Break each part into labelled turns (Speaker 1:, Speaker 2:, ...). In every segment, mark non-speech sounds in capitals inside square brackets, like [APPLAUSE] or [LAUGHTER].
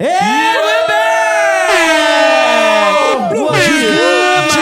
Speaker 1: And we're back!
Speaker 2: Woo!
Speaker 1: What is
Speaker 2: Cheer,
Speaker 1: good, my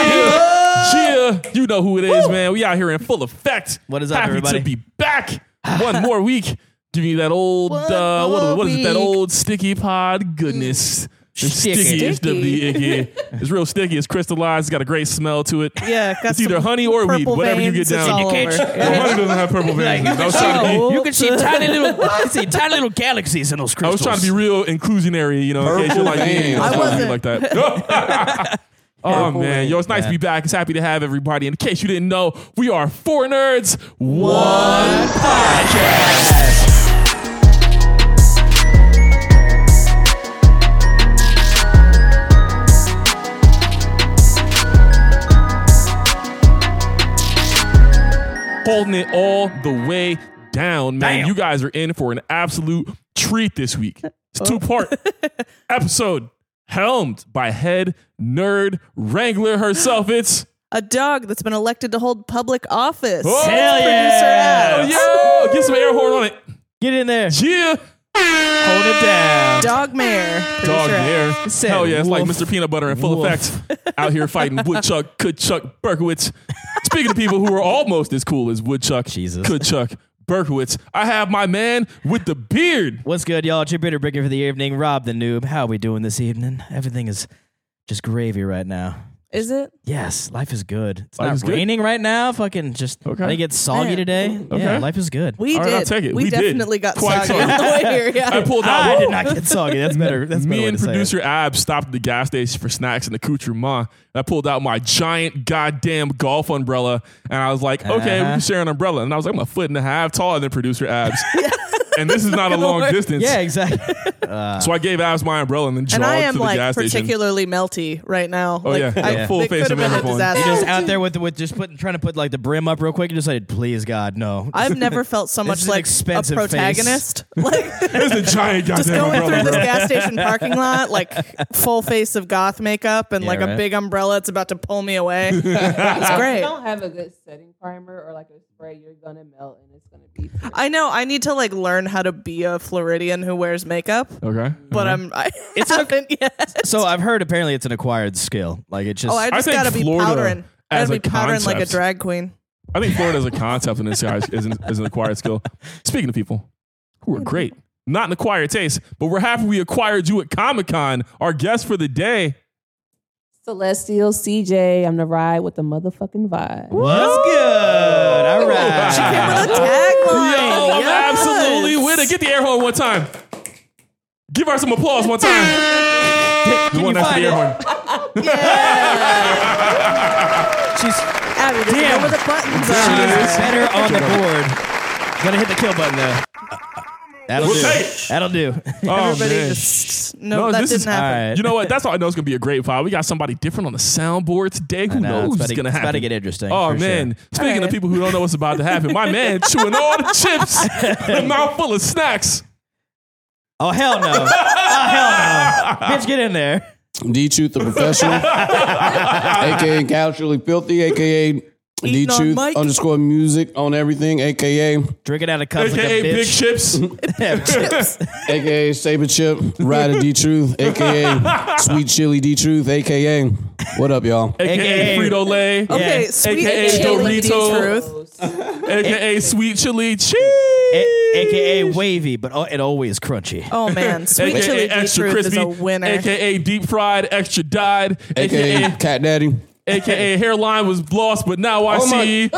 Speaker 1: people?
Speaker 2: Cheer. You know who it is, man. We out here in full effect.
Speaker 1: What is up,
Speaker 2: Happy
Speaker 1: everybody?
Speaker 2: to be back one more week. Give you that old,
Speaker 1: One
Speaker 2: uh, what,
Speaker 1: more
Speaker 2: what is it, that
Speaker 1: week.
Speaker 2: old sticky pod goodness. It's
Speaker 1: Sticky.
Speaker 2: sticky. It's,
Speaker 3: Sticky.
Speaker 2: the- [LAUGHS] the icky. it's real sticky. It's crystallized. It's got a great smell to it.
Speaker 3: Yeah, got
Speaker 2: It's either
Speaker 3: some
Speaker 2: honey or weed,
Speaker 3: purple
Speaker 2: whatever you
Speaker 3: veins,
Speaker 2: get
Speaker 3: it's
Speaker 2: down.
Speaker 3: all
Speaker 2: Well,
Speaker 3: over. Yeah.
Speaker 2: honey doesn't have purple veins. I was trying to be-
Speaker 3: Oh.
Speaker 4: You can see tiny
Speaker 3: [LAUGHS]
Speaker 4: little, you see tiny little galaxies in those
Speaker 2: I
Speaker 4: crystals.
Speaker 2: was trying to be real inclusionary, you know, in case you're like me, you know,
Speaker 3: I
Speaker 2: something
Speaker 3: wasn't.
Speaker 2: like that. [LAUGHS] oh man, yo, it's nice to
Speaker 1: man.
Speaker 2: be back. It's happy to have everybody. In case you didn't know, we are four nerds, one holding it all the way down, man.
Speaker 4: Damn.
Speaker 2: You guys are in for an absolute treat this week. It's two part episode helmed by head nerd wrangler herself. It's
Speaker 3: a dog that's been elected to hold public office.
Speaker 2: Oh,
Speaker 3: It's
Speaker 2: yeah.
Speaker 3: Producer Abs.
Speaker 2: yo, get some air horn on it.
Speaker 1: Get in there.
Speaker 2: Yeah,
Speaker 1: Hold it down.
Speaker 3: Dog mayor. Producer
Speaker 2: dog
Speaker 3: Abs.
Speaker 2: hair.
Speaker 1: Said
Speaker 2: Hell yeah, it's like
Speaker 1: wolf.
Speaker 2: Mr. Peanut Butter in full
Speaker 1: Wolf.
Speaker 2: effect out here fighting Woodchuck, Kutchuck, Berkowitz. Speaking of people who are almost as cool as Woodchuck,
Speaker 1: Jesus.
Speaker 2: Kutchuck, Berkowitz, I have my man with the beard.
Speaker 1: What's good, y'all? It's your bitter breaker for the evening. Rob the noob. How we doing this evening? Everything is just gravy right now.
Speaker 3: Is it?
Speaker 1: Yes, life is good. It's
Speaker 2: Life
Speaker 1: not
Speaker 2: is good.
Speaker 1: raining right now. Fucking just.
Speaker 2: Okay.
Speaker 1: I think it's soggy
Speaker 3: Man.
Speaker 1: today. Yeah,
Speaker 2: Okay.
Speaker 1: life is good.
Speaker 3: We
Speaker 2: All right,
Speaker 3: did.
Speaker 2: I'll take it.
Speaker 3: We,
Speaker 2: We did.
Speaker 3: definitely got
Speaker 2: Quite
Speaker 3: soggy
Speaker 2: sorry.
Speaker 3: on the way here. Yeah.
Speaker 2: [LAUGHS]
Speaker 1: [LAUGHS]
Speaker 2: I pulled out.
Speaker 1: I did not get soggy. That's better. That's better
Speaker 2: [LAUGHS] Me
Speaker 1: way
Speaker 2: and
Speaker 1: to say it.
Speaker 2: producer Ab stopped at the gas station for snacks and accoutrement. And I pulled out my giant goddamn golf umbrella and I was like, okay, we
Speaker 1: Uh-huh.
Speaker 2: can share an umbrella. And I was like, I'm a foot and a half taller than producer Abs.
Speaker 1: [LAUGHS]
Speaker 2: and this is not a long
Speaker 3: work.
Speaker 2: distance.
Speaker 1: Yeah, exactly.
Speaker 2: So I gave Abs my umbrella and then
Speaker 3: and
Speaker 2: drove
Speaker 3: I am
Speaker 2: to the
Speaker 3: like
Speaker 2: gas station.
Speaker 3: particularly melty right now.
Speaker 2: Oh,
Speaker 3: like,
Speaker 2: yeah.
Speaker 3: I,
Speaker 2: Yeah. Full
Speaker 3: it
Speaker 2: face
Speaker 3: could have
Speaker 2: of
Speaker 3: been a
Speaker 2: everyone.
Speaker 3: disaster.
Speaker 1: just out there with with just putting trying to put like the brim up real quick. You just like, please God, no.
Speaker 3: [LAUGHS] I've never felt so much
Speaker 1: is an
Speaker 3: like a
Speaker 1: expensive face.
Speaker 3: protagonist.
Speaker 2: [LAUGHS]
Speaker 3: [LAUGHS] Like
Speaker 2: It's a giant goddamn
Speaker 3: just going
Speaker 2: umbrella. bro.
Speaker 3: through this gas station parking lot, like full face of goth makeup and like a
Speaker 1: right.
Speaker 3: big umbrella that's about to pull
Speaker 2: [LAUGHS]
Speaker 3: me away. it's
Speaker 5: If you
Speaker 3: great.
Speaker 5: don't have a good setting primer or like a spray, you're gonna melt and it's gonna be. pretty.
Speaker 3: I know I need to like learn how to be a Floridian who wears makeup,
Speaker 2: Okay.
Speaker 3: but um, I'm
Speaker 2: [LAUGHS]
Speaker 3: I haven't yet.
Speaker 1: So I've heard apparently it's an acquired skill. Like it's just
Speaker 3: Oh, I just
Speaker 2: think
Speaker 3: gotta be
Speaker 2: Florida
Speaker 3: powdering. I
Speaker 2: as
Speaker 3: gotta
Speaker 2: a
Speaker 3: be powdering like a
Speaker 2: concept-
Speaker 3: drag queen.
Speaker 2: I think Florida is a concept and it's is an, is an acquired skill. Speaking of people who are great, not an acquired taste, but we're happy we acquired you at Comic Con, our guest for the day.
Speaker 5: Celestial CJ, I'm the ride with the motherfucking vibe.
Speaker 1: What's good? All
Speaker 3: She came
Speaker 1: right.
Speaker 3: with a tagline.
Speaker 2: Yo, I'm
Speaker 3: Yes.
Speaker 2: absolutely with it. Get the air horn one time. Give her some applause one time. The one that's the
Speaker 1: find it?
Speaker 2: air
Speaker 3: [LAUGHS]
Speaker 2: horn. [LAUGHS]
Speaker 1: She's
Speaker 3: Abby, just
Speaker 1: Damn.
Speaker 3: know where the buttons
Speaker 1: she
Speaker 3: are.
Speaker 1: is better on the board. Gotta hit the kill button though. That'll
Speaker 2: We'll
Speaker 1: do.
Speaker 2: take it.
Speaker 1: That'll do.
Speaker 2: Oh,
Speaker 3: [LAUGHS] Everybody
Speaker 2: man.
Speaker 3: just no,
Speaker 2: No,
Speaker 3: that
Speaker 2: this
Speaker 3: didn't
Speaker 2: is-
Speaker 3: happen.
Speaker 1: All right.
Speaker 2: You know what? That's all I know. It's gonna be a great file. We got somebody different on the soundboard today. Who
Speaker 1: I know. It's
Speaker 2: knows
Speaker 1: about
Speaker 2: what's
Speaker 1: to-
Speaker 2: gonna
Speaker 1: it's about
Speaker 2: happen?
Speaker 1: to get interesting,
Speaker 2: Oh
Speaker 1: for sure.
Speaker 2: man! Speaking of
Speaker 3: right.
Speaker 2: people who don't know what's about to happen, my
Speaker 3: [LAUGHS]
Speaker 2: man chewing all the chips, a mouthful of snacks.
Speaker 1: [LAUGHS] Oh hell no. [LAUGHS] oh hell no. Bitch, get in there.
Speaker 6: D Truth the
Speaker 3: [LAUGHS]
Speaker 6: Professional, aka Casually Filthy, aka D
Speaker 3: Eating on
Speaker 6: Truth
Speaker 3: mic.
Speaker 6: underscore music on everything, aka
Speaker 1: Drink it out of cups
Speaker 2: AKA
Speaker 1: like [LAUGHS] a
Speaker 2: Big
Speaker 1: bitch.
Speaker 2: Chips.
Speaker 6: aka Saber Chip, Rider D Truth, aka Sweet Chili D Truth, aka What up, y'all?
Speaker 2: AKA
Speaker 1: AKA
Speaker 2: Frito Lay.
Speaker 3: Okay,
Speaker 1: Yeah.
Speaker 3: sweet
Speaker 2: AKA
Speaker 3: chili
Speaker 2: Dorito.
Speaker 3: truth.
Speaker 2: [LAUGHS] AKA Sweet Chili Cheese.
Speaker 1: A- AKA wavy, but al- it always crunchy.
Speaker 3: Oh
Speaker 2: [LAUGHS]
Speaker 3: man, sweet chili
Speaker 2: AKA
Speaker 3: extra
Speaker 2: Extra
Speaker 3: truth is
Speaker 2: Crispy.
Speaker 3: a winner.
Speaker 2: AKA Deep Fried, Extra Dyed.
Speaker 6: aka
Speaker 2: AKA
Speaker 6: Cat Daddy.
Speaker 2: AKA hairline was lost, but now I
Speaker 6: Oh
Speaker 3: [LAUGHS]
Speaker 6: my-
Speaker 2: see.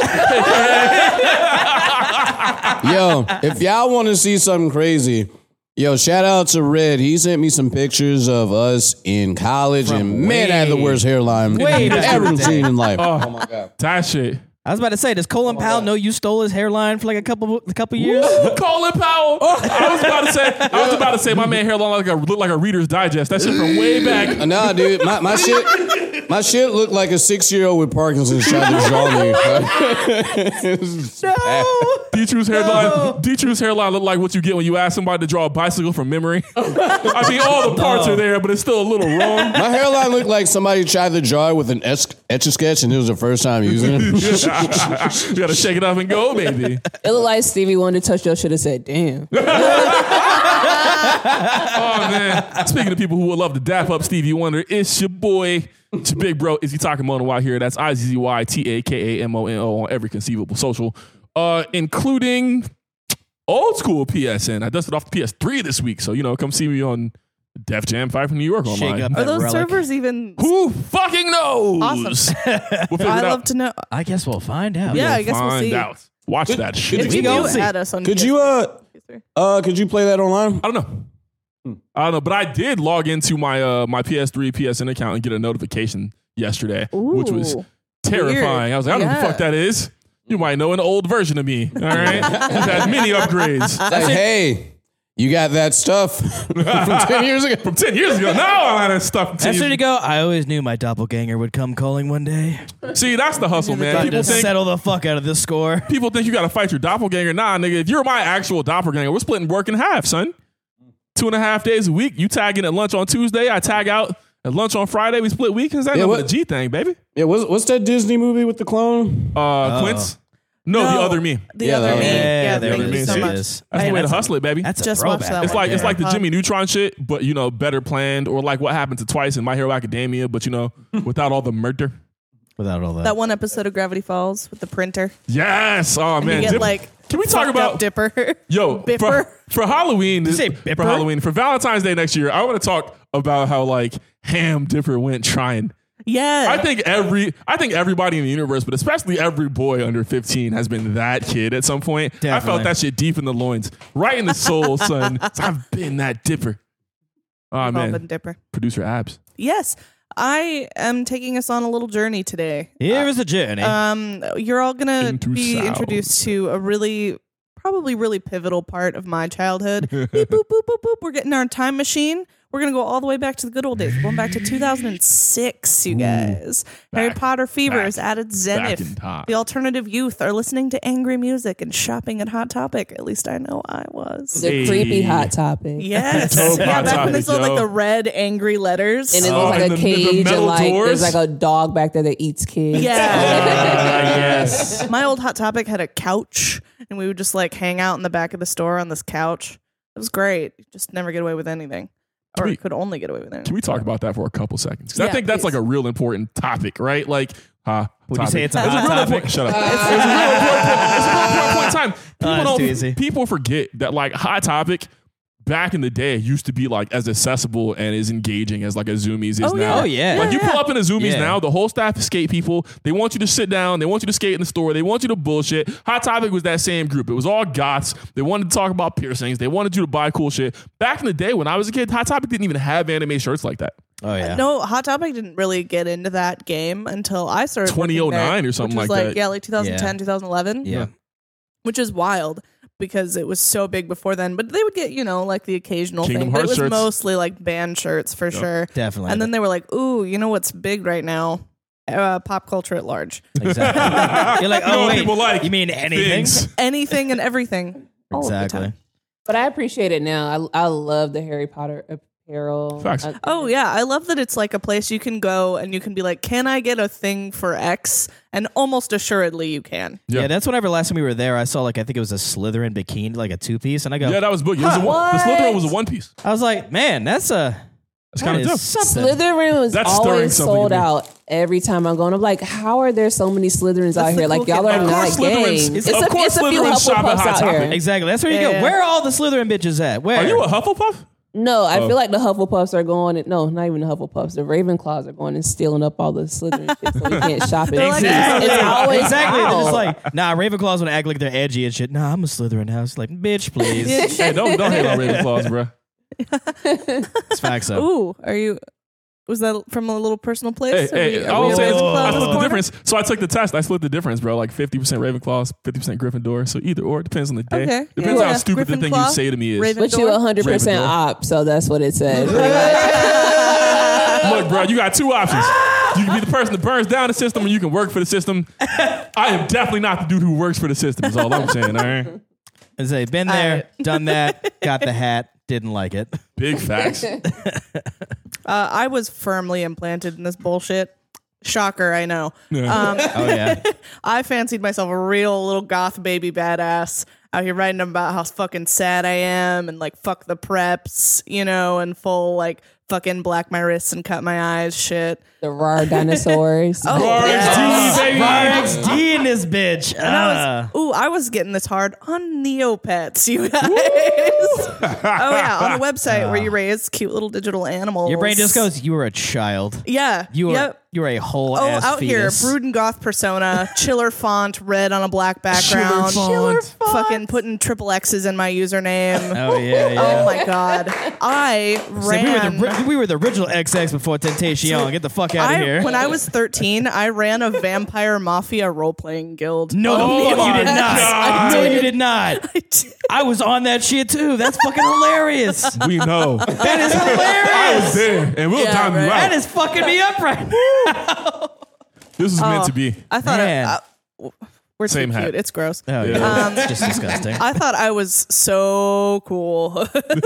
Speaker 6: Yo, if y'all want to see something crazy, yo, shout out to Red. He sent me some pictures of us in college, and man, I had the
Speaker 1: way-
Speaker 6: worst hairline
Speaker 1: way back in
Speaker 6: I've ever
Speaker 1: the day.
Speaker 6: seen in life.
Speaker 2: Oh.
Speaker 6: oh my god.
Speaker 2: That shit.
Speaker 1: I was about to say, does Colin Powell know you stole his hairline for like a couple a couple years?
Speaker 2: [LAUGHS] Colin Powell. I was about to say. I was about to say my man hairline like a looked like a Reader's Digest. That shit from way back.
Speaker 6: [LAUGHS] Uh, Nah, dude, my, my shit, my shit looked like a six year old with Parkinson's trying to draw me.
Speaker 2: [LAUGHS]
Speaker 6: [LAUGHS]
Speaker 2: Detru's hairline. Detru's hairline looked like what you get when you ask somebody to draw a bicycle from memory. I mean, all the parts are there, but it's still a little
Speaker 6: [LAUGHS]
Speaker 2: wrong. [LAUGHS]
Speaker 6: my hairline looked like somebody tried to draw it with an etch a sketch, and it was the first time using
Speaker 2: [LAUGHS]
Speaker 6: it.
Speaker 2: you gotta shake it up and go, baby.
Speaker 5: It looked like Stevie wanted to touch your shit and said, "Damn."
Speaker 2: Oh man! Speaking of people who would love to dap up Stevie Wonder, it's your boy, it's your big bro, Izzy Takamono out here. That's I Z Z Y T A K A M O N O on every conceivable social, uh, including old school PSN. I dusted off the PS3 this week, so you know, come see me on Def Jam Five from New York online. Uh,
Speaker 1: Shake up
Speaker 3: Are
Speaker 1: that
Speaker 3: those
Speaker 1: relic.
Speaker 3: servers even?
Speaker 2: Who fucking knows?
Speaker 3: Awesome.
Speaker 2: We'll
Speaker 1: [LAUGHS]
Speaker 2: figure
Speaker 3: I
Speaker 2: it
Speaker 3: love
Speaker 2: out.
Speaker 3: to know.
Speaker 1: I guess we'll find out.
Speaker 3: Yeah, I guess we'll
Speaker 2: Find
Speaker 3: see.
Speaker 2: out. Watch that shit.
Speaker 3: If
Speaker 6: Could
Speaker 3: you
Speaker 6: you
Speaker 3: do
Speaker 6: go see?
Speaker 3: add us on
Speaker 6: Could
Speaker 3: PS3.
Speaker 6: you uh uh could you play that online?
Speaker 2: I don't know. I don't know, but I did log into my uh my PS3 PSN account and get a notification yesterday, which was
Speaker 5: Ooh.
Speaker 2: terrifying. I was like, I don't know who the
Speaker 3: Yeah.
Speaker 2: fuck that is. You might know an old version of me. All right, he's had many upgrades
Speaker 6: Like, hey, you got that stuff [LAUGHS] from ten years ago.
Speaker 2: from ten years ago. Now I had that stuff.
Speaker 1: That's where to
Speaker 2: See,
Speaker 1: go. I always knew my doppelganger would come calling one day.
Speaker 2: see, that's the hustle, man.
Speaker 1: Trying
Speaker 2: People
Speaker 1: to
Speaker 2: think
Speaker 1: settle the fuck out of this score.
Speaker 2: people think you got to fight your doppelganger. Nah, nigga, if you're my actual doppelganger, we're splitting work in half, son. Two and a half days a week. You tag in at lunch on Tuesday. I tag out at lunch on Friday. We split weekends. That's
Speaker 6: Yeah,
Speaker 2: yeah,
Speaker 6: what-
Speaker 2: the G thing, baby.
Speaker 6: Yeah, what's, what's that Disney movie with the clone?
Speaker 2: Uh, Quince? No, Oh, the
Speaker 3: No.
Speaker 2: other me.
Speaker 3: The
Speaker 6: Yeah,
Speaker 3: other
Speaker 6: that
Speaker 3: me.
Speaker 6: one.
Speaker 3: Yeah,
Speaker 1: there
Speaker 3: thank
Speaker 1: it
Speaker 3: you
Speaker 2: is.
Speaker 3: so
Speaker 2: See?
Speaker 3: much.
Speaker 1: is.
Speaker 2: That's
Speaker 1: Man,
Speaker 2: the way to
Speaker 1: that's a-
Speaker 2: hustle it, baby.
Speaker 1: That's a
Speaker 3: Just watch
Speaker 1: throwback.
Speaker 3: that
Speaker 2: it's
Speaker 3: one
Speaker 2: like it's
Speaker 3: there.
Speaker 2: like the Jimmy Neutron shit, but you know, better planned, or like what happened to Twice in My Hero Academia, but
Speaker 1: [LAUGHS]
Speaker 2: you know, without all the murder.
Speaker 1: without all
Speaker 3: That one episode of Gravity Falls with the printer.
Speaker 2: Yes. Oh man.
Speaker 3: You get
Speaker 2: Dip-
Speaker 3: like.
Speaker 2: Can we talk
Speaker 3: fucked
Speaker 2: about [LAUGHS]
Speaker 3: up Dipper? [LAUGHS]
Speaker 2: yo
Speaker 3: Bipper?
Speaker 2: for, for Halloween? This,
Speaker 1: say
Speaker 2: for
Speaker 1: Bipper?
Speaker 2: Halloween for Valentine's Day next year, I want to talk about how like Ham Dipper went trying.
Speaker 3: Yeah.
Speaker 2: I think every I think everybody in the universe, but especially every boy under 15 has been that kid at some point. I felt
Speaker 1: Definitely.
Speaker 2: that shit deep in the loins, right in the
Speaker 3: [LAUGHS]
Speaker 2: soul, son. So I've been that dipper. Oh
Speaker 3: We've all been
Speaker 2: man,
Speaker 3: Dipper.
Speaker 2: producer abs.
Speaker 3: Yes. I am taking us on a little journey today.
Speaker 1: Here is a journey.
Speaker 3: Um, you're all gonna
Speaker 2: Into
Speaker 3: be
Speaker 2: sound.
Speaker 3: introduced to a really, probably really pivotal part of
Speaker 2: [LAUGHS]
Speaker 3: my childhood. Beep, boop, boop, boop, boop. We're getting our time machine. We're gonna go all the way back to the good old days. We're
Speaker 2: [LAUGHS]
Speaker 3: going back to 2006, you guys. Harry
Speaker 2: Back.
Speaker 3: Potter fever
Speaker 2: Back.
Speaker 3: is at its
Speaker 2: Back
Speaker 3: zenith.
Speaker 2: in time.
Speaker 3: The alternative youth are listening to angry music and shopping at Hot Topic. At least I know I was.
Speaker 5: [LAUGHS] The
Speaker 2: Hey.
Speaker 5: creepy hot
Speaker 2: [LAUGHS]
Speaker 5: topic.
Speaker 3: Yes.
Speaker 2: Dope
Speaker 3: yeah,
Speaker 2: Hot
Speaker 3: back when they
Speaker 2: Topic,
Speaker 3: sold
Speaker 2: yo.
Speaker 3: like the red angry letters.
Speaker 5: And it
Speaker 2: Oh,
Speaker 5: looks like
Speaker 2: and
Speaker 5: a
Speaker 2: the- the
Speaker 5: cage
Speaker 2: metal
Speaker 5: and like
Speaker 2: doors?
Speaker 5: there's like a dog back there that eats kids. [LAUGHS]
Speaker 3: yeah.
Speaker 2: Ah, yes.
Speaker 3: My old Hot Topic had a couch, and we would just like hang out in the back of the store on this couch. It was great. Just never get away with anything, or
Speaker 2: Sweet.
Speaker 3: could only get away with anything.
Speaker 2: Can we talk about that for a couple seconds? 'Cause I
Speaker 3: Yeah,
Speaker 2: think that's like
Speaker 3: please.
Speaker 2: a real important topic, right? Like, uh,
Speaker 1: Would you say it's a
Speaker 2: It's
Speaker 1: hot
Speaker 2: real
Speaker 1: topic?
Speaker 2: important- Shut up. it's a real important point. It's a real important point in time.
Speaker 1: [LAUGHS]
Speaker 2: People
Speaker 1: it's
Speaker 2: don't.
Speaker 1: Oh, too easy.
Speaker 2: People forget that like hot topic back in the day used to be like as accessible and as engaging as like a Zoomies is
Speaker 3: Oh,
Speaker 2: now.
Speaker 3: yeah. Oh,
Speaker 1: yeah.
Speaker 2: Like you pull up in a Zoomies
Speaker 1: Yeah.
Speaker 2: now, the whole staff is skate people. They want you to sit down. They want you to skate in the store. They want you to bullshit. Hot Topic was that same group. It was all goths. They wanted to talk about piercings. They wanted you to buy cool shit. Back in the day when I was a kid, Hot Topic didn't even have anime shirts like that.
Speaker 1: oh yeah.
Speaker 3: No, Hot Topic didn't really get into that game until I started working
Speaker 2: 2009
Speaker 3: there,
Speaker 2: or something
Speaker 3: which was
Speaker 2: like
Speaker 3: like
Speaker 2: that.
Speaker 3: Yeah, like 2010, 2011.
Speaker 1: yeah.
Speaker 3: which is wild because it was so big before then. But they would get you know like the occasional
Speaker 2: Kingdom
Speaker 3: thing, but it
Speaker 2: Hearts
Speaker 3: was
Speaker 2: shirts.
Speaker 3: mostly like band shirts for sure.
Speaker 1: Definitely.
Speaker 3: And then they were like, "Ooh, you know what's big right now? Uh, pop culture at large."
Speaker 2: [LAUGHS]
Speaker 1: Exactly. You're like,
Speaker 2: You know
Speaker 1: oh
Speaker 2: what
Speaker 1: wait,
Speaker 2: people like?
Speaker 1: you mean anything?
Speaker 2: [LAUGHS] Things.
Speaker 3: anything and everything. all of the
Speaker 1: Exactly.
Speaker 3: time.
Speaker 5: But I appreciate it now. I I love the Harry Potter apparel.
Speaker 2: Facts.
Speaker 5: I-
Speaker 3: Oh yeah, I love that it's like a place you can go and you can be like, "Can I get a thing for X?" And almost assuredly you can.
Speaker 1: Yeah.
Speaker 2: Yeah.
Speaker 1: that's whenever last time we were there, I saw like I think it was a Slytherin bikini, like a two piece, and I go,
Speaker 2: Yeah, that was boogie. It was a one, the Slytherin was a one piece.
Speaker 1: I was like, man, that's a
Speaker 2: That's
Speaker 1: that
Speaker 2: kind of
Speaker 1: is
Speaker 2: dope.
Speaker 1: something.
Speaker 5: Slytherin was
Speaker 2: That's stirring
Speaker 5: always
Speaker 2: something
Speaker 5: sold
Speaker 2: in me.
Speaker 5: out every time I'm going. I'm like, how are there so many Slytherins out
Speaker 3: the
Speaker 5: here? Like
Speaker 3: cool
Speaker 5: y'all
Speaker 3: kid.
Speaker 5: are
Speaker 3: Of
Speaker 5: not
Speaker 2: course Slytherins-
Speaker 5: game.
Speaker 2: it's- of course Slytherins shop at Hot Topic.
Speaker 1: Exactly. That's where you
Speaker 3: Yeah,
Speaker 1: go.
Speaker 3: yeah.
Speaker 1: Where are all the Slytherin bitches at? Where
Speaker 2: Are you
Speaker 1: [LAUGHS]
Speaker 2: a [LAUGHS] Hufflepuff?
Speaker 5: No, I
Speaker 2: Oh.
Speaker 5: feel like the Hufflepuffs are going. No, not even the Hufflepuffs. The Ravenclaws are going and stealing up all the Slytherin shit, so we can't shop it.
Speaker 3: like,
Speaker 5: it's, it's always
Speaker 1: Exactly. They're
Speaker 5: out.
Speaker 1: just like, nah, Ravenclaws would act like they're edgy and shit. Nah, I'm a Slytherin house. Like, bitch, please.
Speaker 2: hey, don't don't hate on Ravenclaws, bro.
Speaker 1: it's facts up.
Speaker 3: Ooh, are you? Was that from a little personal
Speaker 2: Hey,
Speaker 3: place? Are we-
Speaker 2: hey,
Speaker 3: are
Speaker 2: all
Speaker 3: we
Speaker 2: I'm saying is
Speaker 3: always
Speaker 2: I
Speaker 3: club
Speaker 2: split the
Speaker 3: corner? [LAUGHS]
Speaker 2: difference. So I took the test. I split the difference, bro. Like 50% Ravenclaws, 50% Gryffindor. So either or. It depends on the day.
Speaker 3: Okay.
Speaker 2: Depends
Speaker 3: Yeah.
Speaker 2: how stupid the thing you
Speaker 3: Gryffindor,
Speaker 2: say to me is.
Speaker 3: Raven-
Speaker 5: But you
Speaker 3: Ravenclaw?
Speaker 5: 100 percent
Speaker 2: Ravenclaw.
Speaker 5: op, so that's what it says.
Speaker 2: Look, bro, you got two options.
Speaker 3: Ah!
Speaker 2: You can be the person that burns down the system or you can work for the system. I am definitely not the dude who works for the system, is all I'm saying, all right?
Speaker 1: And say, been there,
Speaker 3: [LAUGHS]
Speaker 1: done that, got the hat, didn't like it.
Speaker 2: Big facts.
Speaker 3: Uh, I was firmly implanted in this bullshit. Shocker, I know.
Speaker 1: Oh yeah. [LAUGHS]
Speaker 3: I fancied myself a real little goth baby badass. out here writing about how fucking sad I am and like fuck the preps, you know, and full like fucking black my wrists and cut my eyes shit.
Speaker 2: [LAUGHS]
Speaker 5: The raw dinosaurs.
Speaker 2: Oh, RXD, baby.
Speaker 1: RXD in this bitch. Ah.
Speaker 3: Ooh, I was getting this hard on Neopets, you guys. [LAUGHS] oh yeah, on a
Speaker 1: [LAUGHS]
Speaker 3: website where you raise cute little digital animals.
Speaker 1: Your brain just goes, you were a child.
Speaker 3: Yeah.
Speaker 1: You were,
Speaker 3: Yep.
Speaker 1: you were a whole
Speaker 3: Oh,
Speaker 1: ass
Speaker 3: out
Speaker 1: fetus.
Speaker 3: here, brood and
Speaker 1: [LAUGHS]
Speaker 3: goth persona, chiller font, red on a black background,
Speaker 2: Chiller font.
Speaker 3: fucking putting triple X's in
Speaker 1: [LAUGHS]
Speaker 3: my username.
Speaker 1: Oh, yeah, yeah.
Speaker 3: [LAUGHS]
Speaker 1: [LAUGHS]
Speaker 3: Oh my god, I
Speaker 1: See,
Speaker 3: ran.
Speaker 1: we, were the, ri- we were the original XX before Temptation. Get the fuck out of
Speaker 3: I-
Speaker 1: here.
Speaker 3: When I was 13, I ran a vampire mafia role playing guild.
Speaker 1: no,
Speaker 2: Oh
Speaker 1: the fuck you
Speaker 2: my
Speaker 1: did
Speaker 3: [LAUGHS]
Speaker 1: not.
Speaker 2: God.
Speaker 1: No, you did not. I was on that shit too. That's fucking
Speaker 3: [LAUGHS]
Speaker 1: hilarious.
Speaker 2: We know.
Speaker 1: That is
Speaker 2: I
Speaker 1: hilarious.
Speaker 2: was there, and we'll time you out.
Speaker 1: That is fucking me up right now.
Speaker 2: this is meant to be.
Speaker 3: I thought I,
Speaker 1: Man.
Speaker 3: uh, we're
Speaker 2: Same
Speaker 3: too
Speaker 2: hat.
Speaker 3: cute. It's gross.
Speaker 1: Oh, yeah.
Speaker 3: Um,
Speaker 1: it's just disgusting.
Speaker 3: I thought I was so cool. [LAUGHS]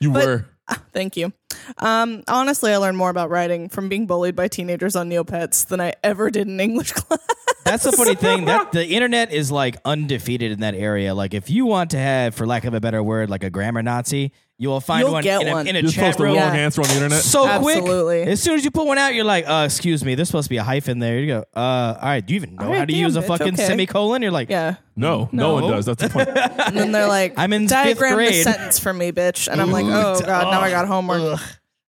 Speaker 2: You were.
Speaker 3: Thank you. Um, honestly, I learned more about writing from being bullied by teenagers on Neopets than I ever did in English [LAUGHS] class.
Speaker 1: That's the funny thing.
Speaker 3: [LAUGHS]
Speaker 1: That the internet is like undefeated in that area. Like if you want to have, for lack of a better word, like a grammar Nazi, you will find
Speaker 3: You'll
Speaker 1: one,
Speaker 3: get
Speaker 1: in a,
Speaker 3: one.
Speaker 1: in a
Speaker 2: You're supposed
Speaker 1: chat
Speaker 2: to wrong
Speaker 1: room.
Speaker 3: Yeah.
Speaker 2: answer on the internet.
Speaker 1: So
Speaker 3: Absolutely.
Speaker 1: quick. As soon as you put one out, you're like, uh, excuse me, there's supposed to be a hyphen there. You go, uh, all right, do you even know
Speaker 3: right,
Speaker 1: how to
Speaker 3: damn,
Speaker 1: use a
Speaker 3: bitch,
Speaker 1: fucking
Speaker 3: okay.
Speaker 1: semicolon? You're like,
Speaker 3: yeah.
Speaker 2: no, no, one does. That's the point.
Speaker 3: And then they're like,
Speaker 1: I'm in fifth
Speaker 3: diagram the
Speaker 1: grade."
Speaker 3: sentence for me, bitch. And I'm like, oh god, now I got homework.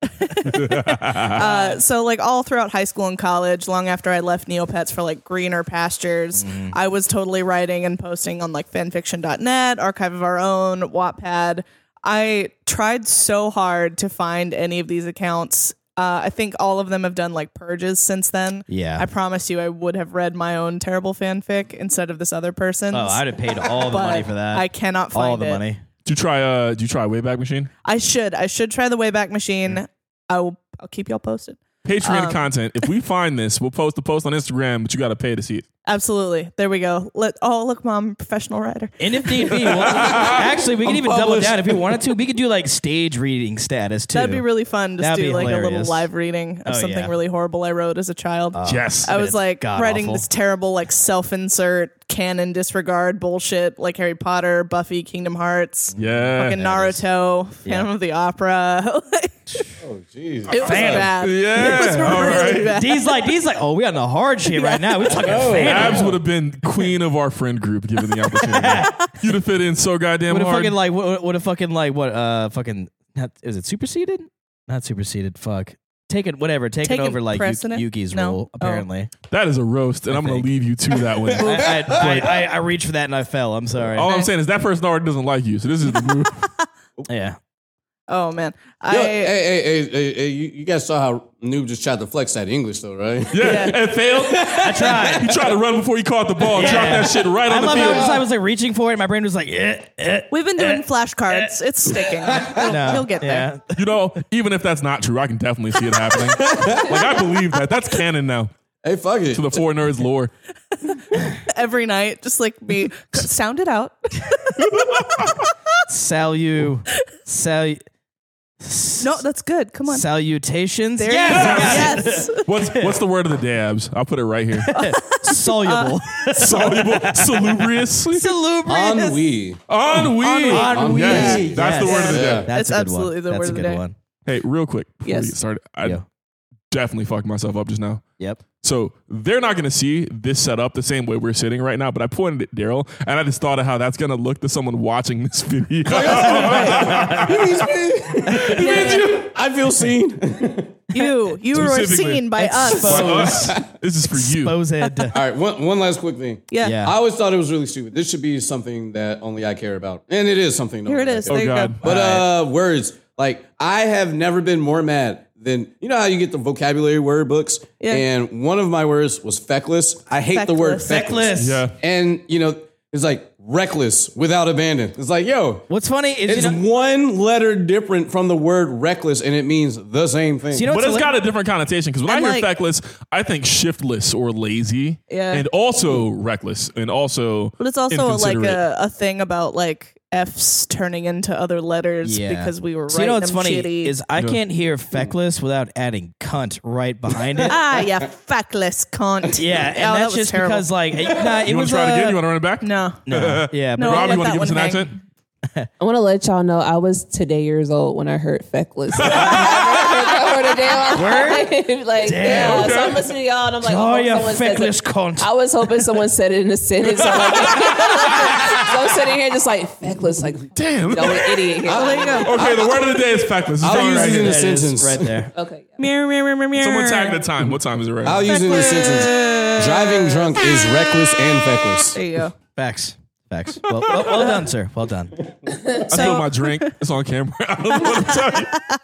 Speaker 3: uh, so like all throughout high school and college, long after I left Neopets for like greener pastures,
Speaker 1: Mm-hmm.
Speaker 3: I was totally writing and posting on like fanfiction.net, archive of our own, Wattpad. I tried so hard to find any of these accounts. Uh, I think all of them have done like purges since then.
Speaker 1: Yeah.
Speaker 3: I promise you, I would have read my own terrible fanfic instead of this other person's.
Speaker 1: oh, I'd have paid all the
Speaker 3: But
Speaker 1: money for that.
Speaker 3: I cannot find
Speaker 1: all the
Speaker 3: it.
Speaker 1: money.
Speaker 2: Did you try? Uh, did you try Wayback Machine?
Speaker 3: I should. I should try the Wayback Machine. I will. I'll keep y'all posted.
Speaker 2: Patreon
Speaker 3: Um.
Speaker 2: content. If we find this, we'll post the post on Instagram, but you got to pay to see it.
Speaker 3: Absolutely. There we go. Let. Oh, look, mom, professional writer.
Speaker 1: And if need be, well, [LAUGHS] actually, we could even double down if we wanted to. We could do like stage reading status too.
Speaker 3: That'd be really fun. Just
Speaker 1: That'd
Speaker 3: do
Speaker 1: be
Speaker 3: like a little
Speaker 1: hilarious.
Speaker 3: live reading of
Speaker 1: Oh,
Speaker 3: something
Speaker 1: yeah.
Speaker 3: really horrible I wrote as a child.
Speaker 2: yes.
Speaker 3: I
Speaker 1: but
Speaker 3: was
Speaker 1: it's
Speaker 3: like
Speaker 1: god
Speaker 3: writing
Speaker 1: awful.
Speaker 3: this terrible like self-insert canon disregard bullshit like Harry Potter, Buffy, Kingdom Hearts,
Speaker 2: yeah.
Speaker 3: fucking Naruto, Phantom of the Opera. [LAUGHS]
Speaker 6: Jeez.
Speaker 3: it was bad.
Speaker 2: Oh, Yeah.
Speaker 3: [LAUGHS] It was
Speaker 2: All
Speaker 3: really
Speaker 2: right.
Speaker 3: bad.
Speaker 1: D's like, D's like, oh, we on the hard
Speaker 3: [LAUGHS]
Speaker 1: shit right now. We're talking
Speaker 2: Oh,
Speaker 1: fan. [LAUGHS]
Speaker 2: Abs would have been queen of our friend group given the
Speaker 1: [LAUGHS]
Speaker 2: opportunity. You'd have fit in so goddamn
Speaker 1: Would have
Speaker 2: hard.
Speaker 1: fucking like, what, would have fucking like, what, uh, fucking, not, is it superseded? Not superseded. Fuck. Taken, whatever. Taken,
Speaker 3: Taken
Speaker 1: over like Yu-
Speaker 3: precedent?
Speaker 1: Yuki's
Speaker 3: No.
Speaker 1: role,
Speaker 3: Oh. [LAUGHS]
Speaker 1: apparently.
Speaker 2: that is a roast, and I am going
Speaker 1: think.
Speaker 2: to leave you to
Speaker 1: [LAUGHS]
Speaker 2: that one.
Speaker 1: I, I, I, I, I reached for that and I fell. I'm sorry.
Speaker 2: All Oh, I'm saying is that person already doesn't like you, so this is the
Speaker 1: [LAUGHS]
Speaker 2: move.
Speaker 1: Yeah.
Speaker 3: Oh man, I.
Speaker 6: Yo, hey, hey, hey, hey, hey, you, you guys saw how Noob just tried to flex that English, though, right?
Speaker 2: Yeah, and failed.
Speaker 1: I tried.
Speaker 2: He tried to run before he caught the ball. Dropped that shit right
Speaker 1: I
Speaker 2: on the
Speaker 1: love how
Speaker 2: field.
Speaker 1: just I was like reaching for it and my brain was like, eh, eh.
Speaker 3: We've been doing
Speaker 2: eh.
Speaker 3: flashcards. It's
Speaker 2: [LAUGHS]
Speaker 3: sticking. He'll,
Speaker 1: No.
Speaker 3: he'll get there.
Speaker 1: Yeah.
Speaker 2: You know, even if that's not true, I can definitely see it happening. [LAUGHS] like I believe that. That's canon now
Speaker 6: Hey, fuck it.
Speaker 2: to the four nerds lore.
Speaker 3: Every night, just like me, sound
Speaker 1: [LAUGHS]
Speaker 3: it out.
Speaker 1: Sal you. Sal you.
Speaker 3: No, that's good. Come on.
Speaker 1: Salutations.
Speaker 3: There you go. Yes.
Speaker 2: What's what's the word of the day, Abs? I'll put it right here.
Speaker 1: [LAUGHS] Soluble.
Speaker 3: Uh,
Speaker 2: Soluble,
Speaker 1: [LAUGHS]
Speaker 2: salubrious,
Speaker 3: [LAUGHS]
Speaker 1: Salubrious.
Speaker 6: Ennui.
Speaker 2: ennui.
Speaker 1: Ennui.
Speaker 2: Yes, that's the
Speaker 1: Yes.
Speaker 2: word of the
Speaker 6: Yeah.
Speaker 2: day.
Speaker 1: That's
Speaker 3: It's
Speaker 1: a good
Speaker 3: absolutely
Speaker 1: one.
Speaker 3: the
Speaker 1: That's
Speaker 3: word
Speaker 1: a
Speaker 3: of the
Speaker 1: good
Speaker 3: day.
Speaker 1: one.
Speaker 2: Hey, real quick before
Speaker 3: Yes.
Speaker 2: we get started, I
Speaker 1: Yo.
Speaker 2: definitely fucked myself up just now.
Speaker 1: Yep.
Speaker 2: So they're not going to see this set up the same way we're sitting right now, but I pointed at Daryl and I just thought of how that's going to look to someone watching this [LAUGHS] video.
Speaker 3: Oh,
Speaker 6: I
Speaker 2: [LAUGHS]
Speaker 6: feel seen.
Speaker 3: You, you were
Speaker 2: Specifically.
Speaker 3: seen by us.
Speaker 2: this is for you.
Speaker 1: Exposed.
Speaker 3: [LAUGHS]
Speaker 6: All right, one, one last quick thing.
Speaker 3: Yeah.
Speaker 1: Yeah.
Speaker 6: I always thought it was really stupid. This should be something that only I care about. And it is something.
Speaker 3: Here it
Speaker 6: only I
Speaker 3: is.
Speaker 6: care
Speaker 2: Oh,
Speaker 3: there you
Speaker 2: God.
Speaker 3: go.
Speaker 6: about. But uh, words. Like, I have never been more mad than, you know how you get the vocabulary word books?
Speaker 3: Yeah.
Speaker 6: And one of my words was feckless. I hate the word
Speaker 3: Feckless.
Speaker 6: feckless.
Speaker 2: Yeah.
Speaker 6: And, you know, it's like reckless without abandon. It's like, yo,
Speaker 1: What's funny is
Speaker 6: it's
Speaker 1: you know,
Speaker 6: one letter different from the word reckless, and it means the same thing.
Speaker 1: you know
Speaker 2: But
Speaker 1: what's
Speaker 2: it's
Speaker 1: hila-
Speaker 2: got a different connotation because when
Speaker 3: And,
Speaker 2: I hear
Speaker 3: like-
Speaker 2: feckless, I think shiftless or lazy,
Speaker 3: Yeah.
Speaker 2: and also reckless, and also.
Speaker 3: But it's also like uh,
Speaker 2: inconsiderate.
Speaker 3: a, a thing about like F's turning into other letters
Speaker 1: Yeah.
Speaker 3: because we were
Speaker 1: So you know
Speaker 3: writing
Speaker 1: what's
Speaker 3: them
Speaker 1: funny
Speaker 3: shitty.
Speaker 1: is I can't hear feckless without adding cunt right behind
Speaker 3: [LAUGHS]
Speaker 1: it.
Speaker 3: ah, you feckless
Speaker 1: [LAUGHS]
Speaker 3: cunt.
Speaker 1: yeah, and
Speaker 3: Oh, that
Speaker 1: that's
Speaker 3: was
Speaker 1: just
Speaker 3: terrible.
Speaker 1: because
Speaker 3: [LAUGHS]
Speaker 1: like it, nah, it
Speaker 2: You want
Speaker 1: was
Speaker 2: to try it again?
Speaker 1: uh,
Speaker 2: You want to run it back?
Speaker 3: no.
Speaker 1: no, yeah,
Speaker 3: No,
Speaker 1: but
Speaker 2: Rob, you
Speaker 3: let
Speaker 2: want to
Speaker 3: that
Speaker 2: give us an
Speaker 3: one hang.
Speaker 2: accent?
Speaker 5: I want to let y'all know I was today years old when I heard feckless. [LAUGHS] I heard that word a day on my life. [LAUGHS] like,
Speaker 1: Damn.
Speaker 5: yeah. So I'm listening to y'all and I'm like,
Speaker 1: oh,
Speaker 5: I hope
Speaker 1: you
Speaker 5: someone says
Speaker 1: feckless
Speaker 5: it.
Speaker 1: cunt.
Speaker 5: I was hoping someone said it in a sentence. I'm like, [LAUGHS] so I'm sitting here just like feckless, like
Speaker 2: Damn.
Speaker 3: [LAUGHS]
Speaker 5: you know, an idiot here.
Speaker 3: There you go.
Speaker 2: Okay, the word of the day is factless. It's
Speaker 6: I'll
Speaker 2: on
Speaker 6: use
Speaker 2: right
Speaker 6: it in
Speaker 2: here.
Speaker 6: a
Speaker 1: That is
Speaker 6: sentence.
Speaker 1: right
Speaker 3: [LAUGHS]
Speaker 1: there.
Speaker 5: Okay. yeah.
Speaker 3: Mirror, mirror, mirror, mirror.
Speaker 2: Someone tag the time. What time is it right now?
Speaker 6: I'll use it in a sentence. Driving drunk is reckless and feckless.
Speaker 3: There you go.
Speaker 1: Facts, facts. Well, well, well done, sir. Well done.
Speaker 2: I spilled my drink. It's on camera. [LAUGHS] I don't know
Speaker 3: [LAUGHS]
Speaker 2: what to tell you.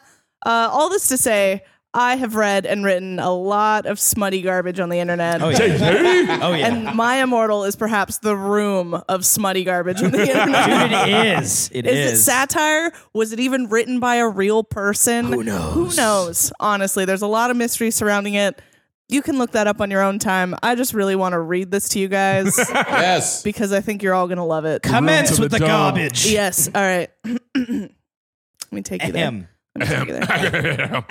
Speaker 3: Uh, all this to say, I have read and written a lot of smutty garbage on the internet.
Speaker 1: Oh yeah. Oh yeah.
Speaker 3: And my immortal is perhaps the room of smutty garbage
Speaker 1: [LAUGHS]
Speaker 3: on the internet.
Speaker 1: Dude, it
Speaker 3: [LAUGHS]
Speaker 1: is. It
Speaker 3: Is
Speaker 1: is.
Speaker 3: it satire? Was it even written by a real person? Who
Speaker 1: knows?
Speaker 3: Who knows? Honestly, there's a lot of mystery surrounding it. You can look that up on your own time. I just really want to read this to
Speaker 1: [LAUGHS]
Speaker 3: you guys
Speaker 6: Yes.
Speaker 3: because I think you're all going to love it.
Speaker 2: Room
Speaker 1: Commence
Speaker 2: to
Speaker 1: with
Speaker 2: the
Speaker 1: the,
Speaker 2: dome.
Speaker 1: garbage.
Speaker 3: Yes. All right. [CLEARS THROAT] Let me take you there.
Speaker 1: Ahem.
Speaker 3: Let me take you there.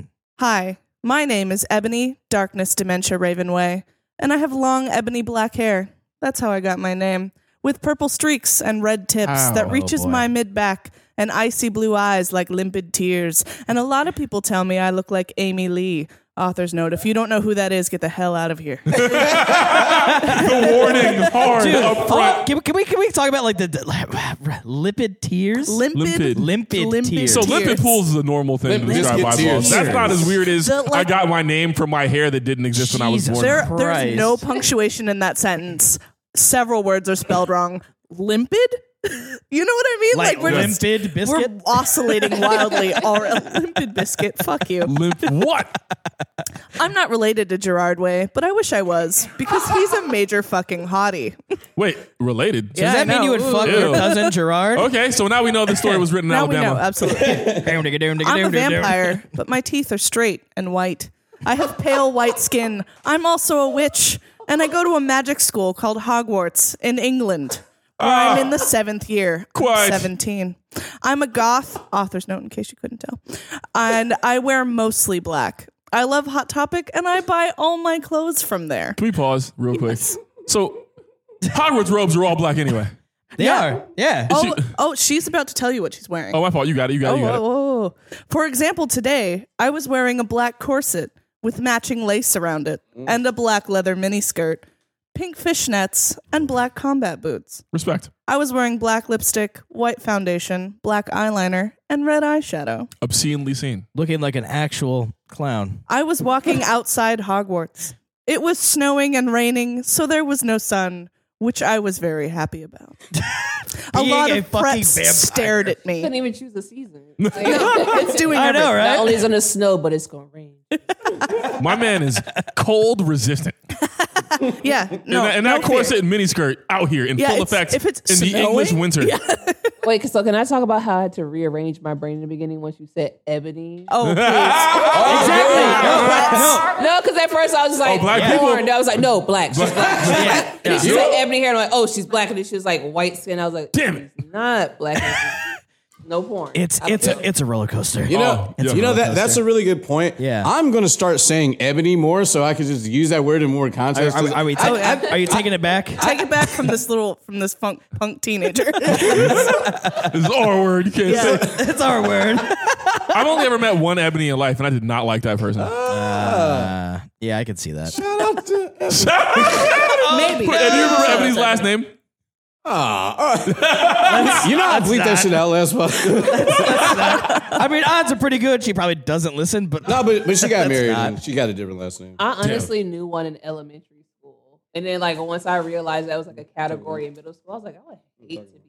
Speaker 3: [LAUGHS] Hi, my name is Ebony Darkness Dementia Ravenway, and I have long ebony black hair. That's how I got my name, with purple streaks and red tips
Speaker 2: Oh,
Speaker 3: that reaches
Speaker 1: boy.
Speaker 3: my mid back and icy blue eyes like limpid tears. And a lot of people tell me I look like Amy Lee. Author's note: If you don't know who that is, get the hell out
Speaker 2: [LAUGHS]
Speaker 3: of here.
Speaker 2: the warning is hard
Speaker 1: Dude, oh,
Speaker 2: up front.
Speaker 1: can, we- can we can we talk about like the, the lipid tears?
Speaker 3: limpid,
Speaker 2: Limpid.
Speaker 1: limpid,
Speaker 3: Limpid
Speaker 1: tears.
Speaker 2: So
Speaker 3: tears.
Speaker 2: limpid pools is a normal thing to
Speaker 6: Limpid
Speaker 2: describe
Speaker 6: biscuit
Speaker 2: eyeballs.
Speaker 6: tears.
Speaker 2: That's not as weird as
Speaker 3: The, like-
Speaker 2: I got my name from my hair that didn't exist when I was
Speaker 1: Jesus.
Speaker 2: born.
Speaker 3: There, there's
Speaker 1: Christ.
Speaker 3: no punctuation in that sentence. Several words are spelled wrong. Limpid. [LAUGHS] You know what I mean?
Speaker 1: like,
Speaker 3: just-
Speaker 1: limpid biscuit.
Speaker 3: We're
Speaker 1: [LAUGHS]
Speaker 3: oscillating wildly. Or a limpid biscuit. Fuck you.
Speaker 2: Limp what?
Speaker 3: I'm not related to Gerard Way, but I wish I was because he's a major fucking hottie.
Speaker 2: Wait, related.
Speaker 1: Does
Speaker 3: Yeah, I
Speaker 1: that mean
Speaker 3: know.
Speaker 1: you would fuck
Speaker 2: Ooh.
Speaker 1: your
Speaker 2: Ew.
Speaker 1: cousin
Speaker 2: [LAUGHS]
Speaker 1: Gerard?
Speaker 2: Okay, so now we know the story was written in
Speaker 3: [LAUGHS] Now we
Speaker 2: Alabama.
Speaker 3: know, Uh, absolutely. I'm
Speaker 2: [LAUGHS]
Speaker 3: a vampire, but my teeth are straight and white. I have pale white skin. I'm also a witch, and I go to a magic school called Hogwarts in England. Where I'm in the seventh year. I'm
Speaker 2: Ah, Quite.
Speaker 3: 17. I'm a goth, author's note in case you couldn't tell. And I wear mostly black. I love Hot Topic and I buy all my clothes from there.
Speaker 2: Can we pause real quick? So Hogwarts robes are all black anyway.
Speaker 1: They are. Yeah.
Speaker 3: Oh, oh, she's about to tell you what she's wearing.
Speaker 2: Oh, my fault. You got it. You got it. You got it.
Speaker 3: Oh, oh. For example, today I was wearing a black corset with matching lace around it and a black leather miniskirt, pink fishnets, and black combat boots.
Speaker 2: Respect.
Speaker 3: I was wearing black lipstick, white foundation, black eyeliner, and red eyeshadow.
Speaker 2: Obscenely seen.
Speaker 1: Looking like an actual clown.
Speaker 3: I was walking outside Hogwarts. It was snowing and raining, so there was no sun, which I was very happy about. a
Speaker 1: Being
Speaker 3: lot
Speaker 1: a
Speaker 3: of
Speaker 1: fucking
Speaker 3: preps
Speaker 1: vampire.
Speaker 3: stared at me.
Speaker 5: Couldn't even choose a [LAUGHS] season. Like,
Speaker 3: it's doing
Speaker 1: I know,
Speaker 3: everything.
Speaker 5: not
Speaker 1: right?
Speaker 5: only is it gonna snow, but it's gonna rain.
Speaker 2: My man is cold resistant.
Speaker 3: Yeah,
Speaker 2: and
Speaker 3: no,
Speaker 2: that, and
Speaker 3: no
Speaker 2: that
Speaker 3: fear.
Speaker 2: corset and miniskirt out here in
Speaker 3: Yeah,
Speaker 2: full
Speaker 3: it's-
Speaker 2: effect
Speaker 3: if it's
Speaker 2: in the
Speaker 3: snowing-
Speaker 2: English
Speaker 3: [LAUGHS]
Speaker 2: winter.
Speaker 5: Wait, so can I talk about how I had to rearrange my brain in the beginning once you said ebony?
Speaker 3: Oh,
Speaker 2: Ah!
Speaker 5: No, because at first I was just like,
Speaker 2: Oh, black
Speaker 5: yeah.
Speaker 2: people?
Speaker 5: And I was like, no, black. She's black. She's black. And then
Speaker 2: [LAUGHS]
Speaker 5: she
Speaker 2: Yeah.
Speaker 5: said ebony hair, and I'm like, oh, she's black. And then she was like, white skin. I was like,
Speaker 2: Damn it.
Speaker 5: she's not black. And she's- no porn.
Speaker 1: It's it's a it's a roller coaster.
Speaker 6: [LAUGHS] You know,
Speaker 2: Oh, yeah.
Speaker 6: you know that that's a really good point.
Speaker 1: Yeah.
Speaker 6: I'm gonna start saying ebony more so I can just use that word in more
Speaker 1: are,
Speaker 6: context.
Speaker 1: are- are we ta-
Speaker 3: yeah.
Speaker 1: are you taking it back?
Speaker 3: Take it back from this little from this funk punk teenager.
Speaker 2: It's our word. You can't say it.
Speaker 1: [LAUGHS] it's our word.
Speaker 2: I've only ever met one Ebony in life, and I did not like that person. [LAUGHS]
Speaker 1: Uh, Yeah, I can see that.
Speaker 3: Maybe.
Speaker 2: and do you remember Ebony's last name?
Speaker 6: Uh, you know I bleep that shit out last [LAUGHS] month. no,
Speaker 1: I mean, odds are pretty good. She probably doesn't listen, but
Speaker 6: but, but she got married and she got a different last name.
Speaker 5: I honestly knew one in elementary school. And then, like, once I realized that was like a category in middle school, I was like, "Oh, I would hate to be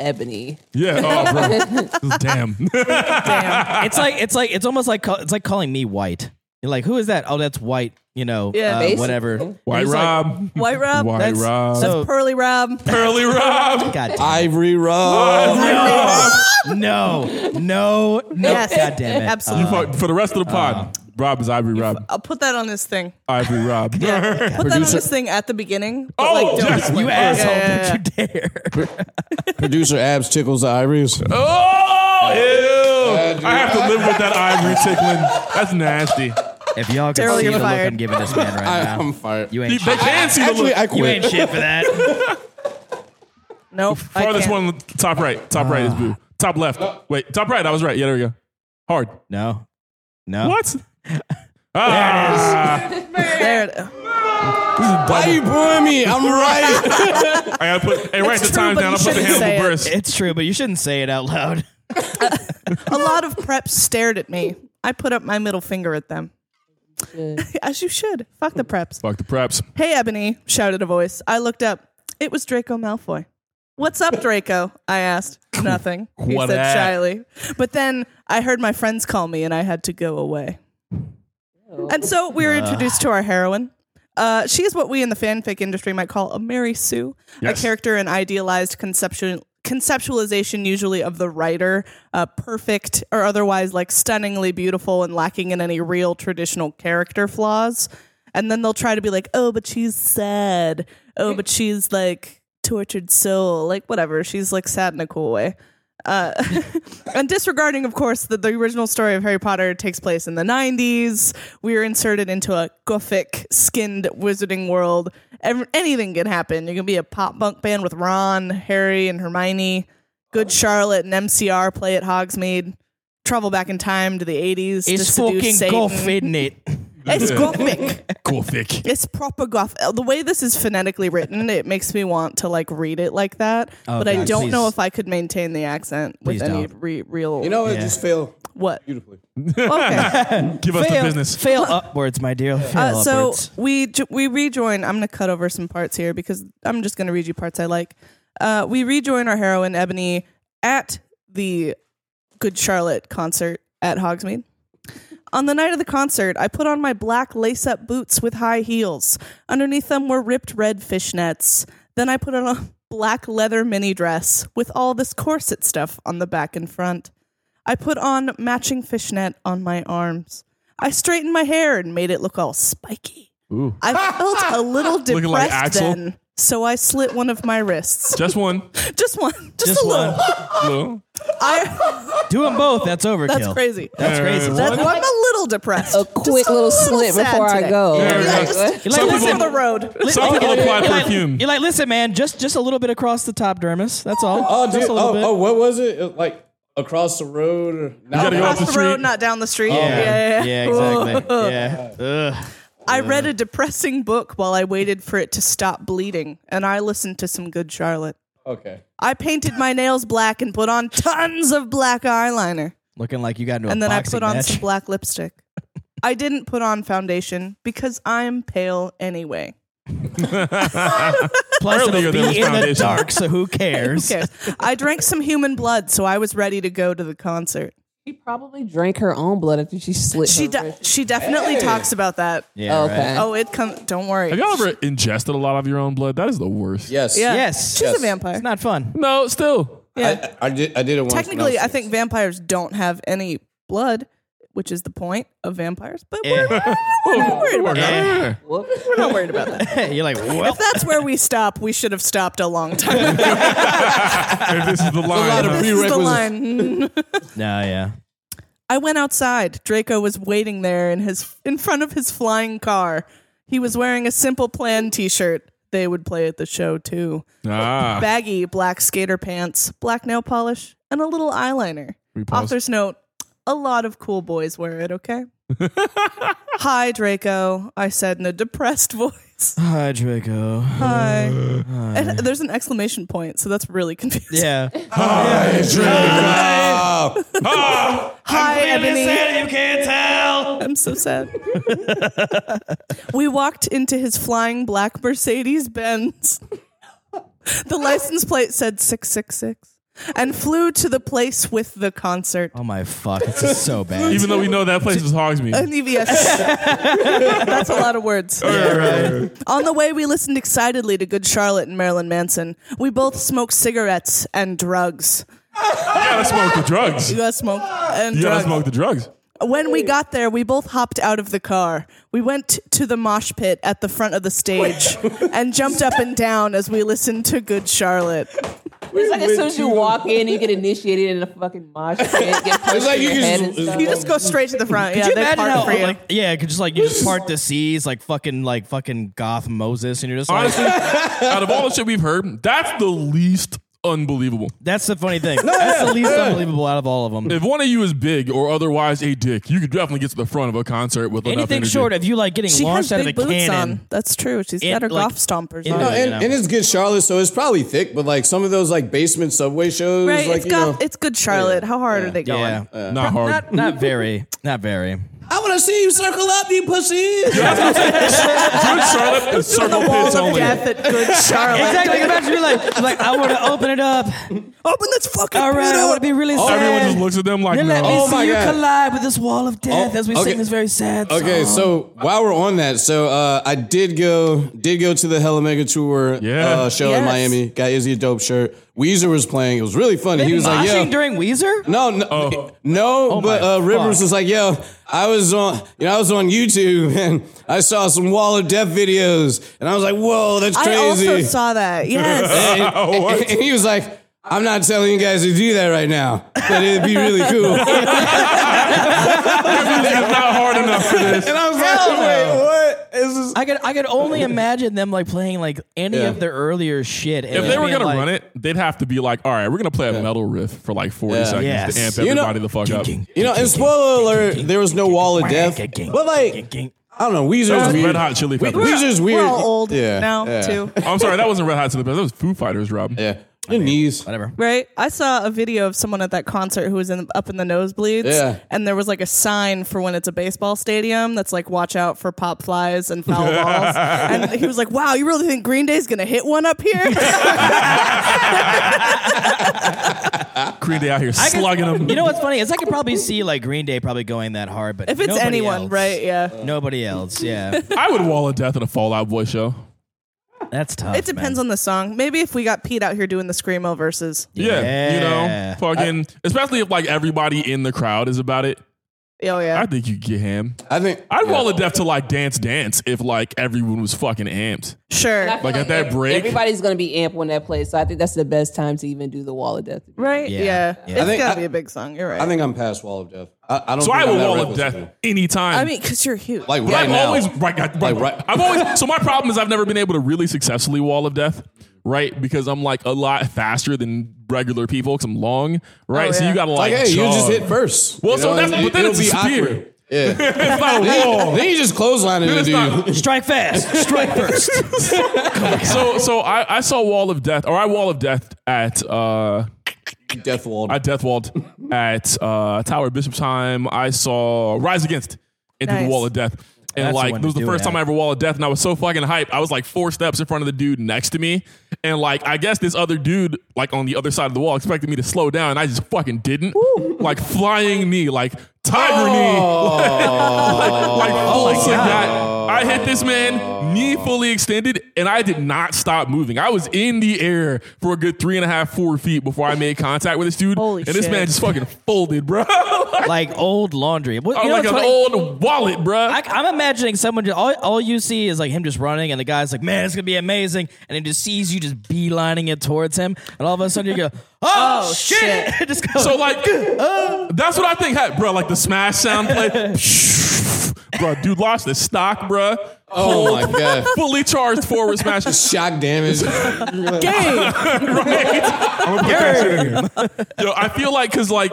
Speaker 5: ebony.
Speaker 2: Yeah. Oh, bro. [LAUGHS] Damn.
Speaker 1: it's like it's like it's almost like call, it's like calling me white. You're like, who is that? Oh, that's white. You know,
Speaker 3: Yeah,
Speaker 1: uh,
Speaker 5: basically.
Speaker 1: whatever.
Speaker 2: White
Speaker 1: He's like,
Speaker 2: Rob.
Speaker 3: White Rob.
Speaker 2: White
Speaker 3: that's,
Speaker 2: Rob. [LAUGHS]
Speaker 3: That's Pearly Rob.
Speaker 2: Early Rob.
Speaker 1: God damn.
Speaker 6: Ivory Rob.
Speaker 1: No, no, no.
Speaker 3: Yes.
Speaker 1: God damn it.
Speaker 3: Absolutely.
Speaker 2: Uh-huh. For, for the rest of the pod. Rob is Ivory
Speaker 3: [LAUGHS]
Speaker 2: Rob.
Speaker 3: I'll put that on this thing.
Speaker 2: Ivory Rob.
Speaker 3: Put that on this thing at the beginning. but,
Speaker 2: Oh,
Speaker 3: like, don't-
Speaker 2: yes,
Speaker 1: Uh, You
Speaker 2: Yeah,
Speaker 1: asshole!
Speaker 3: yeah, yeah.
Speaker 1: Don't you dare.
Speaker 6: Producer abs tickles the iris.
Speaker 2: [LAUGHS] Oh, ew.
Speaker 6: dude.
Speaker 2: I have to live with that ivory tickling. That's nasty.
Speaker 1: If y'all can
Speaker 3: Daryl,
Speaker 1: see
Speaker 3: you're
Speaker 1: the look
Speaker 3: fired.
Speaker 1: I'm giving this man right
Speaker 6: I,
Speaker 1: now,
Speaker 6: I'm fired.
Speaker 1: you
Speaker 2: They
Speaker 1: ain't shit.
Speaker 2: can see the
Speaker 6: Actually,
Speaker 2: look.
Speaker 6: I
Speaker 1: you ain't
Speaker 6: quit.
Speaker 1: shit for
Speaker 6: [LAUGHS]
Speaker 1: that.
Speaker 3: Nope. I
Speaker 2: Farthest
Speaker 3: can't.
Speaker 2: one, on the top right. Top right is blue. Top left. Wait, top right. I was right. Yeah, there we go. Hard.
Speaker 1: no, no.
Speaker 2: What? Ah,
Speaker 3: There it-
Speaker 6: Why you booing me? I'm right.
Speaker 2: I gotta put. Hey, write the
Speaker 3: It's true,
Speaker 2: time
Speaker 3: but
Speaker 2: down. I
Speaker 3: you
Speaker 2: put the
Speaker 3: shouldn't say
Speaker 2: Hannibal
Speaker 3: it.
Speaker 2: burst.
Speaker 1: It's true, but you shouldn't say it out loud.
Speaker 3: A lot of preps stared at me. I put up my middle finger at them. [LAUGHS] As you should. Fuck the preps.
Speaker 2: Fuck the preps.
Speaker 3: Hey, Ebony, shouted a voice. I looked up. It was Draco Malfoy. What's up, Draco?
Speaker 2: [LAUGHS]
Speaker 3: I asked. Nothing. He
Speaker 2: What
Speaker 3: said
Speaker 2: at?
Speaker 3: shyly. But then I heard my friends call me and I had to go away. And so we were introduced to our heroine. Uh, she is what we in the fanfic industry might call a Mary Sue,
Speaker 2: Yes.
Speaker 3: a character and idealized conception conceptualization usually of the writer, uh, perfect or otherwise like stunningly beautiful and lacking in any real traditional character flaws. And then they'll try to be like, oh, but she's sad. Oh, but she's like tortured soul, like whatever. She's like sad in a cool way. Uh, and disregarding, of course, that the original story of Harry Potter takes place in the 90s. We are inserted into a gothic skinned wizarding world. Ev- Anything can happen. You can be a pop punk band with Ron, Harry, and Hermione.
Speaker 1: Oh.
Speaker 3: Good Charlotte and MCR play at Hogsmeade. Travel back in time to the 80s. to
Speaker 1: It's
Speaker 3: seduce
Speaker 1: fucking
Speaker 3: Satan.
Speaker 1: golf, isn't it? [LAUGHS]
Speaker 3: It's gothic.
Speaker 2: Cool thick.
Speaker 3: It's proper goth. uh, The way this is phonetically written, it makes me want to like read it like that. but I
Speaker 1: Oh, God,
Speaker 3: don't
Speaker 1: please.
Speaker 3: know if I could maintain the accent with
Speaker 1: Please
Speaker 3: any
Speaker 1: don't.
Speaker 3: re- real.
Speaker 6: You know, it just failed
Speaker 3: what?
Speaker 6: beautifully.
Speaker 2: [LAUGHS]
Speaker 3: Okay.
Speaker 2: Give us the
Speaker 3: Fail.
Speaker 2: business.
Speaker 1: Fail upwards, my dear. Fail
Speaker 3: Uh, so
Speaker 1: upwards.
Speaker 3: we jo- we rejoin. I'm going to cut over some parts here because I'm just going to read you parts I like. Uh, we rejoin our heroine Ebony at the Good Charlotte concert at Hogsmeade. On the night of the concert, I put on my black lace up boots with high heels. Underneath them were ripped red fishnets. Then I put on a black leather mini dress with all this corset stuff on the back and front. I put on matching fishnet on my arms. I straightened my hair and made it look all spiky. I felt a little
Speaker 2: Looking like
Speaker 3: depressed
Speaker 2: Axl.
Speaker 3: then, so I slit one of my wrists.
Speaker 2: Just
Speaker 3: [LAUGHS]
Speaker 2: one.
Speaker 3: Just one, just,
Speaker 1: Just
Speaker 3: a
Speaker 1: one.
Speaker 3: little.
Speaker 2: Blue.
Speaker 3: I, [LAUGHS]
Speaker 1: Do them both. That's overkill.
Speaker 3: that's crazy.
Speaker 1: That's crazy.
Speaker 2: Uh,
Speaker 3: That's- I'm a little depressed.
Speaker 5: a quick little slit
Speaker 3: sad
Speaker 5: before I
Speaker 3: today.
Speaker 5: go.
Speaker 2: There we
Speaker 3: Yeah,
Speaker 2: go.
Speaker 3: just,
Speaker 1: You're like,
Speaker 3: just
Speaker 1: listen-
Speaker 3: on the road.
Speaker 2: Some people apply
Speaker 1: You're like-
Speaker 2: perfume.
Speaker 1: You're like, listen, man, just just a little bit across the top, dermis. That's all.
Speaker 6: Oh, dude.
Speaker 1: just a little
Speaker 6: Oh,
Speaker 1: bit.
Speaker 6: oh, what was it? it? Like across the road? Or,
Speaker 2: gotta go
Speaker 3: Across
Speaker 2: off
Speaker 3: the,
Speaker 2: the
Speaker 3: road,
Speaker 2: street.
Speaker 3: not down the street. Yeah, yeah, yeah. [LAUGHS]
Speaker 1: exactly. Yeah. Ugh.
Speaker 3: I read a depressing book while I waited for it to stop bleeding, and I listened to some good Charlotte.
Speaker 6: Okay.
Speaker 3: I painted my nails black and put on tons of black eyeliner.
Speaker 1: Looking like you got into a
Speaker 3: and then I
Speaker 1: boxing
Speaker 3: put on
Speaker 1: match. [LAUGHS]
Speaker 3: some black lipstick. I didn't put on foundation because I'm pale anyway.
Speaker 1: Plus,
Speaker 2: Earlier
Speaker 1: it'll
Speaker 2: there was
Speaker 1: be in the
Speaker 2: foundation.
Speaker 1: dark, so who
Speaker 3: [LAUGHS] Who
Speaker 1: cares?
Speaker 3: cares? I drank some human blood, so I was ready to go to the concert.
Speaker 5: She probably drank her own blood after she slit
Speaker 3: She
Speaker 5: her
Speaker 3: de-
Speaker 5: wrist.
Speaker 3: she definitely talks about that.
Speaker 1: Yeah.
Speaker 5: Okay.
Speaker 1: right.
Speaker 3: Oh, it comes. Don't worry.
Speaker 2: Have y'all ever ingested a lot of your own blood? That is the worst.
Speaker 6: Yes.
Speaker 3: Yeah.
Speaker 1: Yes.
Speaker 3: She's a vampire.
Speaker 1: It's not
Speaker 3: [LAUGHS]
Speaker 1: fun.
Speaker 2: No, still.
Speaker 3: yeah.
Speaker 6: I did. I did it once. when I was
Speaker 3: Technically, I
Speaker 6: six.
Speaker 3: think vampires don't have any blood, which is the point of vampires. But
Speaker 1: Eh.
Speaker 3: we're,
Speaker 2: We're
Speaker 3: worried
Speaker 1: [LAUGHS]
Speaker 3: about
Speaker 2: Yeah.
Speaker 3: we're not worried about that.
Speaker 1: You're like, well,
Speaker 3: If that's where we stop, we should have stopped a long time. ago.
Speaker 2: If this is the line.
Speaker 6: lot of
Speaker 2: huh?
Speaker 3: this is the
Speaker 6: Prerequisite.
Speaker 3: line. Mm.
Speaker 1: no, yeah.
Speaker 3: I went outside. Draco was waiting there in his in front of his flying car. He was wearing a simple plan t-shirt. They would play at the show too.
Speaker 2: Ah.
Speaker 3: Baggy black skater pants, black nail polish, and a little eyeliner.
Speaker 2: We paused.
Speaker 3: Author's note. A lot of cool boys wear it, okay? Hi, Draco, I said in a depressed [LAUGHS] voice.
Speaker 1: Hi, Draco.
Speaker 3: Hi. And there's an exclamation point, so that's really confusing.
Speaker 1: Yeah.
Speaker 3: Hi, Ebony.
Speaker 1: you can't tell.
Speaker 3: I'm so sad. we walked into his flying black Mercedes Benz. The license plate said 666 and flew to the place with the concert.
Speaker 1: Oh my fuck! This is so bad.
Speaker 2: Even though we know that place was Hogsmeade.
Speaker 3: An EVS. That's a lot of words. On the way, we listened excitedly to Good Charlotte and Marilyn Manson. We both smoked cigarettes and drugs.
Speaker 2: You gotta smoke the drugs.
Speaker 3: You guys smoke and
Speaker 2: You gotta
Speaker 3: drugs.
Speaker 2: smoke the drugs.
Speaker 3: When we got there, we both hopped out of the car. We went to the mosh pit at the front of
Speaker 1: [LAUGHS]
Speaker 3: the stage and jumped up and down as we listened to Good Charlotte.
Speaker 5: It's like as soon as you walk in, you get initiated in a fucking mosh pit. Get it's
Speaker 6: like
Speaker 5: like
Speaker 6: you
Speaker 5: you
Speaker 6: can
Speaker 5: head
Speaker 6: just-
Speaker 5: and stuff.
Speaker 3: You just go straight to the front. yeah,
Speaker 1: Could you
Speaker 3: they
Speaker 1: imagine
Speaker 3: park
Speaker 1: how
Speaker 3: for you.
Speaker 1: like yeah, could just like you just part the seas like fucking like fucking goth Moses and you're just like
Speaker 2: Honestly,
Speaker 3: [LAUGHS]
Speaker 2: out of all the shit we've heard, that's the least unbelievable.
Speaker 1: that's the funny
Speaker 3: [LAUGHS]
Speaker 1: thing. that's the least unbelievable out of all of them.
Speaker 2: If one of you is big or otherwise a dick, you could definitely get to the front of a concert with enough
Speaker 1: Anything
Speaker 2: energy.
Speaker 1: short of you like getting
Speaker 3: she
Speaker 1: launched
Speaker 3: has
Speaker 1: out of a
Speaker 3: big boots
Speaker 1: cannon.
Speaker 3: on. That's true. She's
Speaker 1: It,
Speaker 3: got her
Speaker 1: like,
Speaker 3: golf stompers
Speaker 1: it-
Speaker 6: No,
Speaker 3: on.
Speaker 1: Yeah,
Speaker 6: and,
Speaker 1: you know.
Speaker 6: and it's good Charlotte, so it's probably thick, but like some of those like basement subway shows,
Speaker 3: Right,
Speaker 6: like
Speaker 3: it's
Speaker 6: you
Speaker 3: got
Speaker 6: know,
Speaker 3: it's good Charlotte. How hard are they going?
Speaker 1: Yeah.
Speaker 2: not hard.
Speaker 1: Not [LAUGHS]
Speaker 3: [LAUGHS]
Speaker 1: not very. Not very.
Speaker 6: I want to see you circle up, you pussy.
Speaker 2: Good Charlotte is circle pits
Speaker 3: Wall of
Speaker 2: only.
Speaker 3: death at good Charlotte.
Speaker 1: Exactly. Imagine you're like like I wanna open it up.
Speaker 3: Open this fucking
Speaker 1: All right, I
Speaker 3: pit
Speaker 1: wanna
Speaker 3: up.
Speaker 1: be really sad.
Speaker 2: Everyone just looks at them like,
Speaker 1: Then let me
Speaker 2: no.
Speaker 6: Oh my
Speaker 1: see you
Speaker 6: God.
Speaker 1: collide with this wall of death
Speaker 6: Oh,
Speaker 1: as we
Speaker 6: okay.
Speaker 1: sing this very sad song.
Speaker 6: Okay, so while we're on that, so uh, I did go did go to the Hella Mega Tour
Speaker 2: Yeah.
Speaker 6: uh, show in
Speaker 3: Yes.
Speaker 6: Miami. Got Izzy a dope shirt. Weezer was playing. It was really funny. he was like,
Speaker 1: moshing
Speaker 6: "Yo,
Speaker 1: during Weezer?
Speaker 6: no, no,
Speaker 2: Oh.
Speaker 6: no." but
Speaker 1: my
Speaker 6: uh, Rivers
Speaker 1: fuck.
Speaker 6: was like, "Yo, I was on, you know, I was on YouTube [LAUGHS] and I saw some Wall of Death videos, and I was like, whoa, that's
Speaker 3: I
Speaker 6: crazy.'"
Speaker 3: also
Speaker 1: [LAUGHS]
Speaker 3: saw that. Yes.
Speaker 6: and, [LAUGHS]
Speaker 2: [LAUGHS]
Speaker 6: and- and he was like. I'm not telling you guys to do that right now, but it'd be really
Speaker 2: [LAUGHS]
Speaker 6: cool. and
Speaker 2: It's not hard enough for this.
Speaker 6: I was like, "Wait, what?" This is
Speaker 1: I could I could
Speaker 6: [LAUGHS]
Speaker 1: only imagine them like playing like any of their earlier shit. and
Speaker 2: If
Speaker 1: just
Speaker 2: they were
Speaker 1: being
Speaker 2: gonna
Speaker 1: like,
Speaker 2: run it, they'd have to be like, "All right, we're gonna play a metal riff for like forty
Speaker 6: Yeah.
Speaker 2: seconds
Speaker 1: Yes.
Speaker 2: to amp
Speaker 6: You know-
Speaker 2: everybody the fuck up."
Speaker 6: You know, and spoiler alert, there was no wall of death. But like, I don't know, Weezer's
Speaker 2: That was
Speaker 6: weird.
Speaker 2: Red Hot Chili Peppers.
Speaker 6: Weezer's weird.
Speaker 3: We're all old
Speaker 6: yeah,
Speaker 3: now
Speaker 6: yeah,
Speaker 3: too.
Speaker 2: I'm sorry, that wasn't Red Hot Chili Peppers. That was Foo Fighters, Rob.
Speaker 6: Yeah, your knees.
Speaker 1: whatever.
Speaker 3: Right? I saw a video of someone at that concert who was in up in the nosebleeds.
Speaker 6: Yeah.
Speaker 3: And there was like a sign for when it's a baseball stadium that's like, watch out for pop flies and
Speaker 6: [LAUGHS]
Speaker 3: foul balls. and he was like, wow, you really think Green Day's going to hit one up
Speaker 6: [LAUGHS]
Speaker 3: here? [LAUGHS]
Speaker 2: Green Day out here
Speaker 1: I could-
Speaker 2: slugging them.
Speaker 1: You know what's funny is I could probably see like Green Day probably going that hard, but
Speaker 3: if it's
Speaker 1: nobody
Speaker 3: anyone,
Speaker 1: else.
Speaker 3: right? Yeah.
Speaker 1: Nobody else,
Speaker 6: [LAUGHS]
Speaker 1: yeah.
Speaker 2: I would wall of death at a Fallout Boy show.
Speaker 1: That's tough.
Speaker 3: It depends
Speaker 1: man.
Speaker 3: on the song. Maybe if we got Pete out here doing the Screamo verses.
Speaker 2: Yeah,
Speaker 1: Yeah.
Speaker 2: you know, fucking, especially if like everybody in the crowd is about it.
Speaker 3: Oh, yeah.
Speaker 2: I think you get ham.
Speaker 6: I think
Speaker 2: I'd wall of death to like dance, dance if like everyone was fucking amped.
Speaker 3: sure.
Speaker 5: I feel
Speaker 2: Like, at that
Speaker 5: ev-
Speaker 2: break-
Speaker 5: everybody's gonna be amped when that plays. So I think that's the best time to even do the wall of death.
Speaker 3: right?
Speaker 1: Yeah.
Speaker 3: Yeah.
Speaker 1: Yeah.
Speaker 3: It's
Speaker 6: I think-
Speaker 3: got
Speaker 6: I-
Speaker 3: to be a big song. You're right.
Speaker 6: I think I'm past wall of death. I, I don't.
Speaker 2: So
Speaker 6: think
Speaker 2: I
Speaker 6: I'm
Speaker 2: would
Speaker 6: that
Speaker 2: wall of
Speaker 6: reckless
Speaker 2: death
Speaker 6: anymore.
Speaker 2: anytime.
Speaker 3: I mean, because you're huge.
Speaker 6: Like
Speaker 2: But
Speaker 6: right
Speaker 2: I've
Speaker 6: now.
Speaker 2: always right, right, right,
Speaker 6: Like, right-
Speaker 2: I've
Speaker 6: [LAUGHS]
Speaker 2: always so my problem is I've never been able to really successfully wall of death, right? Because I'm like a lot faster than regular people because I'm long, right?
Speaker 3: Oh,
Speaker 2: So
Speaker 3: yeah.
Speaker 2: you gotta
Speaker 6: like,
Speaker 2: like,
Speaker 6: hey, you just
Speaker 2: jog.
Speaker 6: hit first.
Speaker 2: Well,
Speaker 6: You
Speaker 2: so
Speaker 6: know,
Speaker 2: that's
Speaker 6: and
Speaker 2: but then
Speaker 6: it'll
Speaker 2: it's a spear.
Speaker 6: awkward. Yeah.
Speaker 2: It's not
Speaker 6: [LAUGHS]
Speaker 2: a wall.
Speaker 6: then you just clothesline it
Speaker 2: It's
Speaker 6: dude.
Speaker 2: not-
Speaker 1: Strike fast, strike first.
Speaker 2: so so I, I saw wall of death or I wall of death at uh
Speaker 6: death wall.
Speaker 2: I death walled at uh Tower Bishop's time. I saw Rise Against into the
Speaker 3: Nice.
Speaker 2: wall of death. And
Speaker 1: That's the
Speaker 2: like
Speaker 1: one
Speaker 2: it
Speaker 1: to
Speaker 2: was the
Speaker 1: do it
Speaker 2: first time
Speaker 1: at.
Speaker 2: I ever wall of death, and I was so fucking hyped. I was like four steps in front of the dude next to me, and like I guess this other dude, like on the other side of the wall, expected me to slow down, and I just fucking didn't. Like flying knee, like tiger knee, like,
Speaker 6: Oh
Speaker 2: like full sagat. I hit this man knee fully extended, and I did not stop moving. I was in the air for a good three and a half, four feet before I made contact with this dude,
Speaker 3: Holy
Speaker 2: and this
Speaker 3: shit.
Speaker 2: man just fucking folded, bro. [LAUGHS] like,
Speaker 1: like old laundry. What- you
Speaker 2: I'm
Speaker 1: know
Speaker 2: Oh, like
Speaker 1: what's
Speaker 2: an
Speaker 1: funny?
Speaker 2: old wallet, bro.
Speaker 1: I, I'm imagining someone. Just, all, all you see is like him just running, and the guy's like, "Man, it's gonna be amazing," and he just sees you just beelining it towards him, and all of a sudden you go, "Oh,
Speaker 3: Oh,
Speaker 1: shit!" [LAUGHS] just go, uh.
Speaker 2: So like, that's what I think, happened, bro. Like the smash sound play,
Speaker 1: [LAUGHS]
Speaker 2: [LAUGHS] bro. Dude lost his stock, bro.
Speaker 6: oh my god.
Speaker 2: [LAUGHS] Fully charged forward smash.
Speaker 6: Shock damage.
Speaker 3: Game.
Speaker 2: Yo, I feel like because like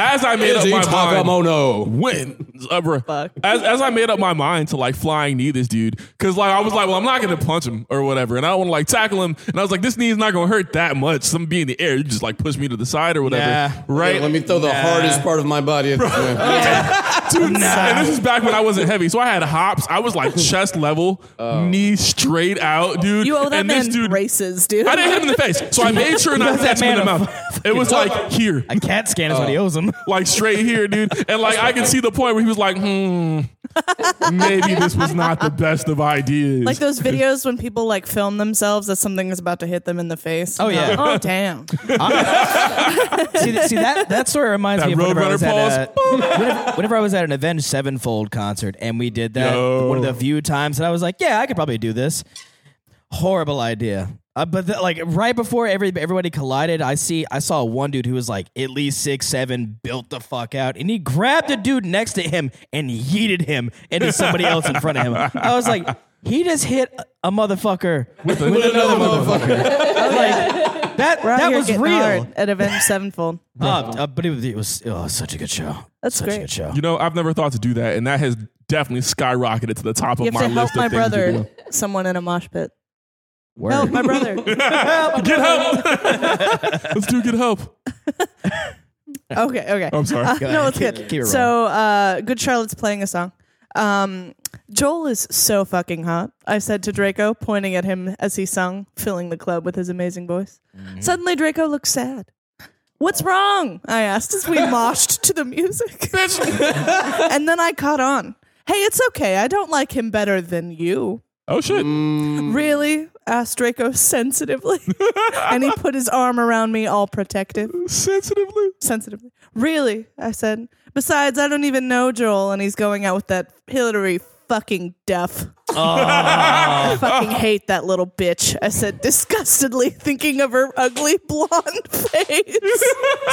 Speaker 2: as I made up
Speaker 6: Izzy
Speaker 2: my mind,
Speaker 6: Takamono.
Speaker 2: when uh, bro,
Speaker 3: Fuck.
Speaker 2: as as I made up my mind to like flying knee this dude because like I was like, well, I'm not gonna punch him or whatever, and I want to like tackle him, and I was like, this knee's not gonna hurt that much. Some be in the air, you just like push me to the side or whatever,
Speaker 1: Nah.
Speaker 2: right?
Speaker 6: Let me throw the hardest part of my body at this man.
Speaker 2: Dude, and this is back when I wasn't heavy, so I had hops. I was
Speaker 6: [LAUGHS]
Speaker 2: like chest level,
Speaker 6: Oh.
Speaker 2: knee straight out, dude.
Speaker 3: [LAUGHS] You owe that
Speaker 2: and
Speaker 3: man
Speaker 2: this dude,
Speaker 3: races, dude.
Speaker 2: I didn't hit him in the face, so I made sure
Speaker 3: [LAUGHS]
Speaker 2: not to
Speaker 1: that
Speaker 2: catch him in the
Speaker 1: man a
Speaker 2: mouth. It was like here,
Speaker 1: a cat scan is what he owes him.
Speaker 2: like straight here, dude, and like I could see the point where he was like, hmm, Maybe this was not the best of ideas.
Speaker 3: Like those videos when people like film themselves as something is about to hit them in the face.
Speaker 1: Oh, yeah.
Speaker 3: oh damn.
Speaker 1: see, see that that sort of reminds
Speaker 2: That
Speaker 1: me of whenever I
Speaker 2: Roadrunner
Speaker 1: was at a, whenever, whenever I was at an Avenged Sevenfold concert and we did that
Speaker 2: Yo.
Speaker 1: one of the few times, and I was like, yeah, I could probably do this. Horrible idea. Uh, but the, like right before every everybody collided, I see I saw one dude who was like at least six seven, built the fuck out, and he grabbed the dude next to him and yeeted him into somebody else in front of him. I was like, he just hit a- a motherfucker with, another motherfucker. I was like, that
Speaker 3: We're out
Speaker 1: that
Speaker 3: here
Speaker 1: was
Speaker 3: getting
Speaker 1: real.
Speaker 3: hard at Avenged Sevenfold.
Speaker 1: Uh, uh, but it was, it was oh, such a good show.
Speaker 3: That's
Speaker 1: such
Speaker 3: great.
Speaker 1: a good show.
Speaker 2: you know, I've never thought to do that, and that has definitely skyrocketed to the top
Speaker 3: You
Speaker 2: of
Speaker 3: have
Speaker 2: my
Speaker 3: to help
Speaker 2: list
Speaker 3: my
Speaker 2: of things to do.
Speaker 3: brother. Someone in a mosh pit.
Speaker 1: Word.
Speaker 3: Help my brother.
Speaker 2: [LAUGHS] Get help! Let's do get help.
Speaker 3: Okay, okay.
Speaker 2: Oh, I'm sorry.
Speaker 3: Uh, [LAUGHS]
Speaker 1: Go
Speaker 3: no,
Speaker 1: ahead.
Speaker 3: it's
Speaker 1: Keep-
Speaker 3: good.
Speaker 1: keep it
Speaker 3: so, uh, Good Charlotte's playing a song. Um, Joel is so fucking hot. I said to Draco, pointing at him as he sung, filling the club with his amazing voice.
Speaker 1: Mm-hmm.
Speaker 3: Suddenly, Draco looks sad. What's wrong? I
Speaker 1: [LAUGHS]
Speaker 3: asked as we moshed to the music. [LAUGHS] and then I caught on. Hey, it's okay. I don't like him better than you.
Speaker 2: Oh shit!
Speaker 1: Mm.
Speaker 3: Really? asked Draco sensitively.
Speaker 1: [LAUGHS]
Speaker 3: and he put his arm around me, all protective
Speaker 2: Sensitively.
Speaker 3: sensitively. Really? I said. Besides, I don't even know Joel, and he's going out with that Hillary fucking Duff. [LAUGHS] I fucking hate that little bitch. I said disgustedly, thinking of her ugly blonde [LAUGHS] face.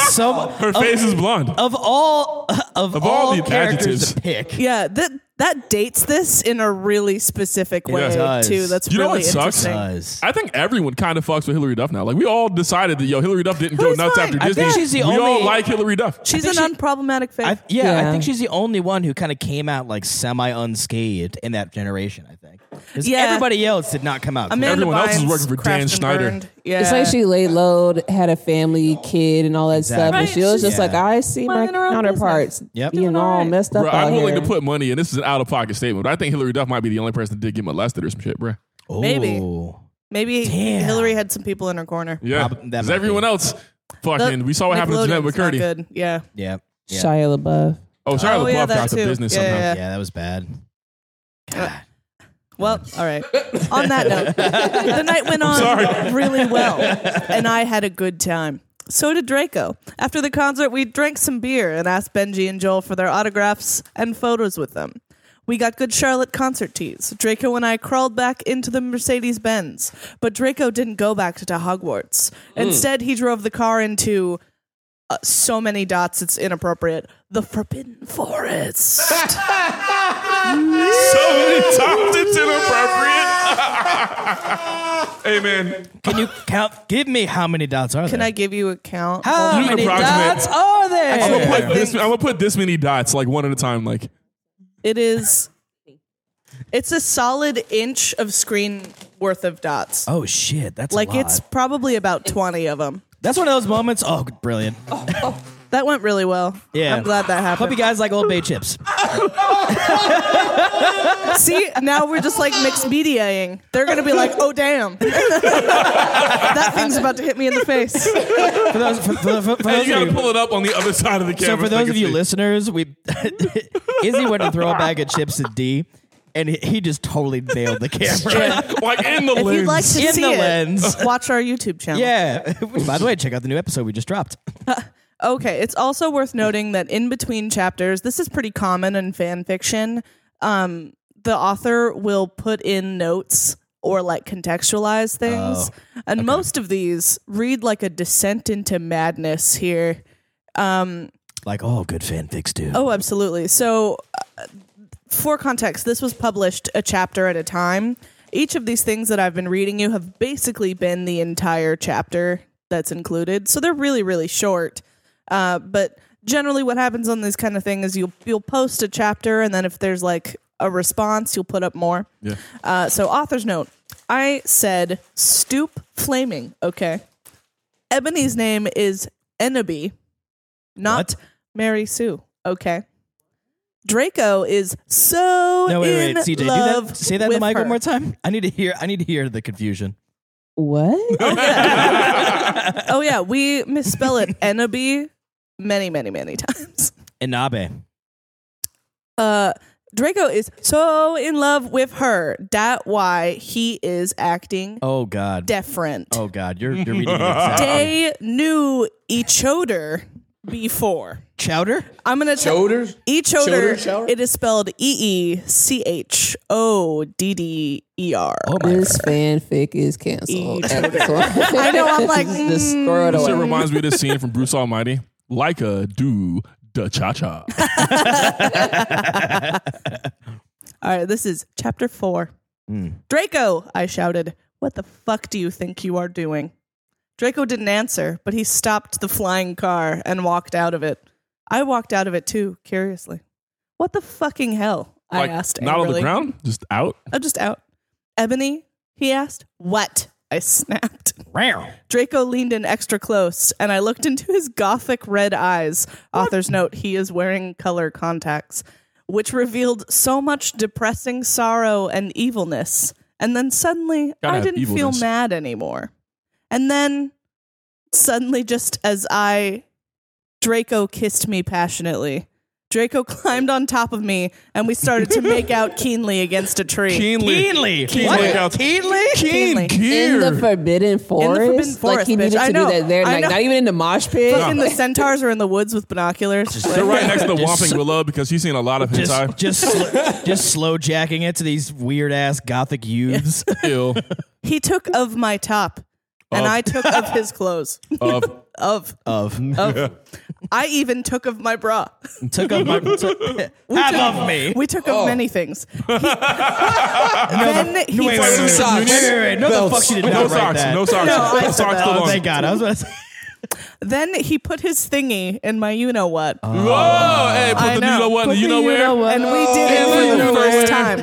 Speaker 1: So
Speaker 2: Her face is blonde.
Speaker 1: of all of,
Speaker 2: Of all
Speaker 1: all,
Speaker 2: the
Speaker 1: characters
Speaker 2: adjectives.
Speaker 1: to pick,
Speaker 3: yeah, that that dates this in a really specific way
Speaker 1: does.
Speaker 3: too. That's
Speaker 2: You know
Speaker 3: really
Speaker 2: what sucks?
Speaker 3: interesting.
Speaker 1: does.
Speaker 2: I think everyone kind of fucks with Hillary Duff now. Like we all decided that yo, Hillary Duff didn't go
Speaker 3: Who's
Speaker 2: nuts
Speaker 3: fine?
Speaker 2: after
Speaker 3: I
Speaker 2: Disney.
Speaker 1: think she's the
Speaker 2: we
Speaker 1: only-
Speaker 2: all like Hillary Duff.
Speaker 3: She's
Speaker 1: I
Speaker 3: an
Speaker 1: think she-
Speaker 3: unproblematic face.
Speaker 1: I, yeah, I
Speaker 5: Yeah.
Speaker 1: think she's the only one who kind of came out like semi unscathed in that generation. I think 'Cause
Speaker 3: Yeah.
Speaker 1: everybody else did not come out.
Speaker 3: Amanda
Speaker 2: Everyone else is
Speaker 3: Bynes
Speaker 2: working for Dan
Speaker 3: crashed and
Speaker 2: Schneider.
Speaker 3: burned. Yeah,
Speaker 5: It's like she laid low, had a family, kid, and all that stuff,
Speaker 1: Exactly.
Speaker 5: and she was just
Speaker 1: Yeah.
Speaker 5: like, "I see my
Speaker 3: Minding her own
Speaker 5: counterparts
Speaker 1: Yep.
Speaker 5: being
Speaker 1: Doing
Speaker 5: all
Speaker 3: alright.
Speaker 5: messed up
Speaker 2: Bro,
Speaker 5: out
Speaker 2: I'm willing
Speaker 5: here."
Speaker 2: to put money, and this is an out of pocket statement, but I think Hillary Duff might be the only person that did get molested or some shit, bro.
Speaker 1: Ooh.
Speaker 3: maybe. maybe
Speaker 1: Damn.
Speaker 3: Hillary had some people in her corner.
Speaker 2: Yeah,
Speaker 1: Prob- that
Speaker 2: because
Speaker 1: might
Speaker 2: everyone
Speaker 1: be.
Speaker 2: else, fucking, we saw what happened to Jeanette
Speaker 3: Nickelodeon's not
Speaker 2: McCurdy.
Speaker 3: good. Yeah.
Speaker 1: Yeah, yeah,
Speaker 5: Shia LaBeouf.
Speaker 2: Oh, Shia
Speaker 3: Oh,
Speaker 2: LaBeouf
Speaker 3: yeah, that
Speaker 2: got the
Speaker 3: too.
Speaker 2: business
Speaker 3: Yeah,
Speaker 2: somehow.
Speaker 3: yeah,
Speaker 1: yeah. That was bad.
Speaker 3: Well, all right. On that note, the night went on
Speaker 2: sorry.
Speaker 3: really well, and I had a good time. So did Draco. After the concert, we drank some beer and asked Benji and Joel for their autographs and photos with them. We got good Charlotte concert tees. Draco and I crawled back into the Mercedes Benz, but Draco didn't go back to Hogwarts. Instead, he drove the car into uh, so many dots it's inappropriate. The Forbidden Forest.
Speaker 2: So many times it's inappropriate. hey man,
Speaker 1: Can you count? Give me how many dots are
Speaker 3: Can
Speaker 1: there?
Speaker 3: I give you a count?
Speaker 1: How
Speaker 2: You can
Speaker 1: many
Speaker 2: approximate.
Speaker 1: dots are there?
Speaker 2: I'm gonna, put
Speaker 3: think-
Speaker 2: this, I'm gonna put this many dots like one at a time. Like
Speaker 3: It is. It's a solid inch of screen worth of dots.
Speaker 1: Oh shit, that's
Speaker 3: like
Speaker 1: a lot.
Speaker 3: it's probably about twenty of them.
Speaker 1: that's one of those moments. Oh, brilliant!
Speaker 3: That went really well.
Speaker 1: Yeah.
Speaker 3: I'm glad that
Speaker 1: Hope
Speaker 3: happened.
Speaker 1: you guys like Old Bay chips.
Speaker 3: See, now we're just like mixed mediaing. They're gonna be like, "Oh damn, that thing's about to hit me in the face."
Speaker 1: For those, for, for, for, for
Speaker 2: hey,
Speaker 1: those
Speaker 2: you
Speaker 1: of
Speaker 2: gotta
Speaker 1: you
Speaker 2: pull it up on the other side of the
Speaker 1: So
Speaker 2: camera.
Speaker 1: for
Speaker 2: I
Speaker 1: those
Speaker 2: can
Speaker 1: of you
Speaker 2: see.
Speaker 1: listeners, we [LAUGHS] Izzy went to throw a bag of chips at D, and he- he just totally nailed the camera.
Speaker 2: like in the
Speaker 3: If
Speaker 2: lens.
Speaker 3: you'd like to
Speaker 1: In
Speaker 3: see
Speaker 1: the
Speaker 3: it,
Speaker 1: lens.
Speaker 3: watch our YouTube
Speaker 1: [LAUGHS]
Speaker 3: channel.
Speaker 1: yeah. By the way, check out the new episode we just dropped.
Speaker 3: Okay, it's also worth noting that in between chapters, this is pretty common in fan fiction. Um, the author will put in notes or like contextualize things, and most of these read like a descent into madness here.
Speaker 1: Like all good fanfics do.
Speaker 3: Oh, absolutely. So, uh, for context, this was published a chapter at a time. Each of these things that I've been reading you have basically been the entire chapter that's included. So they're really, really short. Uh, but generally, what happens on this kind of thing is you'll you'll post a chapter, and then if there's like a response, you'll put up more.
Speaker 2: [LAUGHS] Yeah.
Speaker 3: Uh, so author's note: I said stoop flaming. Okay. Ebony's name is Ennaby, not
Speaker 1: What?
Speaker 3: Mary Sue. Okay. Draco is so
Speaker 1: no, wait, wait,
Speaker 3: in
Speaker 1: wait. CJ, do
Speaker 3: love
Speaker 1: that. Say that in the
Speaker 3: with
Speaker 1: mic
Speaker 3: her.
Speaker 1: one more time. I need to hear. I need to hear the confusion.
Speaker 5: What?
Speaker 2: [LAUGHS]
Speaker 3: Oh yeah, we misspell it [LAUGHS] Ennaby many, many, many times.
Speaker 1: Inabe.
Speaker 3: [LAUGHS] Uh, Draco is so in love with her. That why he is acting
Speaker 1: Oh God.
Speaker 3: different.
Speaker 1: Oh God. You're you're [LAUGHS] reading it exactly.
Speaker 3: They knew each other before.
Speaker 1: Chowder.
Speaker 3: I'm gonna tell
Speaker 6: Choders?
Speaker 3: each
Speaker 6: Choder, shower?
Speaker 3: other. It is spelled E E C H O D D E R.
Speaker 2: Oh.
Speaker 5: This fanfic is [LAUGHS] canceled. I
Speaker 3: I know, I'm like,
Speaker 5: [LAUGHS] just throw it
Speaker 2: This shit
Speaker 5: away.
Speaker 2: reminds me of this scene from Bruce Almighty. Like a do da cha cha.
Speaker 3: All right, this is chapter four.
Speaker 2: Hmm.
Speaker 3: Draco, I shouted, what the fuck do you think you are doing? Draco didn't answer, but he stopped the flying car and walked out of it. I walked out of it too, curiously. What the fucking hell? I asked.
Speaker 2: Not on the
Speaker 3: angrily.
Speaker 2: ground, just out.
Speaker 3: I'm Oh, just out. Ebony, he asked. What? I snapped.
Speaker 1: Rare.
Speaker 3: Draco leaned in extra close, and I looked into his gothic red eyes. Author's note, he is wearing color contacts, which revealed so much depressing sorrow and evilness. And then suddenly,
Speaker 2: Gotta
Speaker 3: I
Speaker 2: have
Speaker 3: didn't feel
Speaker 2: evilness.
Speaker 3: mad anymore. And then suddenly, just as I, Draco kissed me passionately. Draco [LAUGHS] climbed on top of me, and we started to
Speaker 2: [LAUGHS]
Speaker 3: make out keenly against a tree.
Speaker 1: Keenly.
Speaker 2: Keenly.
Speaker 1: What?
Speaker 2: Out-
Speaker 1: Keenly.
Speaker 2: Keen
Speaker 5: In
Speaker 2: gear.
Speaker 5: the Forbidden Forest? like,
Speaker 3: Forest,
Speaker 5: he
Speaker 3: bitch.
Speaker 5: needed to
Speaker 3: I
Speaker 5: do
Speaker 3: know.
Speaker 5: that there.
Speaker 3: I
Speaker 5: Like,
Speaker 3: know.
Speaker 5: not even in the mosh
Speaker 3: Fucking
Speaker 5: pit.
Speaker 3: the centaurs are in the woods with binoculars.
Speaker 2: They're right next to the Whomping Willow because he's seen a lot of hentai.
Speaker 1: Just just [LAUGHS] sl- just slow jacking it to these weird ass gothic youths.
Speaker 2: Ew. [LAUGHS]
Speaker 3: He took of my top, and
Speaker 2: Of.
Speaker 3: I took of his clothes.
Speaker 2: Of
Speaker 3: [LAUGHS] Of.
Speaker 1: of
Speaker 3: Of. I even took of my bra.
Speaker 1: took up
Speaker 3: [LAUGHS]
Speaker 1: my took, half of me.
Speaker 3: We took of
Speaker 2: Oh.
Speaker 3: many things.
Speaker 2: [LAUGHS]
Speaker 3: He- then he
Speaker 1: wait, wait, wait,
Speaker 6: socks.
Speaker 1: wait, wait, wait, No, the
Speaker 6: Belts.
Speaker 1: fuck she did not
Speaker 2: no
Speaker 1: write
Speaker 2: socks,
Speaker 1: that.
Speaker 2: no socks,
Speaker 3: No, I
Speaker 2: no
Speaker 3: said
Speaker 2: socks
Speaker 3: that.
Speaker 2: still
Speaker 1: Oh,
Speaker 2: on.
Speaker 1: thank God. I was about to say.
Speaker 3: then he put his thingy in my you know what.
Speaker 2: Whoa! Hey, Uh-huh. put
Speaker 3: I
Speaker 2: the
Speaker 3: know.
Speaker 2: you know what? in the
Speaker 5: Put
Speaker 2: You
Speaker 5: the
Speaker 2: know
Speaker 5: you
Speaker 2: where?
Speaker 5: know what.
Speaker 3: and we did
Speaker 2: Oh.
Speaker 3: it for the
Speaker 2: Yeah.
Speaker 3: first time.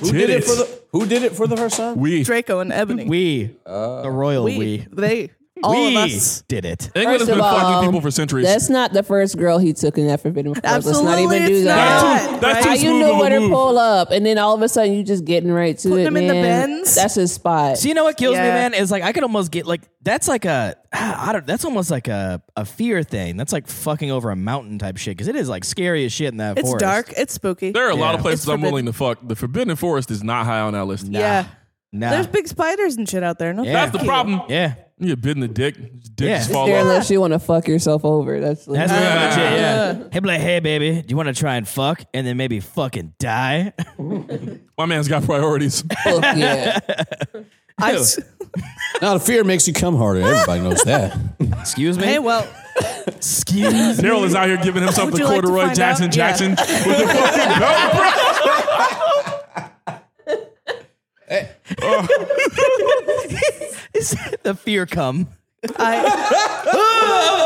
Speaker 6: Who did
Speaker 2: Did
Speaker 6: it for
Speaker 2: it.
Speaker 6: the Who did it for the first time?
Speaker 2: We
Speaker 3: Draco and Ebony.
Speaker 1: We, the royal we,
Speaker 3: They. All
Speaker 1: We
Speaker 3: of us.
Speaker 1: did it.
Speaker 2: England has
Speaker 5: First
Speaker 2: been
Speaker 5: of all,
Speaker 2: fucking people for centuries.
Speaker 5: That's not the first girl he took in that Forbidden Forest. Let's not
Speaker 3: Absolutely
Speaker 5: even do
Speaker 3: it's
Speaker 5: that.
Speaker 3: not.
Speaker 2: That's too- that's
Speaker 3: Right?
Speaker 2: too
Speaker 5: How
Speaker 2: smooth
Speaker 5: you
Speaker 2: of
Speaker 5: know
Speaker 2: a
Speaker 5: when to
Speaker 2: move.
Speaker 5: pull up, and then all of a sudden you just getting right to
Speaker 3: Putting
Speaker 5: it,
Speaker 3: them in the
Speaker 5: man.
Speaker 3: bins?
Speaker 5: That's his spot.
Speaker 1: So you know what kills me,
Speaker 3: Yeah.
Speaker 1: man, is like I could almost get like that's like a ah, I don't that's almost like a, a fear thing. That's like fucking over a mountain type shit because it is like scary as shit in that
Speaker 3: It's
Speaker 1: forest.
Speaker 3: dark. It's spooky.
Speaker 2: There are a lot of places
Speaker 3: It's
Speaker 2: I'm
Speaker 3: forbidden.
Speaker 2: willing to fuck. The Forbidden Forest is not high on that list.
Speaker 3: Yeah.
Speaker 1: Nah.
Speaker 3: There's big spiders and shit out there. No,
Speaker 1: Yeah.
Speaker 2: That's the problem.
Speaker 1: yeah,
Speaker 2: You get bit in the dick. Dick
Speaker 1: Yeah.
Speaker 2: just
Speaker 1: It's
Speaker 2: fall
Speaker 5: there
Speaker 2: off.
Speaker 5: unless you want to fuck yourself over. That's,
Speaker 1: that's
Speaker 5: like,
Speaker 1: pretty
Speaker 2: Yeah.
Speaker 1: much it. Yeah. Hey, be like, hey, baby, do you want to try and fuck and then maybe fucking die?
Speaker 2: My man's got priorities. [LAUGHS]
Speaker 5: fuck yeah.
Speaker 1: [LAUGHS]
Speaker 3: I s-
Speaker 6: Now the fear makes you come harder. Everybody knows that.
Speaker 1: Excuse me.
Speaker 3: hey, well, [LAUGHS]
Speaker 1: Excuse. me. [LAUGHS]
Speaker 2: Daryl is out here giving himself
Speaker 3: Would
Speaker 2: the
Speaker 3: you like to
Speaker 2: corduroy
Speaker 3: find
Speaker 2: Jackson
Speaker 3: out?
Speaker 2: Jackson with the fucking belt, bro.
Speaker 1: the fear come.
Speaker 3: I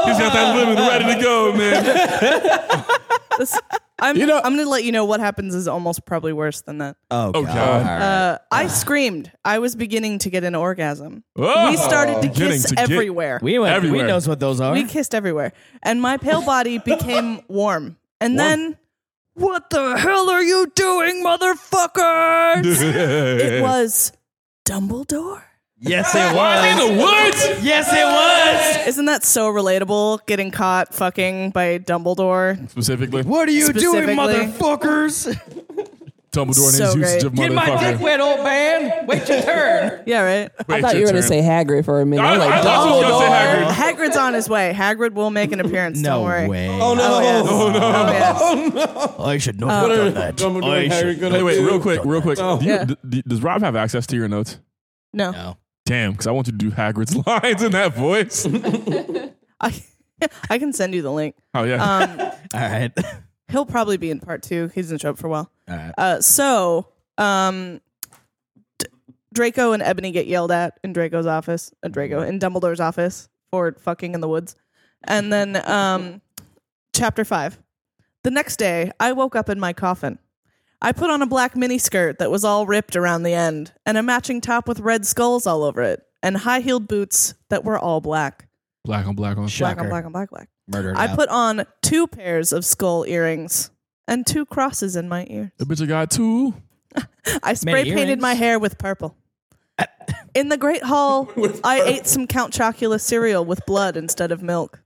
Speaker 2: He's got that lemon ready to go, man.
Speaker 3: this, I'm
Speaker 6: You know-
Speaker 3: I'm gonna let you know what happens is almost probably worse than that.
Speaker 1: Oh,
Speaker 2: Oh
Speaker 1: God.
Speaker 2: God.
Speaker 3: Uh, I screamed. I was beginning to get an orgasm.
Speaker 2: Oh.
Speaker 3: we started to
Speaker 2: Getting
Speaker 3: kiss
Speaker 2: to get-
Speaker 3: everywhere.
Speaker 1: We went.
Speaker 2: Everywhere.
Speaker 1: We knows what those are. [LAUGHS]
Speaker 3: we kissed everywhere, and my pale
Speaker 2: [LAUGHS]
Speaker 3: body became warm. And then, what the hell are you
Speaker 2: [LAUGHS]
Speaker 3: doing, motherfuckers? it was Dumbledore.
Speaker 1: yes, it
Speaker 2: In
Speaker 1: was.
Speaker 2: the woods?
Speaker 1: yes, it was.
Speaker 3: Isn't that so relatable? Getting caught fucking by Dumbledore.
Speaker 2: Specifically,
Speaker 1: What are you doing,
Speaker 3: Specifically-
Speaker 1: motherfuckers?
Speaker 2: Dumbledore and his
Speaker 3: So
Speaker 2: usage of
Speaker 1: Get my dick
Speaker 2: motherfucker.
Speaker 1: wet, old man. Wait your turn.
Speaker 3: Yeah, right.
Speaker 5: I thought you were gonna say Hagrid for a minute.
Speaker 2: I-
Speaker 5: I'm like,
Speaker 2: I thought you were gonna say
Speaker 5: Dumbledore.
Speaker 2: Hagrid.
Speaker 3: Hagrid's on his way. Hagrid will make an appearance.
Speaker 1: No
Speaker 3: don't worry.
Speaker 1: way. Oh,
Speaker 6: Oh no!
Speaker 3: yes. Oh,
Speaker 1: [LAUGHS]
Speaker 3: yes.
Speaker 1: I should not have done that. I should-
Speaker 2: Hey, wait, real quick, real quick. Do you,
Speaker 3: Yeah.
Speaker 2: d- d- does Rob have access to your notes?
Speaker 3: No.
Speaker 1: No.
Speaker 2: Damn, because I want you to do Hagrid's [LAUGHS] lines in that voice.
Speaker 3: I, [LAUGHS] I can send you the link.
Speaker 2: Oh yeah,
Speaker 1: Uh, All right. [LAUGHS]
Speaker 3: He'll probably be in part two. He doesn't show up for a while.
Speaker 1: Alright.
Speaker 3: Uh, so, um, D- Draco and Ebony get yelled at in Draco's office, uh, Draco in Dumbledore's office for fucking in the woods. And then, um, chapter five. The next day, I woke up in my coffin. I put on a black miniskirt that was all ripped around the end, and a matching top with red skulls all over it, and high heeled boots that were all black.
Speaker 2: black on black on.
Speaker 3: Black on
Speaker 1: Shocker.
Speaker 3: black on black black.
Speaker 1: Murdered.
Speaker 3: I
Speaker 1: out.
Speaker 3: put on two pairs of skull earrings and two crosses in my ear.
Speaker 2: The bitch I got two.
Speaker 3: I spray painted
Speaker 1: earrings?
Speaker 3: my hair
Speaker 2: [LAUGHS]
Speaker 3: with purple. In the Great Hall, I ate some Count Chocula cereal with blood instead of milk.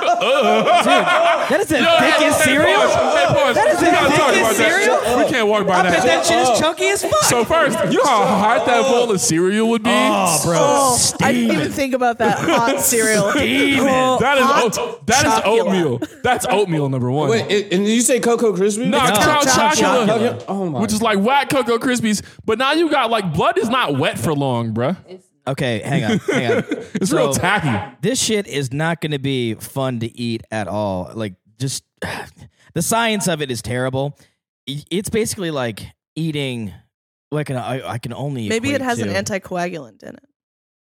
Speaker 1: That is the
Speaker 2: Hey,
Speaker 1: thickest
Speaker 2: hey,
Speaker 1: cereal.
Speaker 2: pause. Hey, pause.
Speaker 1: That is
Speaker 2: we
Speaker 1: a
Speaker 2: gotta talk
Speaker 1: thickest
Speaker 2: about
Speaker 1: cereal?
Speaker 2: that. We can't walk by
Speaker 1: I bet
Speaker 2: that.
Speaker 1: that shit is chunky as fuck.
Speaker 2: So first, you know how hot that bowl of cereal would be?
Speaker 1: oh, bro.
Speaker 3: Oh, I didn't even think
Speaker 2: [LAUGHS]
Speaker 3: about that hot cereal. Oh,
Speaker 2: that is
Speaker 3: hot
Speaker 2: oat, that is
Speaker 3: chocolate.
Speaker 2: oatmeal. That's oatmeal number one.
Speaker 6: Wait, it, and you say Cocoa Krispy?
Speaker 1: No,
Speaker 2: no,
Speaker 1: Count
Speaker 2: Count Chocula,
Speaker 1: Chocula.
Speaker 6: Oh my.
Speaker 2: which is like whack Cocoa Krispies. But now you got like blood is not wet for long, bruh.
Speaker 1: Okay, hang on, hang on.
Speaker 2: [LAUGHS] It's real tacky.
Speaker 1: This shit is not going to be fun to eat at all. Like, just [SIGHS] the science of it is terrible. I- It's basically like eating. Like an, I, I can only
Speaker 3: Maybe it
Speaker 1: equate
Speaker 3: has
Speaker 1: to.
Speaker 3: an anticoagulant in it.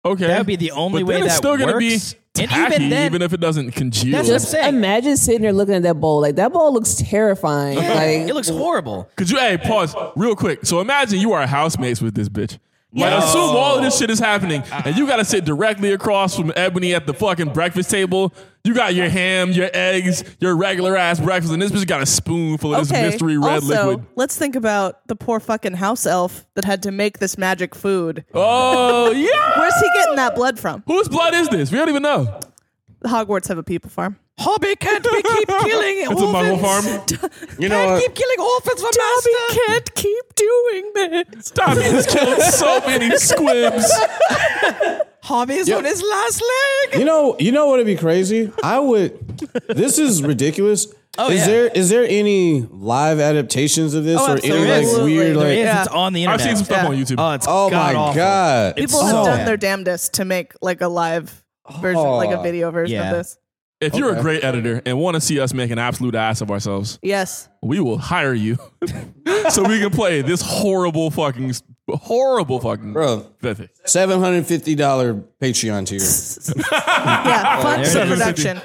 Speaker 2: Okay,
Speaker 1: That would be the only
Speaker 2: but
Speaker 1: way
Speaker 2: then it's
Speaker 1: that
Speaker 2: still gonna be
Speaker 1: works. And
Speaker 2: tacky,
Speaker 1: even then-
Speaker 2: if it doesn't congeal.
Speaker 1: That's
Speaker 5: Just
Speaker 1: I'm saying.
Speaker 5: imagine sitting there looking at that bowl. Like that bowl looks terrifying. like
Speaker 1: [LAUGHS] it looks horrible.
Speaker 2: Could you, hey, pause real quick. So imagine you are housemates with this bitch. Like, assume all of this shit is happening, and you gotta sit directly across from Ebony at the fucking breakfast table. You got your ham, your eggs, your regular ass breakfast, and this bitch got a spoonful of
Speaker 3: Okay.
Speaker 2: this mystery red
Speaker 3: also,
Speaker 2: liquid.
Speaker 3: let's think about the poor fucking house elf that had to make this magic food.
Speaker 2: Oh, yeah!
Speaker 3: Where's he getting that blood from?
Speaker 2: Whose blood is this? We don't even know.
Speaker 3: The Hogwarts have a people farm.
Speaker 1: Hobby can't we
Speaker 2: [LAUGHS]
Speaker 1: keep killing
Speaker 2: It's a muggle farm.
Speaker 6: you know what?
Speaker 1: killing orphans for master.
Speaker 3: can't keep doing this.
Speaker 2: Stop it. It's killing so
Speaker 1: [LAUGHS]
Speaker 2: many squibs.
Speaker 1: Hobby is on his last leg.
Speaker 6: You know, you know what would be crazy? I would. This is
Speaker 1: [LAUGHS]
Speaker 6: ridiculous. is
Speaker 1: Oh, yeah.
Speaker 6: there is there any live adaptations of this
Speaker 3: Oh,
Speaker 6: or any like
Speaker 3: absolutely.
Speaker 6: weird
Speaker 3: There
Speaker 6: like?
Speaker 1: It is,
Speaker 3: Yeah.
Speaker 1: It's on the
Speaker 2: I've
Speaker 1: internet.
Speaker 2: seen some stuff on YouTube.
Speaker 1: Oh, it's
Speaker 6: Oh my
Speaker 1: god-awful.
Speaker 6: god!
Speaker 3: People
Speaker 1: It's
Speaker 3: have
Speaker 1: so
Speaker 3: done
Speaker 1: bad.
Speaker 3: their damnedest to make like a live version, like a video version
Speaker 1: Yeah.
Speaker 3: of this.
Speaker 2: if you're a great editor and want to see us make an absolute ass of ourselves,
Speaker 3: Yes.
Speaker 2: we will hire you [LAUGHS] so we can play this horrible fucking horrible fucking
Speaker 6: Bro.
Speaker 2: Pathetic.
Speaker 6: Seven hundred fifty dollar Patreon tier.
Speaker 3: Yeah.
Speaker 2: it
Speaker 3: Funds the
Speaker 2: is.
Speaker 3: production.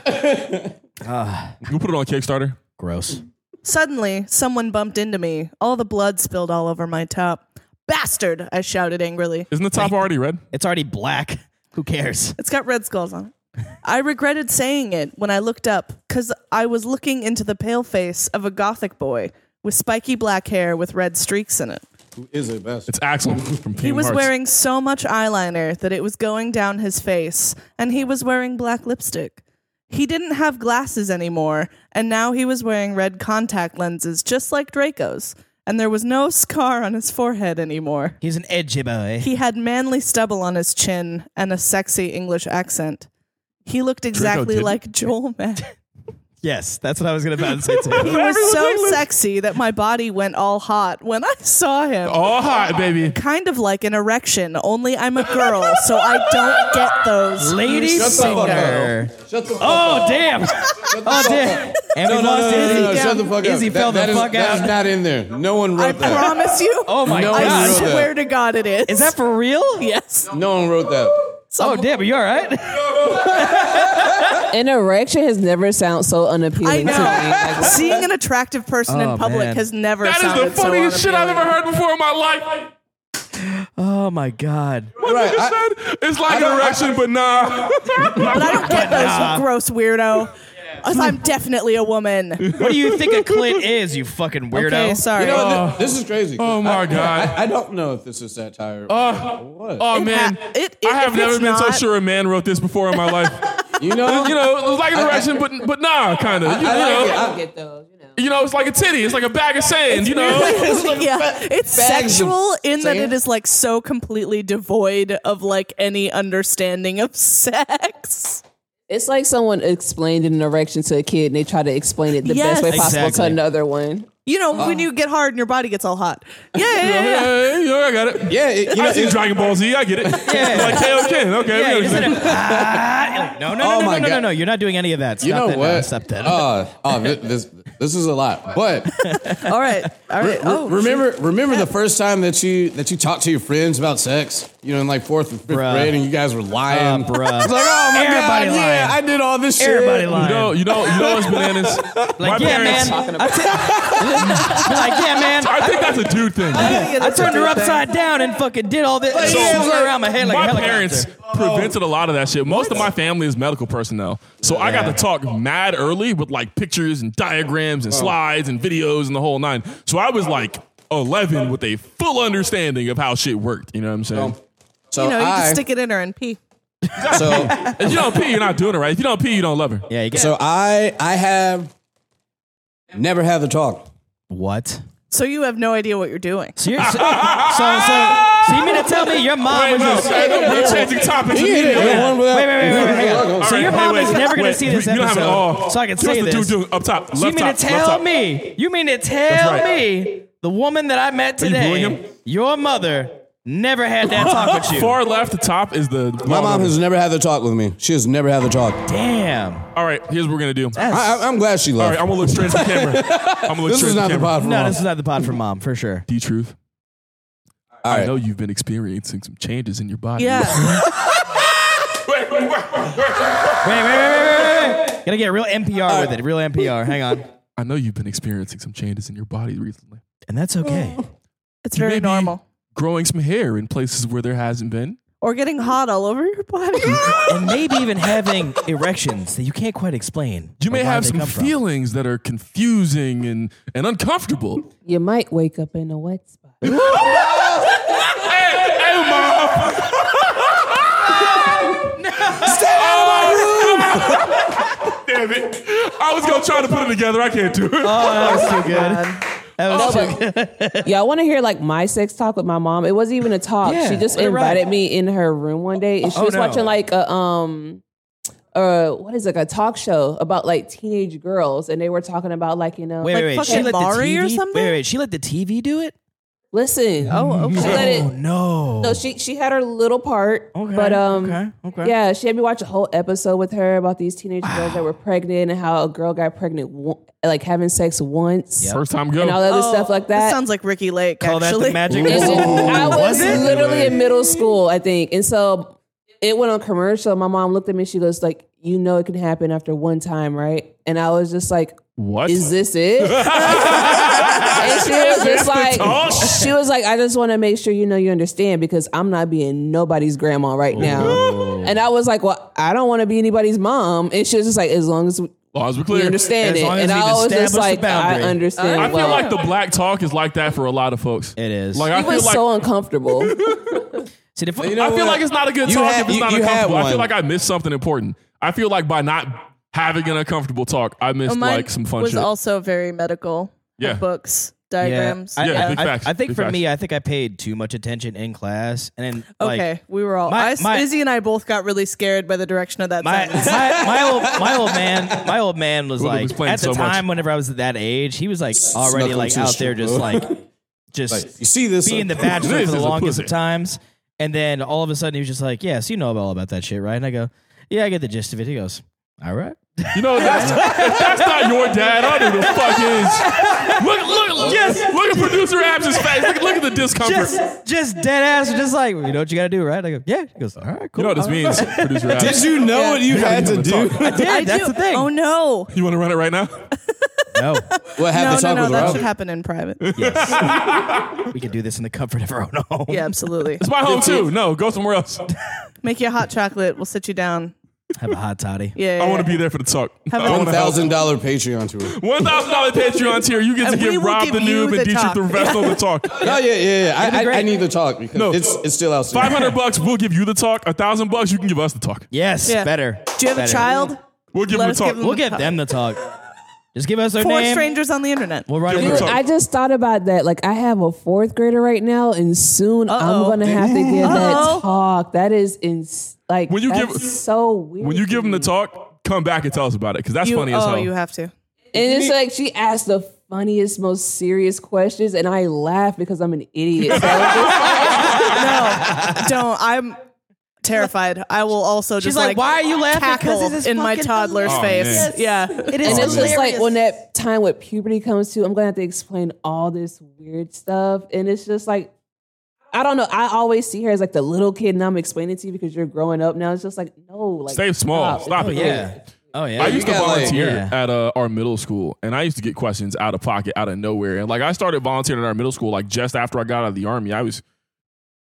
Speaker 2: We'll put it on Kickstarter.
Speaker 1: Gross.
Speaker 3: Suddenly, someone bumped into me. All the blood spilled all over my top. Bastard! I shouted angrily.
Speaker 2: Isn't the top already red?
Speaker 1: It's already black. [LAUGHS] Who cares?
Speaker 3: It's got red skulls on it. I regretted saying it when I looked up because I was looking into the pale face of a gothic boy with spiky black hair with red streaks in it.
Speaker 6: Who is it best?
Speaker 2: It's Axel from King
Speaker 3: He was
Speaker 2: Hearts.
Speaker 3: wearing so much eyeliner that it was going down his face, and he was wearing black lipstick. He didn't have glasses anymore, and now he was wearing red contact lenses just like Draco's, and there was no scar on his forehead anymore.
Speaker 1: He's an edgy boy.
Speaker 3: He had manly stubble on his chin and a sexy English accent. He looked exactly
Speaker 2: didn't.
Speaker 3: like Joel Matt.
Speaker 2: [LAUGHS]
Speaker 1: yes, that's what I was gonna about to say
Speaker 3: He
Speaker 1: [LAUGHS] too.
Speaker 3: was so sexy that my body went all hot when I saw him.
Speaker 2: all hot, baby.
Speaker 3: Kind of like an erection, only I'm a girl, so I don't get those.
Speaker 1: Lady
Speaker 6: Shut the fuck
Speaker 1: singer.
Speaker 6: Shut the fuck
Speaker 1: Oh damn. [LAUGHS] Oh damn. And we
Speaker 6: No, no, no,
Speaker 1: lost
Speaker 6: no, no, no,
Speaker 1: Izzy.
Speaker 6: shut the fuck
Speaker 1: Izzy
Speaker 6: up.
Speaker 1: fell
Speaker 6: That-
Speaker 1: the
Speaker 6: that is-
Speaker 1: fuck
Speaker 6: That's
Speaker 1: out.
Speaker 6: not in there. No one
Speaker 3: I
Speaker 6: wrote that.
Speaker 3: promise you.
Speaker 1: Oh my
Speaker 6: No,
Speaker 3: I
Speaker 6: you
Speaker 1: god.
Speaker 6: wrote
Speaker 3: swear to God it is.
Speaker 1: Is that for real?
Speaker 3: yes?
Speaker 6: No one wrote that.
Speaker 1: Oh damn, are you all right?
Speaker 5: an erection has never sounded so
Speaker 3: I
Speaker 5: unappealing to me.
Speaker 3: know. Seeing an attractive person
Speaker 1: Oh,
Speaker 3: in public
Speaker 1: man.
Speaker 3: has never
Speaker 2: That is
Speaker 3: sounded
Speaker 2: the funniest
Speaker 3: so
Speaker 2: shit I've
Speaker 3: unappealing.
Speaker 2: ever heard before in my life.
Speaker 1: Oh my god.
Speaker 2: What
Speaker 6: Right,
Speaker 2: nigga
Speaker 6: I-
Speaker 2: said? It's like an erection, but
Speaker 6: [LAUGHS]
Speaker 2: nah.
Speaker 3: But I don't get those gross weirdo. As I'm definitely a woman.
Speaker 1: What do you think a clit is, you fucking weirdo?
Speaker 3: Okay, sorry.
Speaker 6: You know, thi- this is crazy.
Speaker 2: Oh my god.
Speaker 6: I, I don't know if this is satire.
Speaker 2: Oh man.
Speaker 3: ha- Uh, it- it-
Speaker 2: I have
Speaker 3: if
Speaker 2: never
Speaker 3: it's
Speaker 2: been so
Speaker 3: not-
Speaker 2: sure a man wrote this before in my life.
Speaker 1: [LAUGHS]
Speaker 6: you know,
Speaker 2: you know, it's like an erection, but but nah, kind of. You, you
Speaker 6: I like
Speaker 2: know,
Speaker 6: it.
Speaker 5: I don't get those. You know.
Speaker 2: you know, it's like a titty. It's like a bag of sand. You know.
Speaker 3: [LAUGHS] yeah, it's
Speaker 6: bags of
Speaker 3: sexual in that
Speaker 6: sand.
Speaker 3: it is like so completely devoid of like any understanding of sex.
Speaker 5: It's like someone explained an erection to a kid and they try to explain it the
Speaker 3: Yes.
Speaker 5: best way possible
Speaker 1: Exactly.
Speaker 5: to another one.
Speaker 3: You know, when you get hard and your body gets all hot. Yeah, yeah, yeah. [LAUGHS] yeah.
Speaker 2: Yeah, yeah, I got it.
Speaker 6: yeah, it, you know,
Speaker 2: I see
Speaker 6: it-
Speaker 2: Dragon Ball Z. I
Speaker 1: [LAUGHS]
Speaker 2: get it. like Kale Ken. Okay.
Speaker 1: Yeah,
Speaker 2: we
Speaker 1: you just
Speaker 6: [LAUGHS]
Speaker 1: said,
Speaker 2: understand.
Speaker 1: "Ah," you're like, no, no,
Speaker 6: Oh
Speaker 1: no, no, no,
Speaker 6: my
Speaker 1: no,
Speaker 6: God.
Speaker 1: no, You're not doing any of that. Stop
Speaker 6: you know
Speaker 1: that
Speaker 6: what?
Speaker 1: Now. Stop that.
Speaker 6: Uh, oh, thi- this this is a lot. But
Speaker 3: [LAUGHS] All right, all right. oh,
Speaker 6: remember, remember the first time that you that you talked to your friends about sex. You know, in like fourth and fifth
Speaker 1: Bruh.
Speaker 6: grade, and you guys were lying.
Speaker 1: Uh, bruh.
Speaker 6: It's like, oh my
Speaker 1: Everybody
Speaker 6: god, yeah,
Speaker 1: lying.
Speaker 6: I did all this
Speaker 1: Everybody
Speaker 6: shit.
Speaker 1: lying.
Speaker 2: You know, you know, you know,
Speaker 1: [LAUGHS]
Speaker 2: it's bananas.
Speaker 1: like, yeah, man. I t- You're [LAUGHS] like, yeah, man.
Speaker 2: I think that's a dude
Speaker 1: [LAUGHS]
Speaker 2: thing.
Speaker 1: I turned her upside down and fucking did all this.
Speaker 6: So-
Speaker 1: swung her around my head like a
Speaker 2: my
Speaker 1: helicopter.
Speaker 2: parents prevented a lot of that shit. Most of my family is medical personnel, so I got to talk mad early with like pictures and diagrams and slides and videos and the whole nine. So I was like 11 with a full understanding of how shit worked. You know what I'm saying?
Speaker 6: So
Speaker 3: you know, you
Speaker 6: I,
Speaker 3: can stick it in her and pee.
Speaker 6: So
Speaker 1: [LAUGHS]
Speaker 2: If you don't pee, you're not doing it right. If you don't pee, you don't love her.
Speaker 1: Yeah, you get
Speaker 6: so I I have never had the talk.
Speaker 1: what?
Speaker 3: So you have no idea what you're doing.
Speaker 1: So, you're,
Speaker 2: [LAUGHS]
Speaker 1: so, so, so, so you mean to tell me your mom
Speaker 2: Wait,
Speaker 1: was
Speaker 2: no,
Speaker 1: just.
Speaker 2: hey, no, we're changing topics. immediately.
Speaker 1: Wait, wait, wait, wait, wait, hang on.
Speaker 2: All
Speaker 1: So
Speaker 2: right,
Speaker 1: your
Speaker 2: hey,
Speaker 1: mom
Speaker 2: wait,
Speaker 1: is never going to
Speaker 2: wait,
Speaker 1: see this
Speaker 2: we, we don't have it all.
Speaker 1: episode. So I can
Speaker 2: Give us
Speaker 1: say
Speaker 2: the
Speaker 1: this.
Speaker 2: Dude, dude, up top. Left
Speaker 1: So you mean
Speaker 2: top,
Speaker 1: to
Speaker 2: left
Speaker 1: tell
Speaker 2: top.
Speaker 1: me? You mean to tell
Speaker 2: right.
Speaker 1: me the woman that I met
Speaker 2: you booing
Speaker 1: today,
Speaker 2: him?
Speaker 1: your mother, never had that talk with you?
Speaker 2: Far left, the top is the.
Speaker 6: My mom has never had the talk with me. She has never had the talk.
Speaker 1: Damn.
Speaker 2: All right, here's what we're gonna do.
Speaker 6: I, I- I'm glad she
Speaker 2: All right,
Speaker 6: left.
Speaker 2: I'm gonna look straight at the camera. [LAUGHS] I'm gonna look
Speaker 6: this
Speaker 2: straight
Speaker 6: is
Speaker 2: at
Speaker 6: not the
Speaker 2: camera.
Speaker 6: pod for
Speaker 1: No,
Speaker 6: mom.
Speaker 1: this is not the pod for mom for sure.
Speaker 2: D truth.
Speaker 6: All
Speaker 2: I know
Speaker 6: right.
Speaker 2: you've been experiencing some changes in your body.
Speaker 3: [LAUGHS] Yeah.
Speaker 2: Wait, wait, wait.
Speaker 1: Wait, wait, wait, wait, wait, wait, wait. Gotta get real NPR with it. Real NPR. Hang on.
Speaker 2: I know you've been experiencing some changes in your body recently.
Speaker 1: And that's okay.
Speaker 3: It's
Speaker 2: You may
Speaker 3: very
Speaker 2: be
Speaker 3: normal.
Speaker 2: Growing some hair in places where there hasn't been.
Speaker 3: Or getting hot all over your [LAUGHS] body.
Speaker 1: and maybe even having erections that you can't quite explain.
Speaker 2: You may
Speaker 1: or where
Speaker 2: have
Speaker 1: they
Speaker 2: some
Speaker 1: come from.
Speaker 2: feelings that are confusing and, and uncomfortable.
Speaker 5: You might wake up in a wet spot.
Speaker 2: Damn it. I was gonna try to put it together. I can't do it.
Speaker 1: [LAUGHS]
Speaker 5: Yeah, I want to hear like my sex talk with my mom. It wasn't even a talk.
Speaker 1: Yeah,
Speaker 5: she just
Speaker 1: let it
Speaker 5: invited
Speaker 1: ride.
Speaker 5: me in her room one day, and she
Speaker 1: Oh,
Speaker 5: was
Speaker 1: no.
Speaker 5: watching like a um, uh, what is it, like a talk show about like teenage girls, and they were talking about like you know,
Speaker 1: Wait,
Speaker 5: like,
Speaker 1: wait, wait.
Speaker 3: fucking
Speaker 1: She let the
Speaker 3: Maury
Speaker 1: TV,
Speaker 3: or something?
Speaker 1: Wait, wait, wait. She let the TV do it?
Speaker 5: listen. Oh, okay. She let
Speaker 1: Oh,
Speaker 5: it,
Speaker 1: no.
Speaker 5: no, she she had her little part, but um,
Speaker 1: okay, okay.
Speaker 5: yeah, she had me watch a whole episode with her about these teenage girls that were pregnant and how a girl got pregnant, wo- like having sex once
Speaker 2: First time go.
Speaker 5: and all that other
Speaker 1: Oh,
Speaker 5: stuff like that.
Speaker 3: Oh, This sounds like Ricky Lake.
Speaker 1: Call that
Speaker 3: actually.
Speaker 1: the
Speaker 3: [LAUGHS]
Speaker 1: magic
Speaker 5: It's just-
Speaker 1: wand.
Speaker 5: I was,
Speaker 1: Was it?
Speaker 5: literally in middle school, I think. And so it went on commercial. My mom looked at me and she goes, like, you know it can happen after one time, right? And I was just like,
Speaker 2: what?
Speaker 5: is this
Speaker 2: [LAUGHS]
Speaker 5: it? and she was just like, she was like, I just want to make sure you know you understand because I'm not being nobody's grandma
Speaker 2: Oh.
Speaker 5: right now. And I was like, well, I don't want to be anybody's mom. And she was just like, as long as we
Speaker 2: Laws were clear.
Speaker 5: understand
Speaker 1: As
Speaker 5: it.
Speaker 1: long as
Speaker 5: And
Speaker 1: we've
Speaker 5: I was
Speaker 1: established
Speaker 5: just
Speaker 1: the
Speaker 5: like, I
Speaker 1: boundary.
Speaker 5: understand.
Speaker 2: I feel
Speaker 5: well.
Speaker 2: like the black talk is like that for a lot of folks.
Speaker 1: It is.
Speaker 2: Like I
Speaker 5: it
Speaker 2: feel
Speaker 5: was
Speaker 2: like
Speaker 5: so uncomfortable.
Speaker 1: See, the fu-
Speaker 6: You know
Speaker 2: I feel
Speaker 6: what?
Speaker 2: like it's not a good
Speaker 6: You
Speaker 2: talk
Speaker 6: had-
Speaker 2: if it's
Speaker 6: you-
Speaker 2: not
Speaker 6: you had
Speaker 2: uncomfortable. I feel
Speaker 6: one.
Speaker 2: like I missed something important. I feel like by not having an uncomfortable talk, I missed
Speaker 3: Mine
Speaker 2: like some fun
Speaker 3: was
Speaker 2: shit.
Speaker 3: also very medical.
Speaker 2: Yeah.
Speaker 3: Like Books, diagrams.
Speaker 1: I,
Speaker 2: Yeah,
Speaker 1: I-
Speaker 2: big
Speaker 1: I-
Speaker 2: facts,
Speaker 1: I think
Speaker 2: big
Speaker 1: for
Speaker 2: facts.
Speaker 1: me, I think I paid too much attention in class, and then like,
Speaker 3: okay, we were all.
Speaker 1: My-
Speaker 3: I,
Speaker 1: my-
Speaker 3: Izzy and I both got really scared by the direction of that
Speaker 1: my,
Speaker 3: sentence.
Speaker 1: my my old my old man my old man was
Speaker 2: Would have
Speaker 1: like
Speaker 2: explained
Speaker 1: at the
Speaker 2: so much.
Speaker 1: time whenever I was at that age, he was like already
Speaker 6: Snuck
Speaker 1: like
Speaker 6: into
Speaker 1: out
Speaker 6: his
Speaker 1: there
Speaker 6: shirt,
Speaker 1: just
Speaker 6: bro.
Speaker 2: [LAUGHS]
Speaker 1: like just
Speaker 6: You see this?
Speaker 1: being the bachelor
Speaker 2: This
Speaker 1: for the
Speaker 2: is a
Speaker 1: longest
Speaker 2: pussy.
Speaker 1: of times, and then all of a sudden he was just like, "Yes, you know about all about that shit, right?" And I go, "Yeah, I get the gist of it." He goes, "All
Speaker 2: [LAUGHS]
Speaker 1: right."
Speaker 2: You know,
Speaker 5: [LAUGHS]
Speaker 2: that's, if that's not your dad. I don't know who the fuck is. Look, look, yes. Look at producer Abs's face. Look, look at the discomfort.
Speaker 1: Just, just dead ass, just like you know what you gotta do, right? I go, yeah. He goes, all right,
Speaker 2: You
Speaker 1: cool.
Speaker 2: know what this
Speaker 1: all right."
Speaker 2: means, producer Abs.
Speaker 6: Did you know what you had to do?
Speaker 1: [LAUGHS] Yeah,
Speaker 3: I
Speaker 1: that's
Speaker 3: do-
Speaker 1: the thing.
Speaker 3: Oh no!
Speaker 2: You want to run it right now?
Speaker 1: no,
Speaker 6: [LAUGHS] What
Speaker 3: No,
Speaker 6: had the
Speaker 3: no,
Speaker 6: talk
Speaker 3: no!
Speaker 6: with
Speaker 3: That should
Speaker 6: Rob?
Speaker 3: happen
Speaker 1: [LAUGHS]
Speaker 3: in private.
Speaker 1: we can do this in the comfort of our own home. [LAUGHS]
Speaker 3: Yeah, absolutely.
Speaker 2: It's my home too. No, go somewhere else.
Speaker 3: Make you a hot chocolate. We'll sit you down.
Speaker 1: Have a hot toddy.
Speaker 3: Yeah,
Speaker 2: I
Speaker 3: yeah,
Speaker 2: want to
Speaker 3: yeah.
Speaker 2: be there for the talk.
Speaker 3: Have a-
Speaker 6: One thousand dollar Patreon [LAUGHS] tour.
Speaker 2: One thousand dollar Patreon tier. You get to
Speaker 3: And we
Speaker 2: give
Speaker 3: will
Speaker 2: Rob
Speaker 3: give
Speaker 2: the
Speaker 3: you
Speaker 2: noob and
Speaker 3: the
Speaker 2: Dietrich
Speaker 3: talk.
Speaker 2: the professional
Speaker 3: [LAUGHS]
Speaker 2: the talk.
Speaker 6: No, Oh, yeah, yeah, yeah. I, I, I
Speaker 1: great.
Speaker 6: need the talk because
Speaker 2: No.
Speaker 6: it's it's still
Speaker 2: Five
Speaker 6: outstanding.
Speaker 2: hundred bucks, we'll give you the talk. A thousand bucks, you can give us the talk.
Speaker 1: Yes,
Speaker 3: Yeah.
Speaker 1: better.
Speaker 3: Do you have a
Speaker 1: Better.
Speaker 3: child?
Speaker 2: We'll give them
Speaker 3: Let
Speaker 2: the
Speaker 3: us give
Speaker 2: talk.
Speaker 3: them-
Speaker 1: We'll give them the talk. Just give us their
Speaker 3: Four
Speaker 1: name.
Speaker 3: strangers on the internet.
Speaker 1: We'll run
Speaker 2: Give
Speaker 1: it.
Speaker 2: them the
Speaker 1: through.
Speaker 2: [LAUGHS] talk.
Speaker 5: I just thought about that. Like I have a fourth grader right now, and soon
Speaker 3: Uh-oh.
Speaker 5: I'm gonna have to give
Speaker 3: Uh-oh.
Speaker 5: that talk. That is ins- like
Speaker 2: When you
Speaker 5: that's
Speaker 2: give-
Speaker 5: so weird.
Speaker 2: When you
Speaker 5: to
Speaker 2: give them the
Speaker 5: me.
Speaker 2: talk, come back and tell us about it because that's
Speaker 3: You,
Speaker 2: funny as
Speaker 3: oh,
Speaker 2: hell.
Speaker 3: you have to.
Speaker 5: and it's like she asked the funniest, most serious questions, and I laugh because I'm an idiot. So I'm
Speaker 1: [LAUGHS]
Speaker 3: No,
Speaker 5: just
Speaker 3: don't. I'm terrified. I will also
Speaker 1: She's
Speaker 3: just
Speaker 1: like,
Speaker 3: like,
Speaker 1: "Why are you laughing? 'Cause
Speaker 3: Cackle
Speaker 1: this is
Speaker 3: in my
Speaker 1: fucking Oh,
Speaker 3: toddler's
Speaker 2: hilarious."
Speaker 3: face. Yeah, [LAUGHS] it
Speaker 5: and it's just like when that time with puberty comes to, I'm gonna have to explain all this weird stuff, and it's just like. I don't know. I always see her as like the little kid, and I'm explaining to you because you're growing up now. It's just like no, like
Speaker 2: Stay small. Stop
Speaker 1: Oh
Speaker 2: it.
Speaker 1: yeah. Oh yeah.
Speaker 2: I used to
Speaker 6: got, like-
Speaker 2: volunteer
Speaker 1: Yeah.
Speaker 2: at uh, our middle school, and I used to get questions out of pocket, out of nowhere. And like, I started volunteering at our middle school, like just after I got out of the army. I was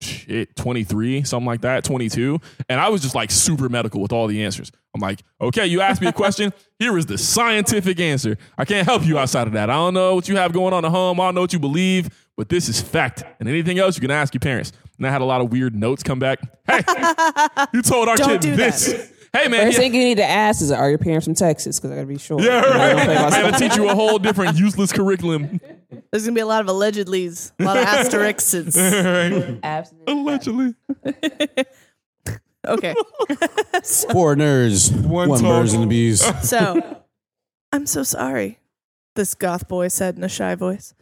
Speaker 2: shit, 23, something like that, 22. And I was just like super medical with all the answers. I'm like, okay, you asked me a question. Here is the scientific answer. I can't help you outside of that. I don't know what you have going on at home. I don't know what you believe, but this is fact. And anything else, you can ask your parents. and I had a lot of weird notes come back. Hey, you told our
Speaker 3: Don't
Speaker 2: kid
Speaker 3: do
Speaker 2: this. Hey man,
Speaker 5: First
Speaker 2: yeah,
Speaker 5: thing you need to ask is, are your parents from Texas? Because I gotta be sure.
Speaker 2: yeah,
Speaker 5: You know, I
Speaker 2: right.
Speaker 5: don't play
Speaker 2: I had
Speaker 5: myself.
Speaker 2: to teach you a whole different useless curriculum.
Speaker 3: There's gonna be a lot of allegedlys, a
Speaker 1: [LAUGHS]
Speaker 3: lot of asterisks.
Speaker 5: Absolutely.
Speaker 2: Allegedly,
Speaker 1: [LAUGHS]
Speaker 3: Okay,
Speaker 6: Four nerds, [LAUGHS] one,
Speaker 2: One
Speaker 6: birds
Speaker 2: total.
Speaker 6: and the [LAUGHS] bees.
Speaker 3: so I'm so sorry. This goth boy said in a shy voice.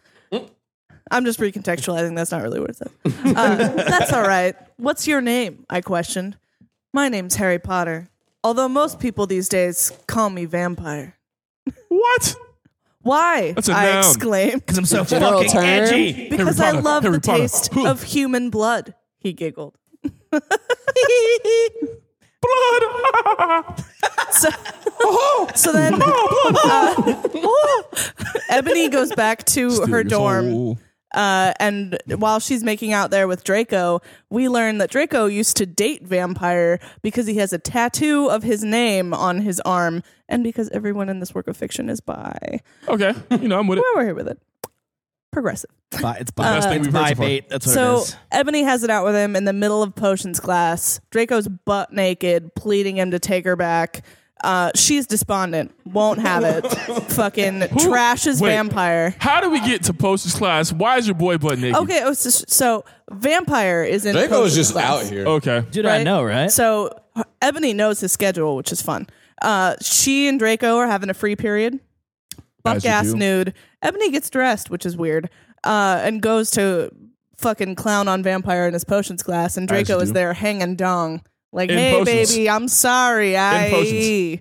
Speaker 3: I'm just recontextualizing. That's not really what it said. Uh, that's all right. What's your name? I questioned. My name's Harry Potter. Although most people these days call me vampire.
Speaker 2: what?
Speaker 3: Why?
Speaker 2: That's a
Speaker 3: I
Speaker 2: noun.
Speaker 3: exclaimed.
Speaker 1: because I'm so
Speaker 5: General
Speaker 1: fucking
Speaker 5: term.
Speaker 1: edgy.
Speaker 3: Because
Speaker 2: Harry
Speaker 3: I
Speaker 2: Potter,
Speaker 3: love
Speaker 2: Harry
Speaker 3: the
Speaker 2: Potter.
Speaker 3: taste
Speaker 2: Huh.
Speaker 3: of human blood. He giggled.
Speaker 2: Blood.
Speaker 3: [LAUGHS] So,
Speaker 2: Oh!
Speaker 3: so then uh, [LAUGHS] Ebony goes back to her dorm. Uh, and while she's making out there with Draco, we learn that Draco used to date Vampire because he has a tattoo of his name on his arm and because everyone in this work of fiction is bi.
Speaker 2: Okay, you know I'm with it.
Speaker 3: But we're here with it. Progressive.
Speaker 1: Bi- It's
Speaker 2: Best
Speaker 1: by
Speaker 2: thing
Speaker 1: Uh, it's
Speaker 2: we've heard
Speaker 1: by
Speaker 2: so far.
Speaker 1: bait. That's what it
Speaker 3: So
Speaker 1: is.
Speaker 3: Ebony has it out with him in the middle of potions class. Draco's butt naked, pleading him to take her back. Uh, she's despondent, won't have it.
Speaker 6: [LAUGHS]
Speaker 3: Fucking trashes
Speaker 2: Wait.
Speaker 3: vampire.
Speaker 2: How do we get to posters class? Why is your boy butt naked?
Speaker 3: Okay, oh, so, so vampire is in.
Speaker 6: Draco is
Speaker 3: potions
Speaker 6: just
Speaker 3: class.
Speaker 6: out here.
Speaker 2: Okay.
Speaker 1: Dude, I know, right?
Speaker 3: So Ebony knows his schedule, which is fun. Uh, she and Draco are having a free period. Buck
Speaker 2: As you
Speaker 3: ass
Speaker 2: do.
Speaker 3: nude. Ebony gets dressed, which is weird, uh, and goes to fucking clown on vampire in his potions class, and Draco
Speaker 2: you
Speaker 3: is
Speaker 2: do.
Speaker 3: there hanging dong. Like,
Speaker 2: In
Speaker 3: hey
Speaker 2: potions.
Speaker 3: baby, I'm sorry. I
Speaker 2: potions.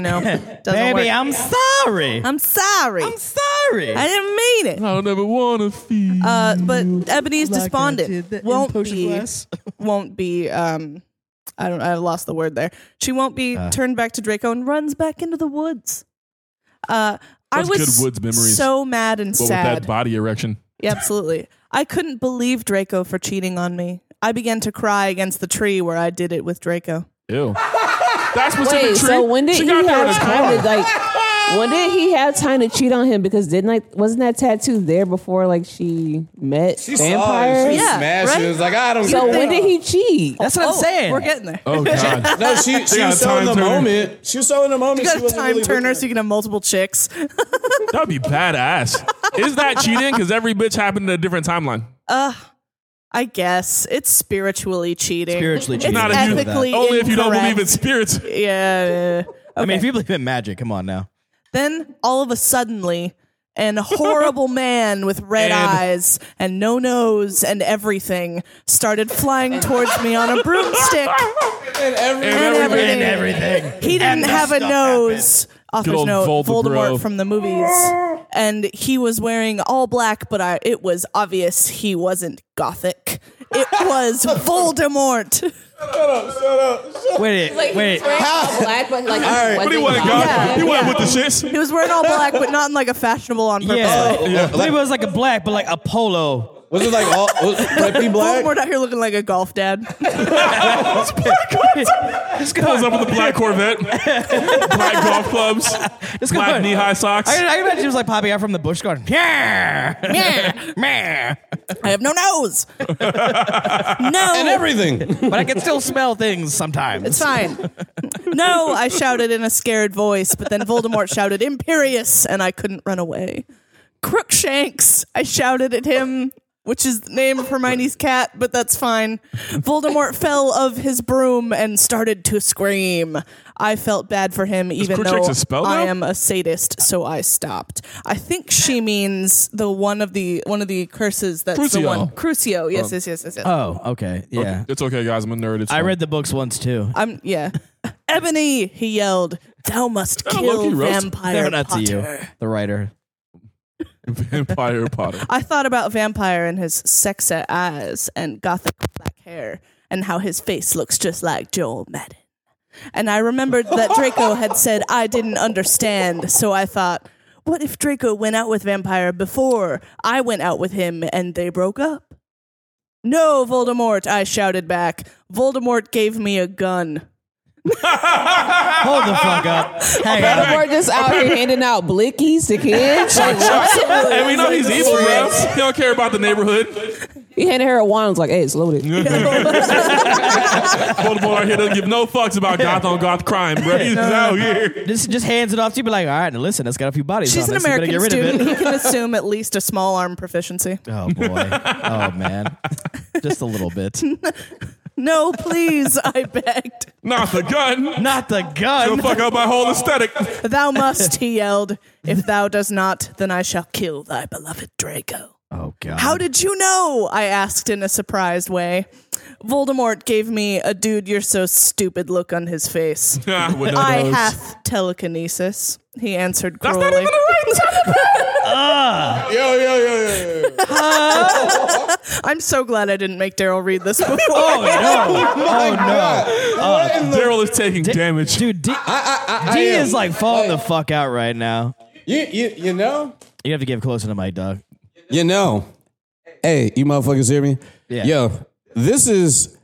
Speaker 1: [LAUGHS]
Speaker 3: know, doesn't
Speaker 1: Baby,
Speaker 3: work.
Speaker 1: I'm sorry.
Speaker 3: I'm sorry.
Speaker 1: I'm sorry.
Speaker 3: I didn't mean it.
Speaker 2: I don't ever wanna feel.
Speaker 3: Uh, but Ebony's despondent. Won't be. Won't be. Um, I don't. I lost the word there. She won't be
Speaker 2: Uh.
Speaker 3: turned back to Draco and runs back into the woods. Uh, I
Speaker 2: Those
Speaker 3: was
Speaker 2: good woods memories.
Speaker 3: so mad and
Speaker 2: but with that
Speaker 3: sad.
Speaker 2: body erection.
Speaker 3: Yeah, absolutely. I couldn't believe Draco for cheating on me. I began to cry against the tree where I did it with Draco. [LAUGHS]
Speaker 2: Ew. That's specific
Speaker 5: Wait,
Speaker 2: tree.
Speaker 5: so when did
Speaker 2: she
Speaker 5: he
Speaker 2: got there in
Speaker 5: have
Speaker 2: his car.
Speaker 5: time to like? When did he have time to cheat on him? Because didn't like wasn't that tattoo there before like she met
Speaker 6: She saw it.
Speaker 5: vampires?
Speaker 6: She
Speaker 3: Yeah,
Speaker 6: smashed
Speaker 3: right?
Speaker 6: it. It was like, I don't
Speaker 5: So
Speaker 6: care.
Speaker 5: when did he cheat?
Speaker 1: That's what I'm
Speaker 3: Oh,
Speaker 1: saying.
Speaker 3: We're getting there.
Speaker 2: Oh god.
Speaker 6: No, [LAUGHS] she, she
Speaker 2: got
Speaker 6: was
Speaker 2: a
Speaker 6: so in
Speaker 2: time
Speaker 6: the
Speaker 2: turner.
Speaker 6: moment. She was so in the moment.
Speaker 3: You
Speaker 6: she
Speaker 3: got a
Speaker 6: wasn't
Speaker 3: time
Speaker 6: really
Speaker 3: turner
Speaker 6: looking.
Speaker 3: so you can have multiple chicks.
Speaker 2: That'd be badass. Is that cheating? Because every bitch happened at a different timeline.
Speaker 3: I guess it's spiritually cheating.
Speaker 1: Spiritually cheating.
Speaker 2: Not
Speaker 1: Not
Speaker 2: if you-
Speaker 3: ethically
Speaker 2: Only if you don't
Speaker 3: incorrect.
Speaker 2: believe in spirits.
Speaker 3: Yeah.
Speaker 1: I mean, if you believe in magic, come on now.
Speaker 3: Then all of a suddenly, an horrible man with red
Speaker 2: And-
Speaker 3: eyes and no nose and everything started flying towards me on a broomstick
Speaker 6: And every,
Speaker 2: And
Speaker 3: and
Speaker 2: everything.
Speaker 3: everything.
Speaker 1: And everything.
Speaker 3: He didn't have a nose. Author's
Speaker 2: old
Speaker 3: note:
Speaker 2: Voldemort.
Speaker 3: Voldemort. from the movies, and he was wearing all black. But I, it was obvious he wasn't gothic. It was Voldemort.
Speaker 1: Wait, wait.
Speaker 5: black, but like,
Speaker 2: But he wasn't God. He wasn't with the shits.
Speaker 3: He was wearing all black, but not in like a fashionable on purpose.
Speaker 1: Yeah.
Speaker 3: way.
Speaker 1: yeah. But it was like a black, but like a polo.
Speaker 6: was it like all was Preppy
Speaker 3: Voldemort
Speaker 6: Black?
Speaker 3: out here looking like a golf dad.
Speaker 1: [LAUGHS] Just go.
Speaker 2: Pulls up with a black
Speaker 3: [LAUGHS]
Speaker 2: Corvette, black golf clubs,
Speaker 1: Just go.
Speaker 2: black knee high socks.
Speaker 1: I, I can imagine he was like popping out from the bush going, [LAUGHS] yeah,
Speaker 3: Yeah.
Speaker 1: meh.
Speaker 3: I have no nose. no.
Speaker 6: And everything.
Speaker 1: but I can still smell things sometimes.
Speaker 3: it's fine. No, I shouted in a scared voice, but then Voldemort shouted imperious and I couldn't run away. Crookshanks, I shouted at him, which is the name of Hermione's cat, but that's fine. Voldemort fell of his broom and started to scream. I felt bad for him, even
Speaker 2: Crookshanks
Speaker 3: though
Speaker 2: a spell
Speaker 3: I
Speaker 2: now?
Speaker 3: am a sadist, so I stopped. I think she means the one of the one of the curses that's the
Speaker 2: Crucio.
Speaker 3: one. Crucio, yes, yes, yes, yes, yes.
Speaker 1: Oh, okay. Yeah.
Speaker 2: It's okay, guys. I'm a nerd. It's
Speaker 1: I
Speaker 2: fine. [LAUGHS]
Speaker 1: read the books once too.
Speaker 3: I'm yeah. [LAUGHS] Ebony, he yelled, "Thou must
Speaker 2: I love
Speaker 3: kill
Speaker 2: you, Rose.
Speaker 3: vampire
Speaker 1: No, not
Speaker 3: Potter."
Speaker 1: to you, the writer. [LAUGHS]
Speaker 2: Vampire Potter.
Speaker 3: I thought about vampire and his sexy eyes and gothic black hair and how his face looks just like Joel Madden. And I remembered
Speaker 1: [LAUGHS]
Speaker 3: that Draco had said I didn't understand, so I thought, what if Draco went out with vampire before I went out with him and they broke up? No, Voldemort, I shouted back. Voldemort gave me
Speaker 1: [LAUGHS]
Speaker 3: a gun. [LAUGHS]
Speaker 1: Hold the fuck [LAUGHS] up. Hang on.
Speaker 5: Voldemort just out here handing out blickies to kids. Like, what?
Speaker 6: [LAUGHS]
Speaker 2: And we know he's evil, bro. He don't care about the neighborhood.
Speaker 5: He handed her a wand. Was like, "Hey, it's loaded."
Speaker 2: Voldemort out here doesn't give no fucks about goth on goth crime,
Speaker 1: [LAUGHS]
Speaker 2: bro. He's just out here.
Speaker 1: Just, just hands it off to you. Be like, all right, now listen, that's got a few bodies.
Speaker 3: She's
Speaker 1: on
Speaker 3: an
Speaker 1: it, so you better
Speaker 3: American
Speaker 1: get rid [LAUGHS]
Speaker 3: student.
Speaker 1: Of it.
Speaker 3: He can assume at least a small arm proficiency.
Speaker 1: Oh boy. Oh man. Just a little bit.
Speaker 3: No, please, I begged.
Speaker 2: Not the
Speaker 1: [LAUGHS]
Speaker 2: gun.
Speaker 1: Not the gun.
Speaker 2: Don't fuck up my
Speaker 1: [LAUGHS]
Speaker 2: whole aesthetic.
Speaker 3: Thou must, he yelled. If thou does not, then I shall kill thy beloved Draco.
Speaker 1: Oh god.
Speaker 3: How did you know? I asked in a surprised way. Voldemort gave me a dude, you're so stupid look on
Speaker 1: [LAUGHS]
Speaker 3: his face.
Speaker 2: Ah, with no
Speaker 3: I
Speaker 2: nose.
Speaker 3: hath telekinesis, he answered
Speaker 2: That's
Speaker 3: cruelly.
Speaker 2: not even the right type of-
Speaker 6: Yo, yo, yo, yo, yo.
Speaker 3: [LAUGHS] I'm so glad I didn't make Daryl read
Speaker 1: [LAUGHS]
Speaker 3: this before.
Speaker 1: Oh,
Speaker 3: Oh,
Speaker 2: Daryl is taking damage.
Speaker 1: Dude, D, D is like falling the fuck out right now.
Speaker 6: You, you, you know?
Speaker 1: You have to get closer to my dog.
Speaker 6: You know. Hey, you motherfuckers hear me?
Speaker 1: Yeah.
Speaker 6: Yo, this is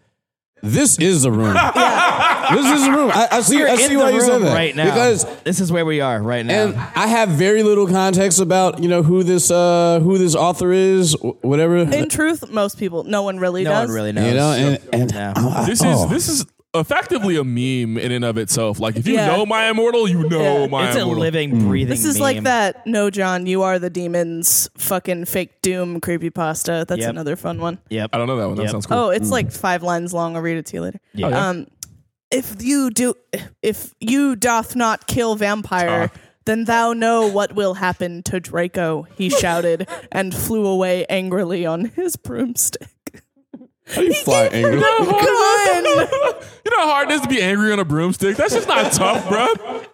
Speaker 6: this is the
Speaker 1: [LAUGHS]
Speaker 6: room. This is the room. I, I see. I
Speaker 1: in
Speaker 6: see
Speaker 1: the
Speaker 6: why
Speaker 1: room
Speaker 6: you said that
Speaker 1: right now.
Speaker 6: because
Speaker 1: this is where we are right now.
Speaker 6: and I have very little context about you know who this uh who this author is wh- whatever
Speaker 3: In truth, most people, no one really
Speaker 1: no
Speaker 3: does.
Speaker 1: one really knows.
Speaker 6: you know and, and
Speaker 1: Yeah.
Speaker 2: This is
Speaker 1: Oh.
Speaker 2: this is effectively a meme in and of itself. Like if you
Speaker 3: Yeah.
Speaker 2: know my immortal, you know
Speaker 3: Yeah.
Speaker 2: my
Speaker 1: it's a Mm.
Speaker 2: immortal.
Speaker 1: living, breathing.
Speaker 3: This is like that. No, John, you are the demon's fucking fake doom creepypasta. That's
Speaker 1: Yep.
Speaker 3: another fun one.
Speaker 1: Yep.
Speaker 2: I don't know that one. That
Speaker 1: Yep.
Speaker 2: sounds cool.
Speaker 3: Oh, it's like five lines long. I'll read it to you later.
Speaker 1: Yeah.
Speaker 3: Um, if you do, if you doth not kill vampire, then thou know what will happen to Draco. He shouted and flew away angrily on his broomstick.
Speaker 6: how do you
Speaker 3: [LAUGHS]
Speaker 6: fly angry?
Speaker 2: You know how hard- [LAUGHS]
Speaker 3: Gun!
Speaker 2: you know how hard it is to be angry on a broomstick? That's just not tough, bro.
Speaker 3: [LAUGHS]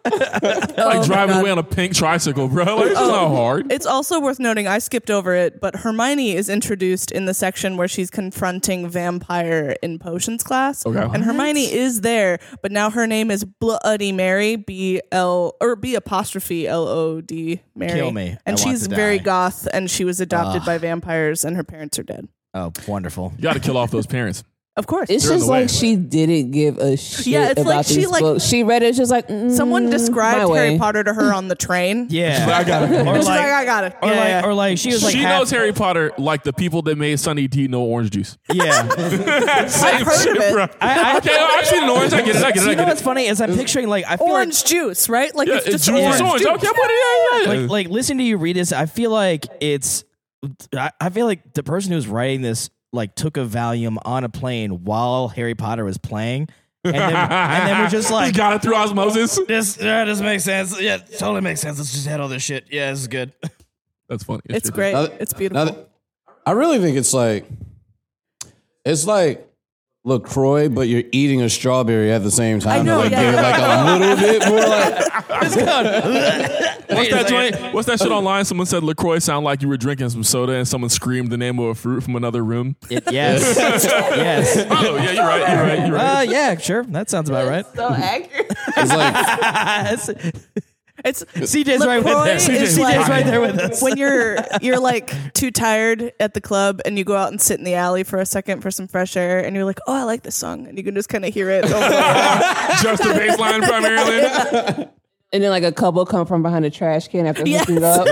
Speaker 3: Oh
Speaker 2: like driving away on a pink tricycle, bro. Like it's just not hard.
Speaker 3: It's also worth noting, I skipped over it, but Hermione is introduced in the section where she's confronting vampire in potions class.
Speaker 2: Okay.
Speaker 3: And Hermione is there, but now her name is Bloody Mary, B L or B apostrophe L O D Mary.
Speaker 1: Kill me. I
Speaker 3: And
Speaker 1: want
Speaker 3: she's
Speaker 1: to
Speaker 3: very
Speaker 1: die.
Speaker 3: goth and she was adopted by vampires and her parents are dead.
Speaker 1: Oh, wonderful.
Speaker 2: You got to kill off those
Speaker 3: [LAUGHS]
Speaker 2: parents.
Speaker 3: Of course.
Speaker 5: It's
Speaker 2: They're in
Speaker 5: just
Speaker 2: the way.
Speaker 5: like she didn't give a shit
Speaker 3: Yeah, it's
Speaker 5: about
Speaker 3: like she,
Speaker 5: these
Speaker 3: like-
Speaker 5: books. She read it. She was like, mm,
Speaker 3: Someone
Speaker 5: my
Speaker 3: described
Speaker 5: way.
Speaker 3: Harry Potter to her on the train.
Speaker 1: [LAUGHS] Yeah.
Speaker 2: I got it.
Speaker 1: Or
Speaker 3: She's like, I
Speaker 1: like,
Speaker 3: got it.
Speaker 1: or
Speaker 3: Yeah,
Speaker 1: like,
Speaker 3: yeah.
Speaker 1: or like, she was like,
Speaker 2: she
Speaker 1: half-
Speaker 2: knows Harry Potter like the people that made Sunny D no orange
Speaker 3: [LAUGHS]
Speaker 2: juice.
Speaker 1: Yeah.
Speaker 2: Same [LAUGHS]
Speaker 3: heard of it.
Speaker 2: bro.
Speaker 1: [LAUGHS] I-
Speaker 2: okay, I've seen an orange. I get it. I get it. I
Speaker 1: you know
Speaker 2: get
Speaker 1: what's
Speaker 2: it.
Speaker 1: funny is I'm picturing like I feel like
Speaker 3: orange juice, right? Like
Speaker 2: Yeah,
Speaker 3: it's just
Speaker 2: juice is
Speaker 3: orange.
Speaker 2: orange.
Speaker 3: juice.
Speaker 2: Okay, I'm with it. Yeah, yeah, yeah.
Speaker 1: like like listening to you read this, I feel like it's I, I feel like the person who's writing this like took a volume on a plane while Harry Potter was playing. And then, and then we're [LAUGHS] just like
Speaker 2: got it through osmosis.
Speaker 1: this uh, this makes sense. Yeah, totally makes sense. Let's just handle this shit. Yeah, this is good.
Speaker 2: That's funny.
Speaker 3: It's great.
Speaker 6: Now that-
Speaker 3: it's beautiful.
Speaker 6: now that- I really think it's like it's like Lacroix, but you're eating a strawberry at the same time.
Speaker 3: I know,
Speaker 6: like,
Speaker 3: yeah.
Speaker 6: give it, like a little bit more. Like,
Speaker 2: What's that joint? What's that shit online? Someone said Lacroix sound like you were drinking some soda, and someone screamed the name of a fruit from another room.
Speaker 1: It, [LAUGHS] [LAUGHS] yes. [LAUGHS] yes.
Speaker 2: Oh yeah, you're right. You're right. You're right.
Speaker 1: Uh, yeah, sure. That sounds about right.
Speaker 5: So accurate.
Speaker 3: [LAUGHS]
Speaker 6: it's like
Speaker 1: That's-
Speaker 3: it's
Speaker 1: CJ's right with
Speaker 3: LaCroix
Speaker 1: us.
Speaker 3: is
Speaker 1: CJ's
Speaker 3: like-
Speaker 1: right there with us.
Speaker 3: when you're you're like too tired at the club and you go out and sit in the alley for a second for some fresh air and you're like, oh, I like this song, and you can just kind
Speaker 1: [LAUGHS]
Speaker 3: of hear it.
Speaker 2: Just the baseline
Speaker 3: [LAUGHS]
Speaker 2: primarily.
Speaker 5: and then like a couple come from behind a trash can after hooking up.